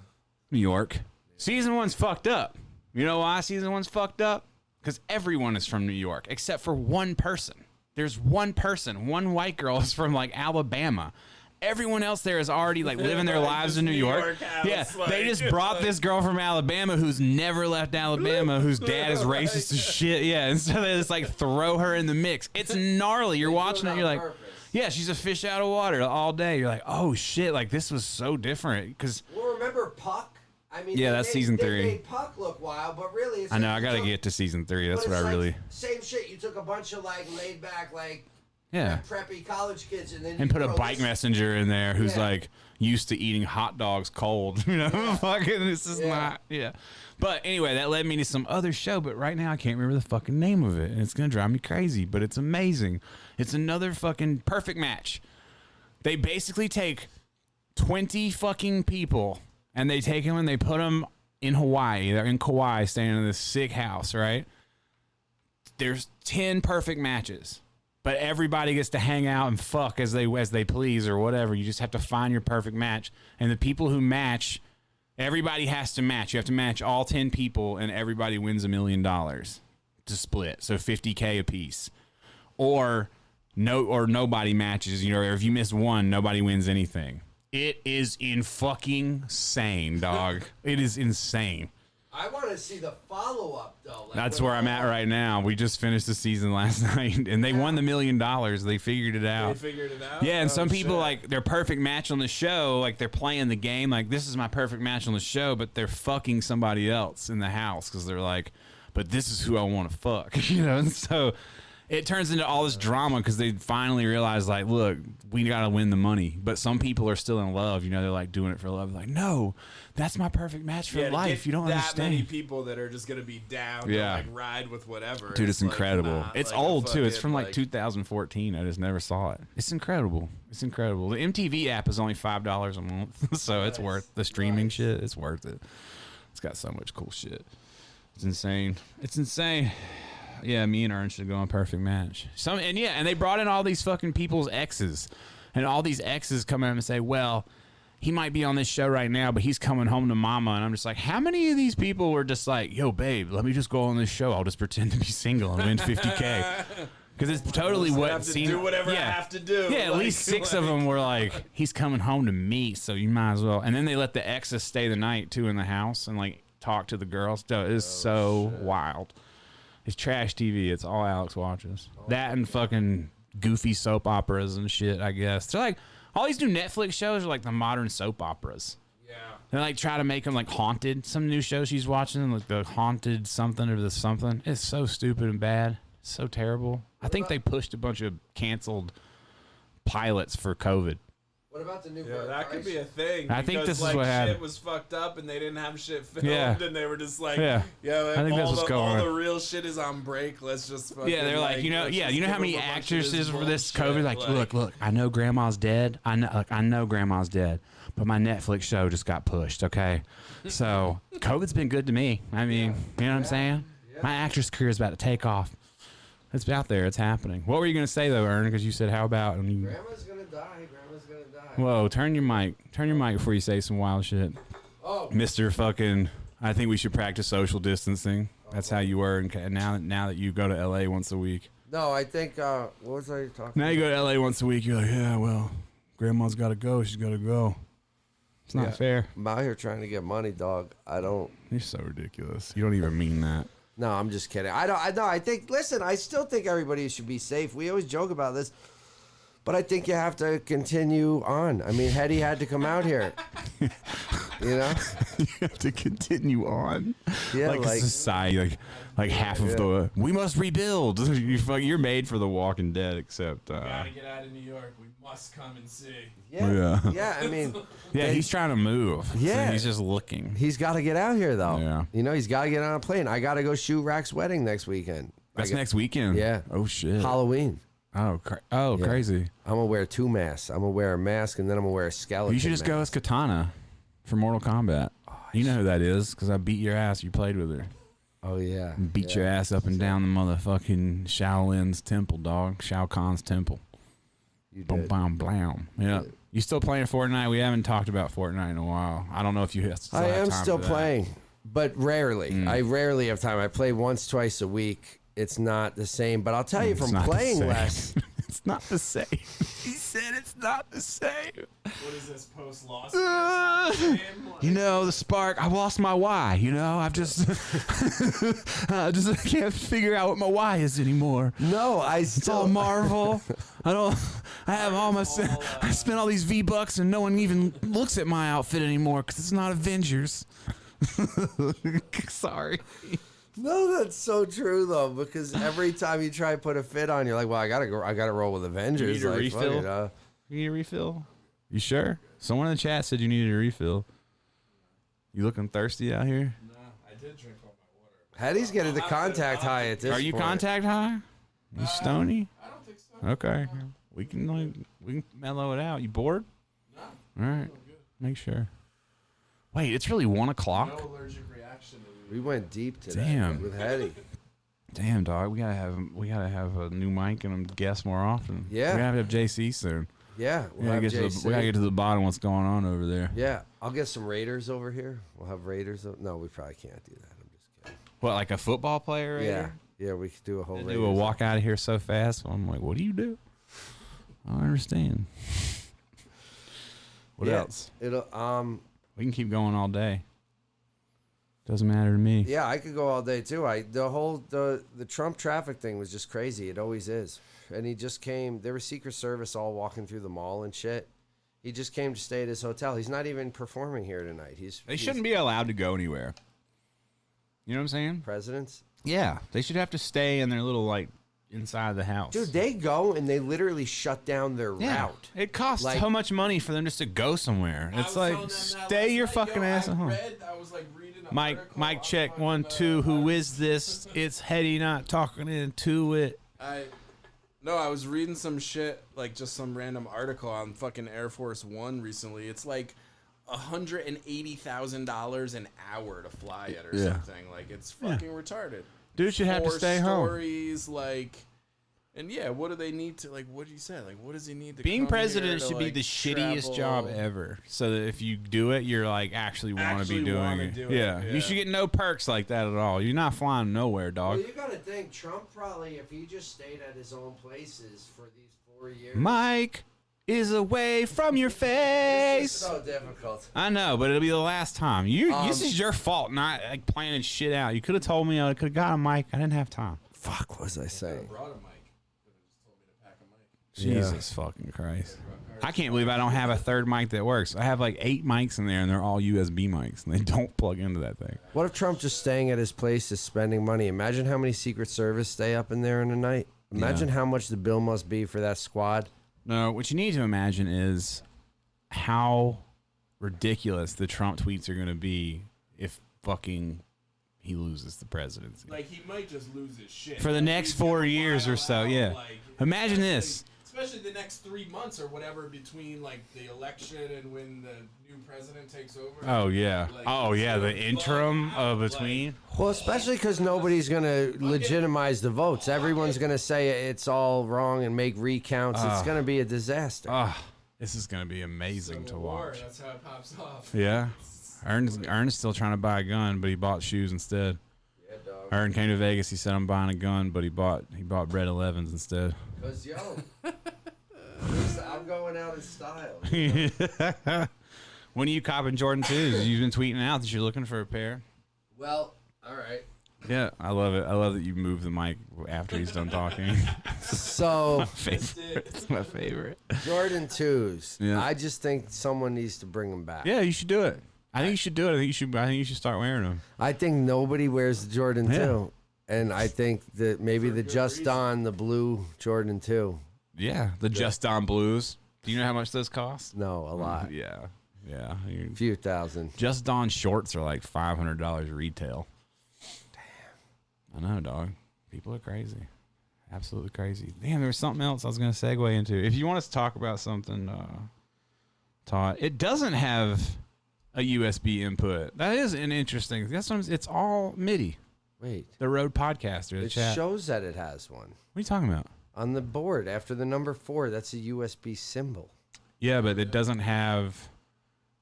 Speaker 2: New York. Season one's fucked up. You know why season one's fucked up? Because everyone is from New York except for one person. There's one person, one white girl is from like Alabama. Everyone else there is already like living their
Speaker 3: Like
Speaker 2: lives
Speaker 3: this
Speaker 2: in New
Speaker 3: New
Speaker 2: York.
Speaker 3: York house,
Speaker 2: yeah, they
Speaker 3: like-
Speaker 2: just brought this girl from Alabama who's never left Alabama, whose dad is racist as shit. Yeah, and so they just like throw her in the mix. It's gnarly. You're watching it,
Speaker 4: on
Speaker 2: you're like,
Speaker 4: purpose.
Speaker 2: yeah, she's a fish out of water all day. You're like, oh shit, like this was so different because
Speaker 4: Well, remember Puck? I mean,
Speaker 2: Yeah,
Speaker 4: they
Speaker 2: that's
Speaker 4: made-
Speaker 2: season
Speaker 4: they
Speaker 2: three.
Speaker 4: made Puck look wild, but really, it's
Speaker 2: I know I
Speaker 4: like-
Speaker 2: gotta get to season three.
Speaker 4: but
Speaker 2: That's what
Speaker 4: it's
Speaker 2: I
Speaker 4: like
Speaker 2: really
Speaker 4: Same shit. You took a bunch of like laid back, like
Speaker 2: yeah.
Speaker 4: preppy college kids, and then
Speaker 2: And
Speaker 4: you
Speaker 2: put a
Speaker 4: throw
Speaker 2: bike
Speaker 4: this-
Speaker 2: messenger in there who's
Speaker 4: Yeah.
Speaker 2: like used to eating hot dogs cold. You know, fucking this is
Speaker 4: Yeah.
Speaker 2: not yeah. But anyway, that led me to some other show. But right now I can't remember the fucking name of it, and it's gonna drive me crazy. But it's amazing. It's another fucking perfect match. They basically take twenty fucking people and they take them and they put them in Hawaii. They're in Kauai, staying in this sick house, right? There's ten perfect matches but everybody gets to hang out and fuck as they as they please or whatever. You just have to find your perfect match, and the people who match, everybody has to match. You have to match all ten people, and everybody wins a million dollars to split, so fifty k a piece, or no or nobody matches. You know, or if you miss one, nobody wins anything. It is in fucking sane, dog. it is insane.
Speaker 4: I want to see the follow up though. Like,
Speaker 2: That's
Speaker 4: when
Speaker 2: where I'm at right now. We just finished the season last night, and they won the million dollars. They figured it out.
Speaker 3: They figured it out.
Speaker 2: Yeah, and
Speaker 3: Oh,
Speaker 2: some people
Speaker 3: shit.
Speaker 2: like their perfect match on the show, like they're playing the game, like this is my perfect match on the show, but they're fucking somebody else in the house because they're like, but this is who I want to fuck, you know. And so it turns into all this drama because they finally realize, like, look, we gotta win the money, but some people are still in love, you know. They're like doing it for love, like, no, that's my perfect match for
Speaker 3: Yeah, to
Speaker 2: life.
Speaker 3: get
Speaker 2: You don't
Speaker 3: that
Speaker 2: understand.
Speaker 3: many people that are just gonna be down.
Speaker 2: Yeah.
Speaker 3: Yeah, like ride with whatever.
Speaker 2: Dude, it's
Speaker 3: like,
Speaker 2: incredible.
Speaker 3: not
Speaker 2: it's
Speaker 3: like a
Speaker 2: old too. It's
Speaker 3: fucking,
Speaker 2: from like, 2014. I just never saw it. It's incredible. It's incredible. The MTV app is only five dollars a month, so it's worth the streaming shit. It's worth it. It's got so much cool shit. It's insane. It's insane. Yeah, me and Ern should go on perfect match. Some and yeah, and they brought in all these fucking people's exes, and all these exes come in and say, "Well, he might be on this show right now, but he's coming home to mama." And I'm just like, how many of these people were just like, "Yo, babe, let me just go on this show. I'll just pretend to be single and win 50k." Because it's totally
Speaker 3: I
Speaker 2: what
Speaker 3: have to
Speaker 2: seen-
Speaker 3: do whatever I
Speaker 2: yeah.
Speaker 3: have to do.
Speaker 2: Yeah, at
Speaker 3: Like,
Speaker 2: least six of
Speaker 3: like-
Speaker 2: them were like, "He's coming home to me, so you might as well." And then they let the exes stay the night too in the house and like talk to the girls. So
Speaker 3: Oh,
Speaker 2: It's so wild. It's trash TV. It's all Alex watches. that and fucking goofy soap operas and shit. I guess they're like all these new Netflix shows are like the modern soap operas.
Speaker 3: Yeah.
Speaker 2: They like try to make them like haunted. Some new show she's watching, like the haunted something or the something. It's so stupid and bad. It's so terrible. I think they pushed a bunch of canceled pilots for COVID.
Speaker 4: What about the new?
Speaker 3: Yeah, that could be a thing.
Speaker 2: I think
Speaker 3: because,
Speaker 2: this is
Speaker 3: like,
Speaker 2: what
Speaker 3: shit
Speaker 2: happened.
Speaker 3: was fucked up, and they didn't have shit filmed,
Speaker 2: Yeah.
Speaker 3: and they were just like,
Speaker 2: Yeah.
Speaker 3: yeah, yeah.
Speaker 2: I think
Speaker 3: all
Speaker 2: that's what's
Speaker 3: the,
Speaker 2: going on.
Speaker 3: all the real shit is on break. Let's just fucking,
Speaker 2: Yeah, they're like, you know,
Speaker 3: let's
Speaker 2: yeah,
Speaker 3: just
Speaker 2: you know how
Speaker 3: give
Speaker 2: many
Speaker 3: them a bunch of
Speaker 2: actresses were this COVID?
Speaker 3: bullshit,
Speaker 2: Like, look, look, I know grandma's dead. I know, like, I know grandma's dead, but my Netflix show just got pushed. Okay, so COVID's been good to me. I mean, you know what I'm saying? My actress career is about to take off. It's out there. It's happening. What were you gonna say though, Ern? Because you said, "How about?" And you,
Speaker 4: Grandma's gonna die. Grandma's gonna die.
Speaker 2: whoa, turn your mic. Turn your mic before you say some wild shit,
Speaker 4: Oh,
Speaker 2: Mister Fucking. I think we should practice social distancing. That's how you were. And ca- now, now that you go to LA once a week.
Speaker 4: no, I think. Uh, what was I talking?
Speaker 2: Now you go to LA once a week. You're like, yeah, well, grandma's got to go. She's got to go. It's not fair.
Speaker 4: I'm out here trying to get money, dog. I don't.
Speaker 2: You're so ridiculous. You don't even mean that.
Speaker 4: No, I'm just kidding. I don't. I know. I think. Listen, I still think everybody should be safe. We always joke about this, but I think you have to continue on. I mean, Hetty had to come out here. you know.
Speaker 2: you have to continue on.
Speaker 4: Yeah,
Speaker 2: like,
Speaker 4: like-
Speaker 2: society, like like half of the we must rebuild. you fuck, you're made for The Walking Dead, except uh,
Speaker 3: Gotta get out of New York. We must come and see.
Speaker 4: Yeah.
Speaker 2: Yeah.
Speaker 4: Yeah. I mean,
Speaker 2: yeah, he's trying to move. So
Speaker 4: Yeah.
Speaker 2: he's just looking.
Speaker 4: he's got to get out here though.
Speaker 2: Yeah.
Speaker 4: You know, he's got to get on a plane. I got to go shoot Rack's wedding next weekend. I
Speaker 2: That's
Speaker 4: got-
Speaker 2: next weekend.
Speaker 4: Yeah.
Speaker 2: Oh shit.
Speaker 4: Halloween.
Speaker 2: oh, cra- oh,
Speaker 4: Yeah.
Speaker 2: crazy.
Speaker 4: I'm gonna wear two masks. I'm gonna wear a mask and then I'm gonna wear a skeleton.
Speaker 2: You should just
Speaker 4: mask.
Speaker 2: go as Katana for Mortal Kombat. you know who that is because I beat your ass. You played with her.
Speaker 4: Oh yeah.
Speaker 2: Beat your ass up and down the motherfucking Shaolin's temple, dog. Shao Kahn's temple.
Speaker 4: You
Speaker 2: Boom,
Speaker 4: did.
Speaker 2: boom, blam. Yeah. You still playing Fortnite? We haven't talked about Fortnite in a while. I don't know if you have- still
Speaker 4: I
Speaker 2: have
Speaker 4: am
Speaker 2: time
Speaker 4: still
Speaker 2: for that. Mm.
Speaker 4: playing, but rarely. I rarely have time. I play once, twice a week. It's not the same, but I'll tell you
Speaker 2: Mm, It's
Speaker 4: from
Speaker 2: not the
Speaker 4: playing
Speaker 2: same.
Speaker 4: less.
Speaker 2: it's not the same. he said it's not the same.
Speaker 3: What is this post loss?
Speaker 2: You know, the spark. I lost my why. You know, I've just, I just can't figure out what my why is anymore.
Speaker 4: No, I
Speaker 2: It's all
Speaker 4: still
Speaker 2: Marvel. I don't. I have all my. I spent all these V bucks, and no one even looks at my outfit anymore because it's not Avengers. Sorry.
Speaker 4: No, that's so true though, because every time you try to put a fit on, you're like, "Well, I gotta go. I gotta roll with Avengers."
Speaker 2: You need a
Speaker 4: like, fuck it,
Speaker 2: refill?
Speaker 4: uh,
Speaker 2: You need a refill? You sure? Someone in the chat said you needed a refill. You looking thirsty out here?
Speaker 3: I did drink all my water.
Speaker 4: Hetty's getting the contact high at this.
Speaker 2: Are you
Speaker 4: point.
Speaker 2: contact high? You stony? I don't think so. Okay. We can like, we can mellow it out. You bored? No. All right. Make sure. Wait, it's really one o'clock.
Speaker 3: No allergic reaction to
Speaker 4: We went deep today
Speaker 2: Damn.
Speaker 4: with Hetty.
Speaker 2: Damn, dog. We gotta have we gotta have a new mic and a guest more often.
Speaker 4: Yeah.
Speaker 2: We gotta have JC soon.
Speaker 4: Yeah,
Speaker 2: We
Speaker 4: we'll
Speaker 2: gotta,
Speaker 4: have
Speaker 2: get to the,
Speaker 4: JC.
Speaker 2: we gotta get to the bottom of what's going on over there.
Speaker 4: Yeah, I'll get some Raiders over here. We'll have Raiders. o- No, we probably can't do that. I'm just kidding.
Speaker 2: What, like a football player? Right
Speaker 4: Yeah, yeah, we could do a whole.
Speaker 2: They
Speaker 4: Raiders.
Speaker 2: do a walk out of here so fast. I'm like, what do you do? I don't understand. What
Speaker 4: Yeah,
Speaker 2: else?
Speaker 4: It'll um
Speaker 2: We can keep going all day. Doesn't matter to me.
Speaker 4: yeah, I could go all day too. I the whole the the Trump traffic thing was just crazy. It always is. And he just came. There was Secret Service all walking through the mall and shit. He just came to stay at his hotel. He's not even performing here tonight. He's
Speaker 8: They shouldn't be allowed to go anywhere. You know what I'm saying?
Speaker 4: presidents.
Speaker 8: Yeah.
Speaker 2: They should have to stay in their little like inside the house.
Speaker 4: Dude, they go and they literally shut down their
Speaker 2: yeah.
Speaker 4: route.
Speaker 2: It costs
Speaker 4: Like-
Speaker 2: so much money for them just to go somewhere. It's like stay your fucking ass at home. Mike, Mike, check
Speaker 3: uh,
Speaker 2: one, two. Who is this? It's Hetty not talking into it.
Speaker 3: I no, I was reading some shit like just some random article on fucking Air Force One recently. It's like hundred and eighty thousand dollars an hour to fly it or
Speaker 2: Yeah.
Speaker 3: something. Like it's fucking retarded.
Speaker 2: Dude should have to
Speaker 3: Four
Speaker 2: stay home.
Speaker 3: stories, like. And yeah, what do they need to like? What do you say? Like, what does he need to?
Speaker 8: Being
Speaker 3: come here
Speaker 8: president
Speaker 3: to,
Speaker 8: should be
Speaker 3: like,
Speaker 8: the shittiest
Speaker 3: travel?
Speaker 8: job ever. So that if you do it, you're like actually want to
Speaker 3: Actually
Speaker 8: be doing
Speaker 3: wanna
Speaker 8: it.
Speaker 3: do it,
Speaker 8: yeah.
Speaker 3: yeah.
Speaker 8: You should get no perks like that at all. You're not flying nowhere,
Speaker 4: Well,
Speaker 8: dog.
Speaker 4: you gotta think Trump probably if he just stayed at his own places for these four years.
Speaker 8: Mike is away from your
Speaker 4: it's
Speaker 8: face.
Speaker 4: so difficult.
Speaker 8: I know, but it'll be the last time. You,
Speaker 4: Um,
Speaker 8: this is your fault, not like planning shit out. You could have told me. I could have got a mic. I didn't have time.
Speaker 4: Fuck, what was I saying?
Speaker 8: Jesus fucking Christ! I can't believe I don't have a third mic that works. I have like eight mics in there, and they're all USB mics, and they don't plug into that thing.
Speaker 4: What if Trump just staying at his place is spending money? Imagine how many Secret Service stay up in there in a night. Imagine how much the bill must be for that squad.
Speaker 8: No, what you need to imagine is how ridiculous the Trump tweets are going to be if fucking he loses the presidency.
Speaker 3: Like he might just lose his shit
Speaker 8: For the
Speaker 3: Like,
Speaker 8: next
Speaker 3: he's been
Speaker 8: four
Speaker 3: a
Speaker 8: years or
Speaker 3: while
Speaker 8: so,
Speaker 3: out,
Speaker 8: yeah. Imagine this.
Speaker 3: Especially the next three months or whatever between like the election and when the new president takes over.
Speaker 8: Oh yeah. Oh yeah, the interim uh, between.
Speaker 4: Well, especially because nobody's going to legitimize the votes. Everyone's going to say it's all wrong and make recounts. It's going to be a disaster.
Speaker 8: Ah, this is going to be amazing to
Speaker 3: Civil War,
Speaker 8: watch.
Speaker 3: That's how it pops off.
Speaker 8: Yeah. Ern's Ern's still trying to buy a gun, but he bought shoes instead. Ern came to Vegas. He said, "I'm buying a gun," but he bought he bought Red Elevens instead.
Speaker 4: Because, yo, I'm going out in style.
Speaker 8: we
Speaker 2: When are you copping Jordan 2s? You've been tweeting out that you're looking for a pair.
Speaker 4: Well, all right.
Speaker 2: Yeah, I love it. I love that you move the mic after he's done talking.
Speaker 4: So
Speaker 2: favorite. It's my favorite.
Speaker 4: Jordan twos.
Speaker 2: Yeah.
Speaker 4: I just think someone needs to bring them back.
Speaker 2: Yeah, you should do it. I think you should do it. I think you should. I think you should start wearing them.
Speaker 4: I think nobody wears the Jordan
Speaker 2: Yeah.
Speaker 4: two, and I think that maybe the Just Don, the blue Jordan two.
Speaker 2: Yeah, the Just Don Blues. Do you know how much those cost?
Speaker 4: No, a lot,
Speaker 2: Yeah, yeah.
Speaker 4: a few thousand.
Speaker 2: Just Don shorts are like five hundred dollars retail. Damn. I know, dog. People are crazy. Absolutely crazy. Damn, there was something else I was gonna segue into. If you want us to talk about something, uh Todd, it doesn't have a USB input. That is an interesting that's what I'm, it's all MIDI.
Speaker 4: Wait,
Speaker 2: The road podcaster, the
Speaker 4: it
Speaker 2: chat.
Speaker 4: shows that it has
Speaker 2: what
Speaker 4: one
Speaker 2: are you talking about?
Speaker 4: on the board after the number four. That's a USB symbol.
Speaker 2: Yeah, but it doesn't have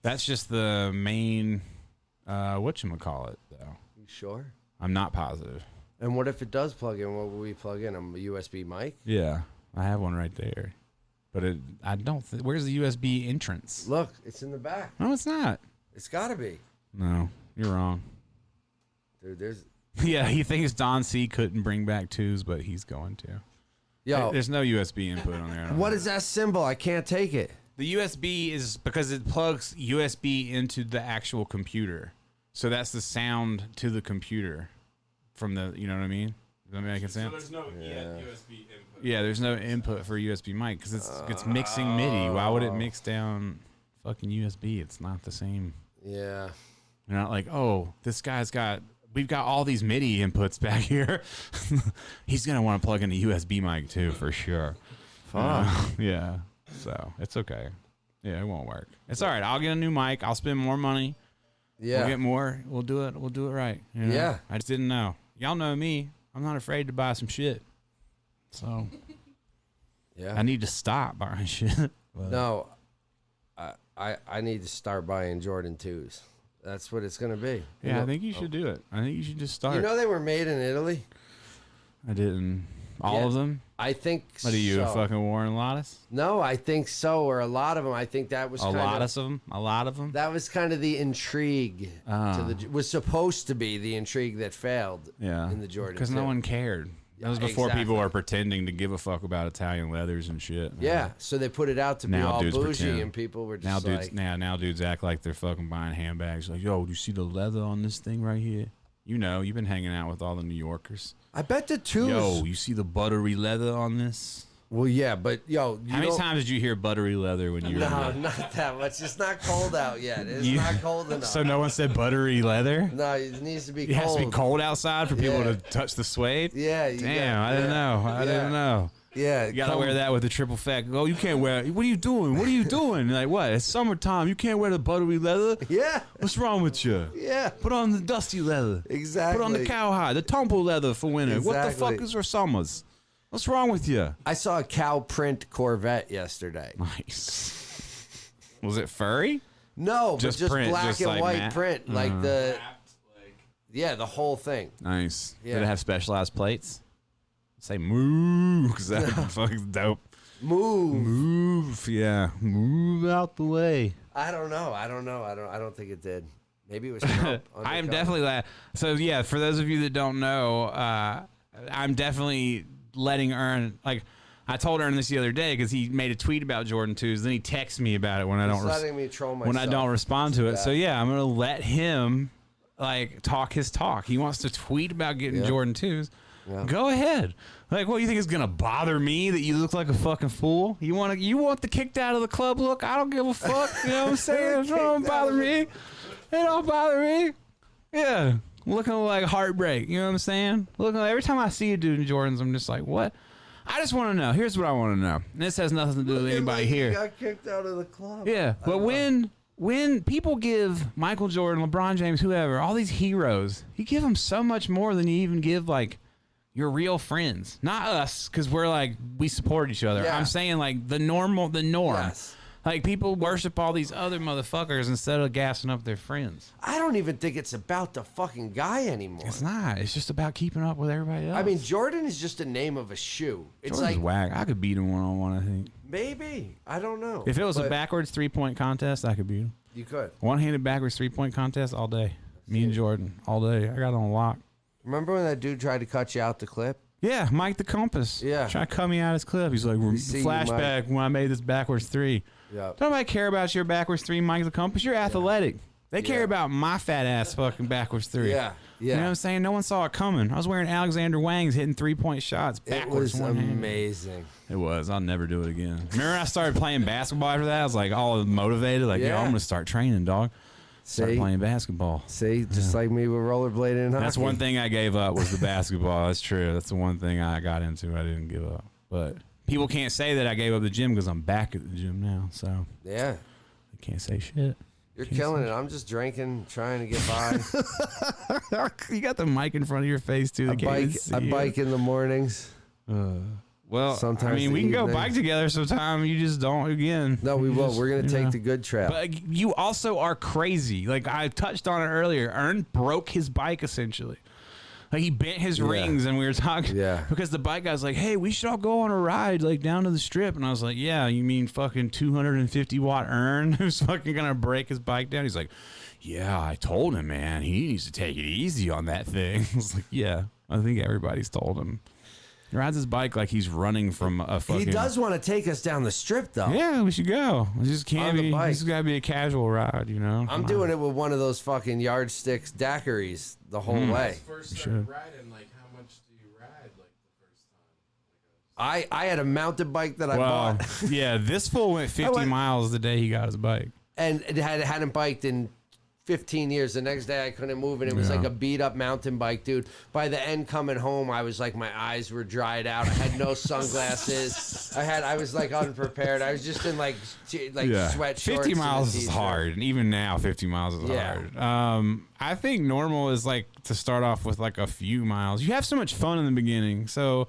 Speaker 2: that's just the main uh whatchamacallit though.
Speaker 4: You sure?
Speaker 2: I'm not positive.
Speaker 4: And what if it does plug in? What would we plug in? A USB mic?
Speaker 2: Yeah, I have one right there, but it, I don't. Th- where's the USB entrance?
Speaker 4: Look, it's in the back.
Speaker 2: No, it's not.
Speaker 4: It's got to be,
Speaker 2: No, you're wrong.
Speaker 4: dude. There's
Speaker 2: Yeah, he thinks Don C couldn't bring back twos, but he's going to.
Speaker 4: yo.
Speaker 2: There's no USB input on there.
Speaker 4: Oh. what is that symbol? I can't take it.
Speaker 2: the USB is because it plugs USB into the actual computer, so that's the sound to the computer from the. You know what I mean? Does that make sense?
Speaker 3: no E USB input.
Speaker 2: Yeah, there's no input for USB mic because it's it's mixing MIDI. Why would it mix down fucking USB? It's not the same.
Speaker 4: Yeah.
Speaker 2: You're not like, oh, this guy's got, we've got all these MIDI inputs back here. He's going to want to plug in a USB mic too, for sure. Fuck. yeah. So it's okay. Yeah, it won't work. It's all right. I'll get a new mic. I'll spend more money.
Speaker 4: Yeah.
Speaker 2: We'll get more. We'll do it. We'll do it right. you know?
Speaker 4: Yeah.
Speaker 2: I just didn't know. Y'all know me. I'm not afraid to buy some shit. So
Speaker 4: yeah.
Speaker 2: I need to stop buying shit.
Speaker 4: No, I, I I need to start buying Jordan twos. That's what it's gonna be.
Speaker 2: Yeah, I think you should do it. I think you should just start.
Speaker 4: You know they were made in Italy.
Speaker 2: I didn't. All
Speaker 4: Yeah.
Speaker 2: of them?
Speaker 4: I think.
Speaker 2: What are you,
Speaker 4: so.
Speaker 2: a fucking Warren Lottis?
Speaker 4: No, I think so, or a lot of them. I think that was
Speaker 2: a
Speaker 4: kind
Speaker 2: lot
Speaker 4: of
Speaker 2: of them. A lot of them.
Speaker 4: that was kind of the intrigue
Speaker 2: Ah.
Speaker 4: to the was supposed to be the intrigue that failed.
Speaker 2: yeah,
Speaker 4: in the Jordan
Speaker 2: because no
Speaker 4: too.
Speaker 2: one cared. That was before
Speaker 4: exactly.
Speaker 2: people were pretending to give a fuck about Italian leathers and shit.
Speaker 4: Yeah, so they put it out to be
Speaker 2: Now
Speaker 4: all
Speaker 2: dudes
Speaker 4: bougie,
Speaker 2: pretend.
Speaker 4: and people were
Speaker 2: Now
Speaker 4: just
Speaker 2: dudes,
Speaker 4: like,
Speaker 2: now now dudes act like they're fucking buying handbags. Like, yo, do you see the leather on this thing right here? You know, you've been hanging out with all the New Yorkers.
Speaker 4: "I bet the twos.
Speaker 2: Yo, you see the buttery leather on this?
Speaker 4: Well, yeah, but yo, you
Speaker 2: How many
Speaker 4: don't-
Speaker 2: times did you hear buttery leather when you were?
Speaker 4: No, not that much. It's not cold out yet. It's
Speaker 2: You-
Speaker 4: not cold enough.
Speaker 2: So no one said buttery leather.
Speaker 4: no, it needs to be
Speaker 2: It
Speaker 4: cold.
Speaker 2: has to be cold outside for people
Speaker 4: Yeah.
Speaker 2: to touch the suede.
Speaker 4: Yeah, you
Speaker 2: Damn,
Speaker 4: got-
Speaker 2: I didn't
Speaker 4: yeah,
Speaker 2: know. I
Speaker 4: yeah.
Speaker 2: didn't know.
Speaker 4: Yeah,
Speaker 2: You gotta wear that with the triple fact. Oh, you can't wear. What are you doing? What are you doing? Like what? It's summertime. You can't wear the buttery leather.
Speaker 4: Yeah,
Speaker 2: What's wrong with you?
Speaker 4: yeah,
Speaker 2: Put on the dusty leather.
Speaker 4: exactly.
Speaker 2: Put on the cowhide, the tumble leather for winter. What the
Speaker 4: Exactly.
Speaker 2: fuck is your summers? What's wrong with you?
Speaker 4: I saw a cow print Corvette yesterday.
Speaker 2: Nice. Was it furry?
Speaker 4: No,
Speaker 2: Just
Speaker 4: but just
Speaker 2: print,
Speaker 4: black
Speaker 2: just
Speaker 4: and
Speaker 2: like Mm.
Speaker 4: white
Speaker 2: matte?
Speaker 4: print, like the yeah, the whole thing.
Speaker 2: Nice.
Speaker 4: Yeah.
Speaker 2: Did it have specialized plates? Say moo, because that fucking dope.
Speaker 4: Move.
Speaker 2: Move, yeah, move out the way.
Speaker 4: I don't know. I don't know. I don't. I don't think it did. Maybe it was. Trump
Speaker 2: I am
Speaker 4: undercover.
Speaker 2: definitely la So yeah, for those of you that don't know, uh, I'm definitely letting Earn like. I told Earn this the other day because he made a tweet about Jordan twos. Then he texts me about it when I
Speaker 4: It's
Speaker 2: don't res-
Speaker 4: letting me troll myself.
Speaker 2: when I don't respond to it. So yeah, I'm gonna let him like talk his talk. He wants to tweet about getting Jordan twos. Go ahead. Like, what you think is gonna bother me that you look like a fucking fool? You want to? You want the kicked out of the club look? I don't give a fuck. You know what I'm saying? it don't bother me. It don't bother me. Yeah, looking like heartbreak. You know what I'm saying? Looking like, every time I see a dude in Jordans, I'm just like, what? I just want to know. Here's what I want to know. And this has nothing to do with anybody here.
Speaker 4: Got kicked out of the club.
Speaker 2: Yeah, but when when people give Michael Jordan, LeBron James, whoever, all these heroes, you give them so much more than you even give like your real friends. Not us, because we're like we support each other.
Speaker 4: Yeah.
Speaker 2: I'm saying like the normal, the norm.
Speaker 4: Yes.
Speaker 2: Like people worship all these other motherfuckers instead of gassing up their friends.
Speaker 4: I don't even think it's about the fucking guy anymore.
Speaker 2: It's not. It's just about keeping up with everybody else.
Speaker 4: I mean, Jordan is just the name of a shoe. It's
Speaker 2: Jordan's
Speaker 4: like
Speaker 2: whack. I could beat him one on one. I think
Speaker 4: maybe I don't know.
Speaker 2: if it was a
Speaker 4: but
Speaker 2: backwards three point contest, I could beat him.
Speaker 4: you could
Speaker 2: One handed backwards three point contest all day. Me and Jordan all day. I got on lock.
Speaker 4: remember when that dude tried to cut you out the clip.
Speaker 2: Yeah, Mike the Compass.
Speaker 4: Yeah.
Speaker 2: Trying to cut me out his clip. He's like,
Speaker 4: see you,
Speaker 2: flashback when I made this backwards three.
Speaker 4: Yeah.
Speaker 2: Don't nobody care about your backwards three, Mike the Compass. You're athletic. They care about my fat ass fucking backwards three.
Speaker 4: Yeah,
Speaker 2: You
Speaker 4: yeah.
Speaker 2: know what I'm saying? No one saw it coming. I was wearing Alexander Wangs hitting three point shots
Speaker 4: It
Speaker 2: backwards.
Speaker 4: was um,
Speaker 2: one hand.
Speaker 4: amazing.
Speaker 2: It was. I'll never do it again. Remember, I started playing basketball after that. I was like all motivated. Like, yeah,
Speaker 4: Yeah.
Speaker 2: I'm going to start training, dog. Start
Speaker 4: See?
Speaker 2: playing basketball.
Speaker 4: See, just like me with rollerblading. And
Speaker 2: That's
Speaker 4: hockey.
Speaker 2: one thing I gave up was the basketball. That's true. That's the one thing I got into. I didn't give up. But people can't say that I gave up the gym because I'm back at the gym now. So
Speaker 4: Yeah,
Speaker 2: they can't say shit.
Speaker 4: you're killing it. I'm just drinking, trying to get by.
Speaker 2: you got the mic in front of your face too.
Speaker 4: I bike. I bike in the mornings.
Speaker 2: Well,
Speaker 4: sometimes
Speaker 2: I mean,
Speaker 4: the
Speaker 2: we can go
Speaker 4: evenings.
Speaker 2: bike together sometime. You just don't again.
Speaker 4: No, we
Speaker 2: You
Speaker 4: will.
Speaker 2: just-
Speaker 4: We're gonna
Speaker 2: you
Speaker 4: take
Speaker 2: know.
Speaker 4: the good trap.
Speaker 2: But you also are crazy. Like I touched on it earlier. Ern broke his bike essentially. Like he bent his rings, and we were talking.
Speaker 4: Yeah.
Speaker 2: Because the bike guy's like, "Hey, we should all go on a ride, like down to the strip." And I was like, "Yeah, you mean fucking 250 watt Ern who's fucking gonna break his bike down?" He's like, "Yeah, I told him, man. He needs to take it easy on that thing." I was like, "Yeah, I think everybody's told him." He rides his bike like he's running from a fucking.
Speaker 4: he does want to take us down the strip, though.
Speaker 2: Yeah, we should go. It just can't
Speaker 4: On the
Speaker 2: be.
Speaker 4: bike.
Speaker 2: It's got to be a casual ride, you know.
Speaker 4: I'm doing it with one of those fucking yardsticks daiquiris the whole
Speaker 2: Hmm.
Speaker 4: way.
Speaker 3: First started riding, like how much do you ride? Like the first time.
Speaker 4: I, I had a mountain bike that I
Speaker 2: Well,
Speaker 4: bought
Speaker 2: yeah, this fool went 50
Speaker 4: went-
Speaker 2: miles the day he got his bike.
Speaker 4: and it had hadn't biked in 15 years. The next day I couldn't move and it was
Speaker 2: Yeah.
Speaker 4: like a beat up mountain bike, dude. By the end coming home, I was like my eyes were dried out. I had no sunglasses. I had I was like unprepared. I was just in like t- like sweat shorts.
Speaker 2: 50
Speaker 4: and a
Speaker 2: miles is
Speaker 4: t-shirt.
Speaker 2: hard, and even now 50 miles is
Speaker 4: Yeah.
Speaker 2: hard. Um, I think normal is like to start off with like a few miles. You have so much fun in the beginning, so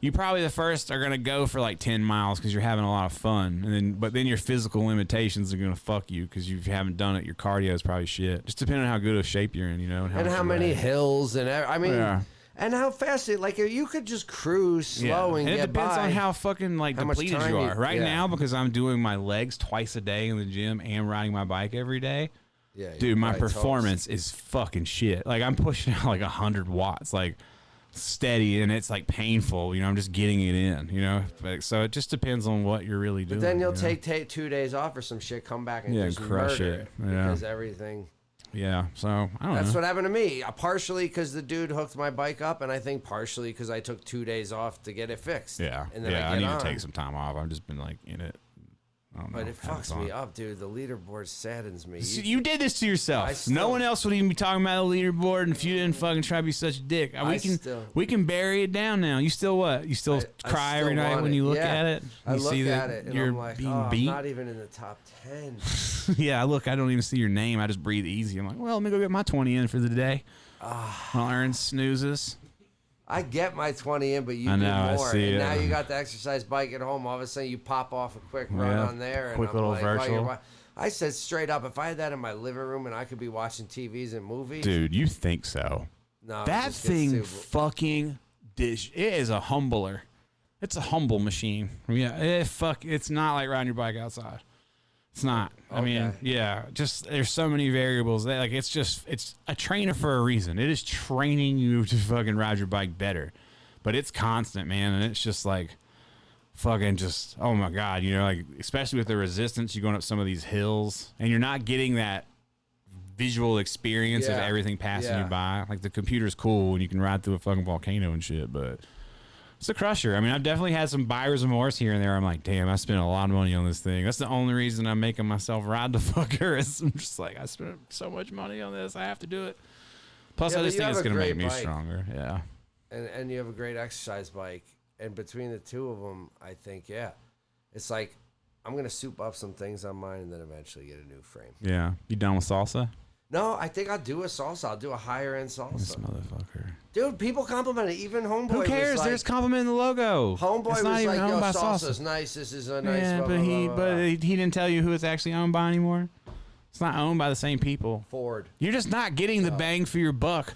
Speaker 2: you probably the first are gonna go for like 10 miles because you're having a lot of fun, and then but then your physical limitations are gonna fuck you because you haven't done it. Your cardio is probably shit. Just depending on how good of shape you're in, you know, and how,
Speaker 4: And
Speaker 2: much
Speaker 4: how
Speaker 2: you
Speaker 4: many
Speaker 2: ride.
Speaker 4: hills and ev- I mean
Speaker 2: Yeah.
Speaker 4: and how fast it like you could just cruise slow and,
Speaker 2: it
Speaker 4: get
Speaker 2: depends
Speaker 4: by.
Speaker 2: on how fucking like
Speaker 4: how much
Speaker 2: depleted
Speaker 4: time
Speaker 2: you
Speaker 4: you-
Speaker 2: are right
Speaker 4: yeah.
Speaker 2: now because i'm doing my legs twice a day in the gym and riding my bike every day
Speaker 4: yeah, you're
Speaker 2: dude my
Speaker 4: probably toast.
Speaker 2: performance is fucking shit like i'm pushing out like 100 watts like steady and it's like painful you know i'm just getting it in you know Like, so it just depends on what you're really doing
Speaker 4: Then you'll
Speaker 2: you know?
Speaker 4: take, take two days off or some shit, come back and
Speaker 2: Yeah,
Speaker 4: just
Speaker 2: crush
Speaker 4: murder
Speaker 2: it. Yeah.
Speaker 4: because everything.
Speaker 2: yeah so i don't
Speaker 4: That's
Speaker 2: know
Speaker 4: what happened to me. Uh, Partially because the dude hooked my bike up, and I think partially because I took two days off to get it fixed.
Speaker 2: yeah
Speaker 4: and then
Speaker 2: yeah
Speaker 4: I,
Speaker 2: i,
Speaker 4: get
Speaker 2: need
Speaker 4: on,
Speaker 2: to take some time off i've just been like in it I don't
Speaker 4: But
Speaker 2: know,
Speaker 4: it
Speaker 2: having
Speaker 4: fucks
Speaker 2: fun.
Speaker 4: me up, dude. The leaderboard saddens me.
Speaker 2: So
Speaker 4: You-
Speaker 2: you did this to yourself.
Speaker 4: I still-
Speaker 2: no one else would even be talking about the leaderboard, and if you didn't fucking try to be such a dick, Uh, we
Speaker 4: I
Speaker 2: can
Speaker 4: still-
Speaker 2: we can bury it down now. You still what? You still
Speaker 4: I
Speaker 2: cry
Speaker 4: still
Speaker 2: every night
Speaker 4: want
Speaker 2: when you look
Speaker 4: Yeah.
Speaker 2: at it.
Speaker 4: I
Speaker 2: You
Speaker 4: look
Speaker 2: see that
Speaker 4: at it and
Speaker 2: you're
Speaker 4: I'm like,
Speaker 2: being
Speaker 4: oh, I'm
Speaker 2: beat.
Speaker 4: not even in the top ten.
Speaker 2: yeah, I look. I don't even see your name. I just breathe easy. I'm like, well, let me go get my twenty in for the day.
Speaker 4: Ah.
Speaker 2: While Aaron snoozes.
Speaker 4: I get my twenty in, but you
Speaker 2: I
Speaker 4: do
Speaker 2: know, I
Speaker 4: more.
Speaker 2: see
Speaker 4: and
Speaker 2: it.
Speaker 4: now you got the exercise bike at home. All of a sudden, you pop off a quick run
Speaker 2: Yeah.
Speaker 4: on there. And
Speaker 2: Quick
Speaker 4: I'm
Speaker 2: little
Speaker 4: like, oh, you're
Speaker 2: virtual.
Speaker 4: wa- I said straight up, if I had that in my living room and I could be watching TVs and movies,
Speaker 12: Dude, you think so?
Speaker 4: no, it
Speaker 2: That
Speaker 4: just gets
Speaker 2: thing
Speaker 4: stupid.
Speaker 2: fucking dish. It is a humbler. It's a humble machine. Yeah, it fuck. It's not like riding your bike outside. It's not. I mean, yeah. Just there's so many variables that like it's just it's a trainer for a reason. It is training you to fucking ride your bike better, but it's constant, man, and it's just like fucking just oh my god, you know, like especially with the resistance, you're going up some of these hills and you're not getting that visual experience of
Speaker 4: Yeah.
Speaker 2: everything passing
Speaker 4: Yeah.
Speaker 2: you by. Like the computer's cool and you can ride through a fucking volcano and shit, but it's a crusher. I mean, I've definitely had some buyer's remorse here and there. I'm like, damn, I spent a lot of money on this thing. That's the only reason I'm making myself ride the fucker. Is I'm just like, I spent so much money on this. I have to do it. Plus,
Speaker 4: Yeah,
Speaker 2: I
Speaker 4: but
Speaker 2: just
Speaker 4: you
Speaker 2: think
Speaker 4: have
Speaker 2: it's
Speaker 4: a
Speaker 2: going to make
Speaker 4: great
Speaker 2: me
Speaker 4: bike.
Speaker 2: stronger. Yeah.
Speaker 4: and and you have a great exercise bike. And between the two of them, I think yeah, it's like I'm gonna soup up some things on mine and then eventually get a new frame.
Speaker 2: Yeah. You done with salsa?
Speaker 4: No, I think I'll do a salsa. I'll do a higher end
Speaker 2: This
Speaker 4: salsa.
Speaker 2: motherfucker.
Speaker 4: Dude, people complimented. Even homeboy.
Speaker 2: Who cares?
Speaker 4: Was like,
Speaker 2: There's compliment in the logo.
Speaker 4: homeboy was
Speaker 2: it's not
Speaker 4: like,
Speaker 2: even
Speaker 4: "Yo,
Speaker 2: owned by Salsa.
Speaker 4: salsa's nice. This is a nice."
Speaker 2: Yeah,
Speaker 4: blah,
Speaker 2: but
Speaker 4: blah,
Speaker 2: he
Speaker 4: blah, blah,
Speaker 2: but
Speaker 4: blah."
Speaker 2: he didn't tell you who it's actually owned by anymore. It's not owned by the same people.
Speaker 4: Ford.
Speaker 2: You're just not getting the bang for your buck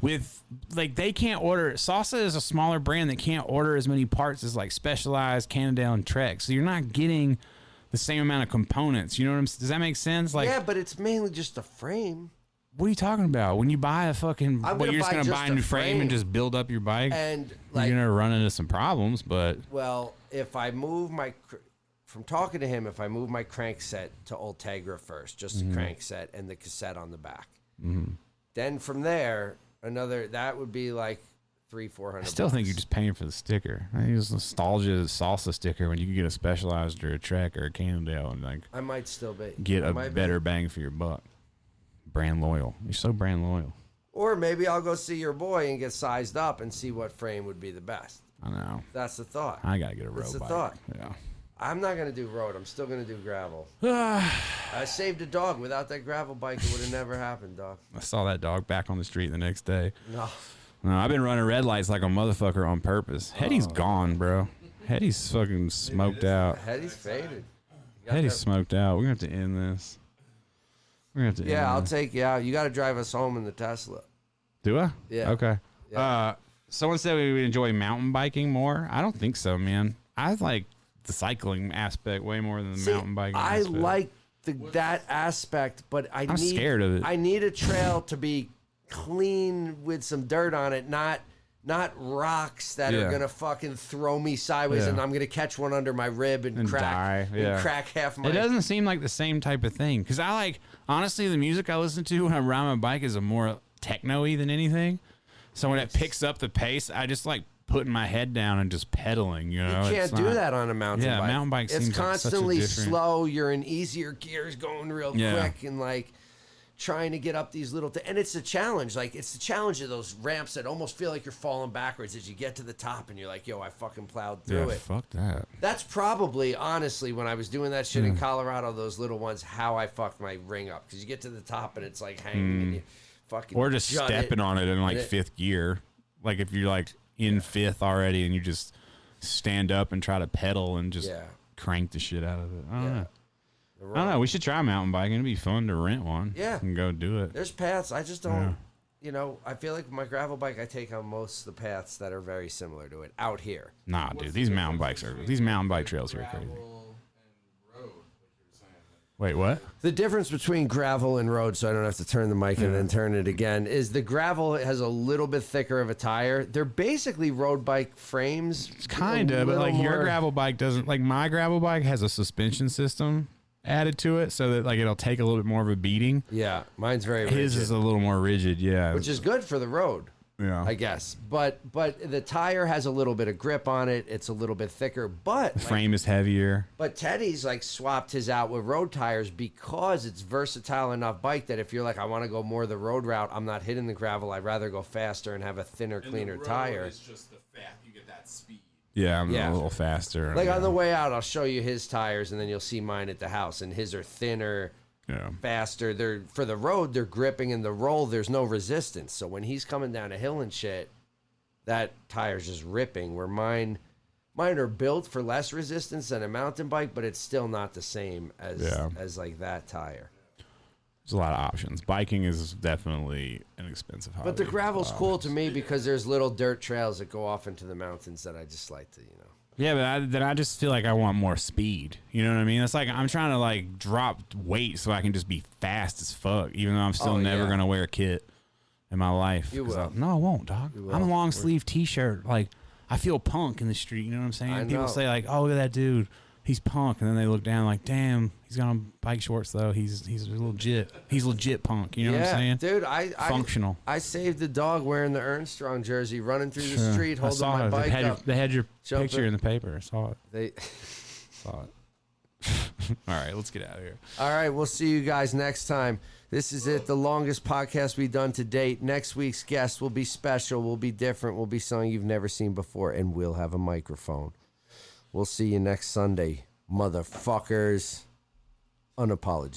Speaker 2: with like they can't order Salsa is a smaller brand that can't order as many parts as like Specialized, Cannondale, and Trek. So you're not getting the same amount of components. You know what I'm s- Does that make sense? Like
Speaker 4: yeah, but it's mainly just a frame.
Speaker 2: what are you talking about? When you buy a fucking what
Speaker 4: I'm gonna
Speaker 2: you're just
Speaker 4: buy
Speaker 2: gonna
Speaker 4: just
Speaker 2: buy a new
Speaker 4: a
Speaker 2: frame,
Speaker 4: frame.
Speaker 2: and just build up your bike.
Speaker 4: And like,
Speaker 2: you're gonna run into some problems, but
Speaker 4: well, if I move my cr- from talking to him, if I move my crank set to Ultegra first, just
Speaker 2: Mm-hmm.
Speaker 4: the crank set and the cassette on the back, then from there another that would be like three four hundred.
Speaker 2: I still think you're just paying for the sticker. I think it's nostalgia salsa sticker when you can get a specialized or a Trek or a Cannondale and like
Speaker 4: I might still be
Speaker 13: Get
Speaker 4: I
Speaker 13: a
Speaker 4: might be.
Speaker 13: better bang for your buck.
Speaker 2: brand loyal. You're so brand loyal.
Speaker 4: Or maybe I'll go see your boy and get sized up and see what frame would be the best.
Speaker 2: I know.
Speaker 4: That's the thought.
Speaker 2: I gotta get a road
Speaker 4: It's a
Speaker 2: bike.
Speaker 4: thought.
Speaker 2: Yeah.
Speaker 4: I'm not gonna do road. I'm still gonna do gravel. I saved a dog. Without that gravel bike, it would have never happened, dog.
Speaker 2: I saw that dog back on the street the next day.
Speaker 4: No.
Speaker 2: No, I've been running red lights like a motherfucker on purpose. Hetty's
Speaker 4: Oh.
Speaker 2: gone, bro. Hetty's fucking smoked out.
Speaker 4: Hetty's faded.
Speaker 2: Hetty's smoked out. We're gonna have to end this. We're gonna have to end
Speaker 4: Yeah, I'll
Speaker 2: this.
Speaker 4: take you out. You got to drive us home in the Tesla.
Speaker 2: Do I?
Speaker 4: Yeah.
Speaker 2: Okay. Uh, someone said we would enjoy mountain biking more. I don't think so, man. I like the cycling aspect way more than the
Speaker 4: See,
Speaker 2: mountain biking.
Speaker 4: I
Speaker 2: aspect.
Speaker 4: like the, that aspect, but I
Speaker 2: I'm
Speaker 4: need,
Speaker 2: scared of it.
Speaker 4: I need a trail to be clean with some dirt on it, not not rocks that are
Speaker 2: Yeah.
Speaker 4: gonna fucking throw me sideways,
Speaker 2: Yeah.
Speaker 4: and I'm gonna catch one under my rib and,
Speaker 2: And
Speaker 4: crack
Speaker 2: die, yeah.
Speaker 4: and crack half my.
Speaker 2: It doesn't seem like the same type of thing. Cause I like honestly, the music I listen to when I ride my bike is a more techno-y than anything. So when it picks up the pace, I just like putting my head down and just pedaling. You know,
Speaker 4: You can't
Speaker 2: It's
Speaker 4: do
Speaker 2: not-
Speaker 4: that on a mountain
Speaker 2: Yeah,
Speaker 4: bike.
Speaker 2: mountain bike
Speaker 4: It's
Speaker 2: seems like such a
Speaker 4: constantly
Speaker 2: different-
Speaker 4: slow. You're in easier gears, going real
Speaker 2: Yeah.
Speaker 4: quick, and like trying to get up these little. Th- and it's a challenge. Like it's the challenge of those ramps that almost feel like you're falling backwards as you get to the top, and you're like, "Yo, I fucking plowed
Speaker 2: Yeah,
Speaker 4: through it."
Speaker 2: fuck that.
Speaker 4: That's probably honestly when I was doing that shit in Colorado, those little ones, how I fucked my ring up because you get to the top and it's like hanging. And you fucking
Speaker 2: Hmm. Or just stepping on it in like
Speaker 4: It-
Speaker 2: fifth gear. Like if you're like in fifth already and you just stand up and try to pedal and just
Speaker 4: Yeah.
Speaker 2: crank the shit out of it. I don't know.
Speaker 4: on.
Speaker 2: I don't know. We should try mountain biking. It'd be fun to rent one.
Speaker 4: Yeah.
Speaker 2: And go do it.
Speaker 4: There's paths. I just don't. You know, I feel like my gravel bike. I take on most of the paths that are very similar to it out here.
Speaker 2: Nah, dude, these mountain bikes are these mountain bike trails here are crazy. Wait, what?
Speaker 4: The difference between gravel and road, so I don't have to turn the mic and then turn it again, is the gravel has a little bit thicker of a tire. They're basically road bike frames. It's
Speaker 2: Kind of, but like your gravel bike doesn't. Like my gravel bike has a suspension system added to it, so that like it'll take a little bit more of a beating.
Speaker 4: Yeah, mine's very
Speaker 2: His
Speaker 4: rigid,
Speaker 2: is a little more rigid, yeah.
Speaker 4: which is good for the road.
Speaker 2: yeah.
Speaker 4: I guess, but but the tire has a little bit of grip on it. It's a little bit thicker, but
Speaker 2: the frame is heavier.
Speaker 4: But Teddy's like swapped his out with road tires because it's versatile enough bike that if you're like, I want to go more the road route, I'm not hitting the gravel. I'd rather go faster and have a thinner, cleaner tire.
Speaker 14: just the fact you get that speed.
Speaker 2: Yeah, I'm
Speaker 4: Yeah.
Speaker 2: a little faster.
Speaker 4: Like
Speaker 2: yeah.
Speaker 4: on the way out, I'll show you his tires and then you'll see mine at the house. And his are thinner,
Speaker 2: yeah.
Speaker 4: faster. They're for the road, they're gripping in the roll. There's no resistance. So when he's coming down a hill and shit, that tire's just ripping. Where mine mine are built for less resistance than a mountain bike, but it's still not the same as
Speaker 2: Yeah.
Speaker 4: as like that tire.
Speaker 2: There's a lot of options. Biking is definitely an expensive hobby.
Speaker 4: But the gravel's cool to me because there's little dirt trails that go off into the mountains that I just like to, you know.
Speaker 2: Yeah, but I, then I just feel like I want more speed. You know what I mean? It's like I'm trying to like drop weight so I can just be fast as fuck, even though I'm still
Speaker 4: Oh,
Speaker 2: never
Speaker 4: yeah.
Speaker 2: gonna wear a kit in my life.
Speaker 4: You
Speaker 2: 'Cause I-
Speaker 4: will.
Speaker 2: no, I won't, dog. I'm a long sleeve T-shirt. Like I feel punk in the street. You know what I'm saying?
Speaker 4: I know.
Speaker 2: People say like, "Oh, look at that dude, he's punk," and then they look down like, "Damn, he's got on bike shorts though. He's he's legit. He's legit punk." You know
Speaker 4: yeah,
Speaker 2: what I'm saying?
Speaker 4: dude, I, I
Speaker 2: Functional.
Speaker 4: I saved the dog wearing the Ernstrong jersey, running through the street,
Speaker 2: I
Speaker 4: holding
Speaker 2: saw
Speaker 4: my
Speaker 2: it. They
Speaker 4: bike
Speaker 2: had, your-
Speaker 4: up.
Speaker 2: they had your
Speaker 4: Jump
Speaker 2: picture
Speaker 4: in.
Speaker 2: in the paper. I saw it.
Speaker 4: They,
Speaker 2: Saw it. All right, let's get out of here.
Speaker 4: all right, we'll see you guys next time. This is it, the longest podcast we've done to date. Next week's guest will be special, will be different, will be something you've never seen before, and we'll have a microphone. We'll see you next Sunday, motherfuckers. Unapologetic.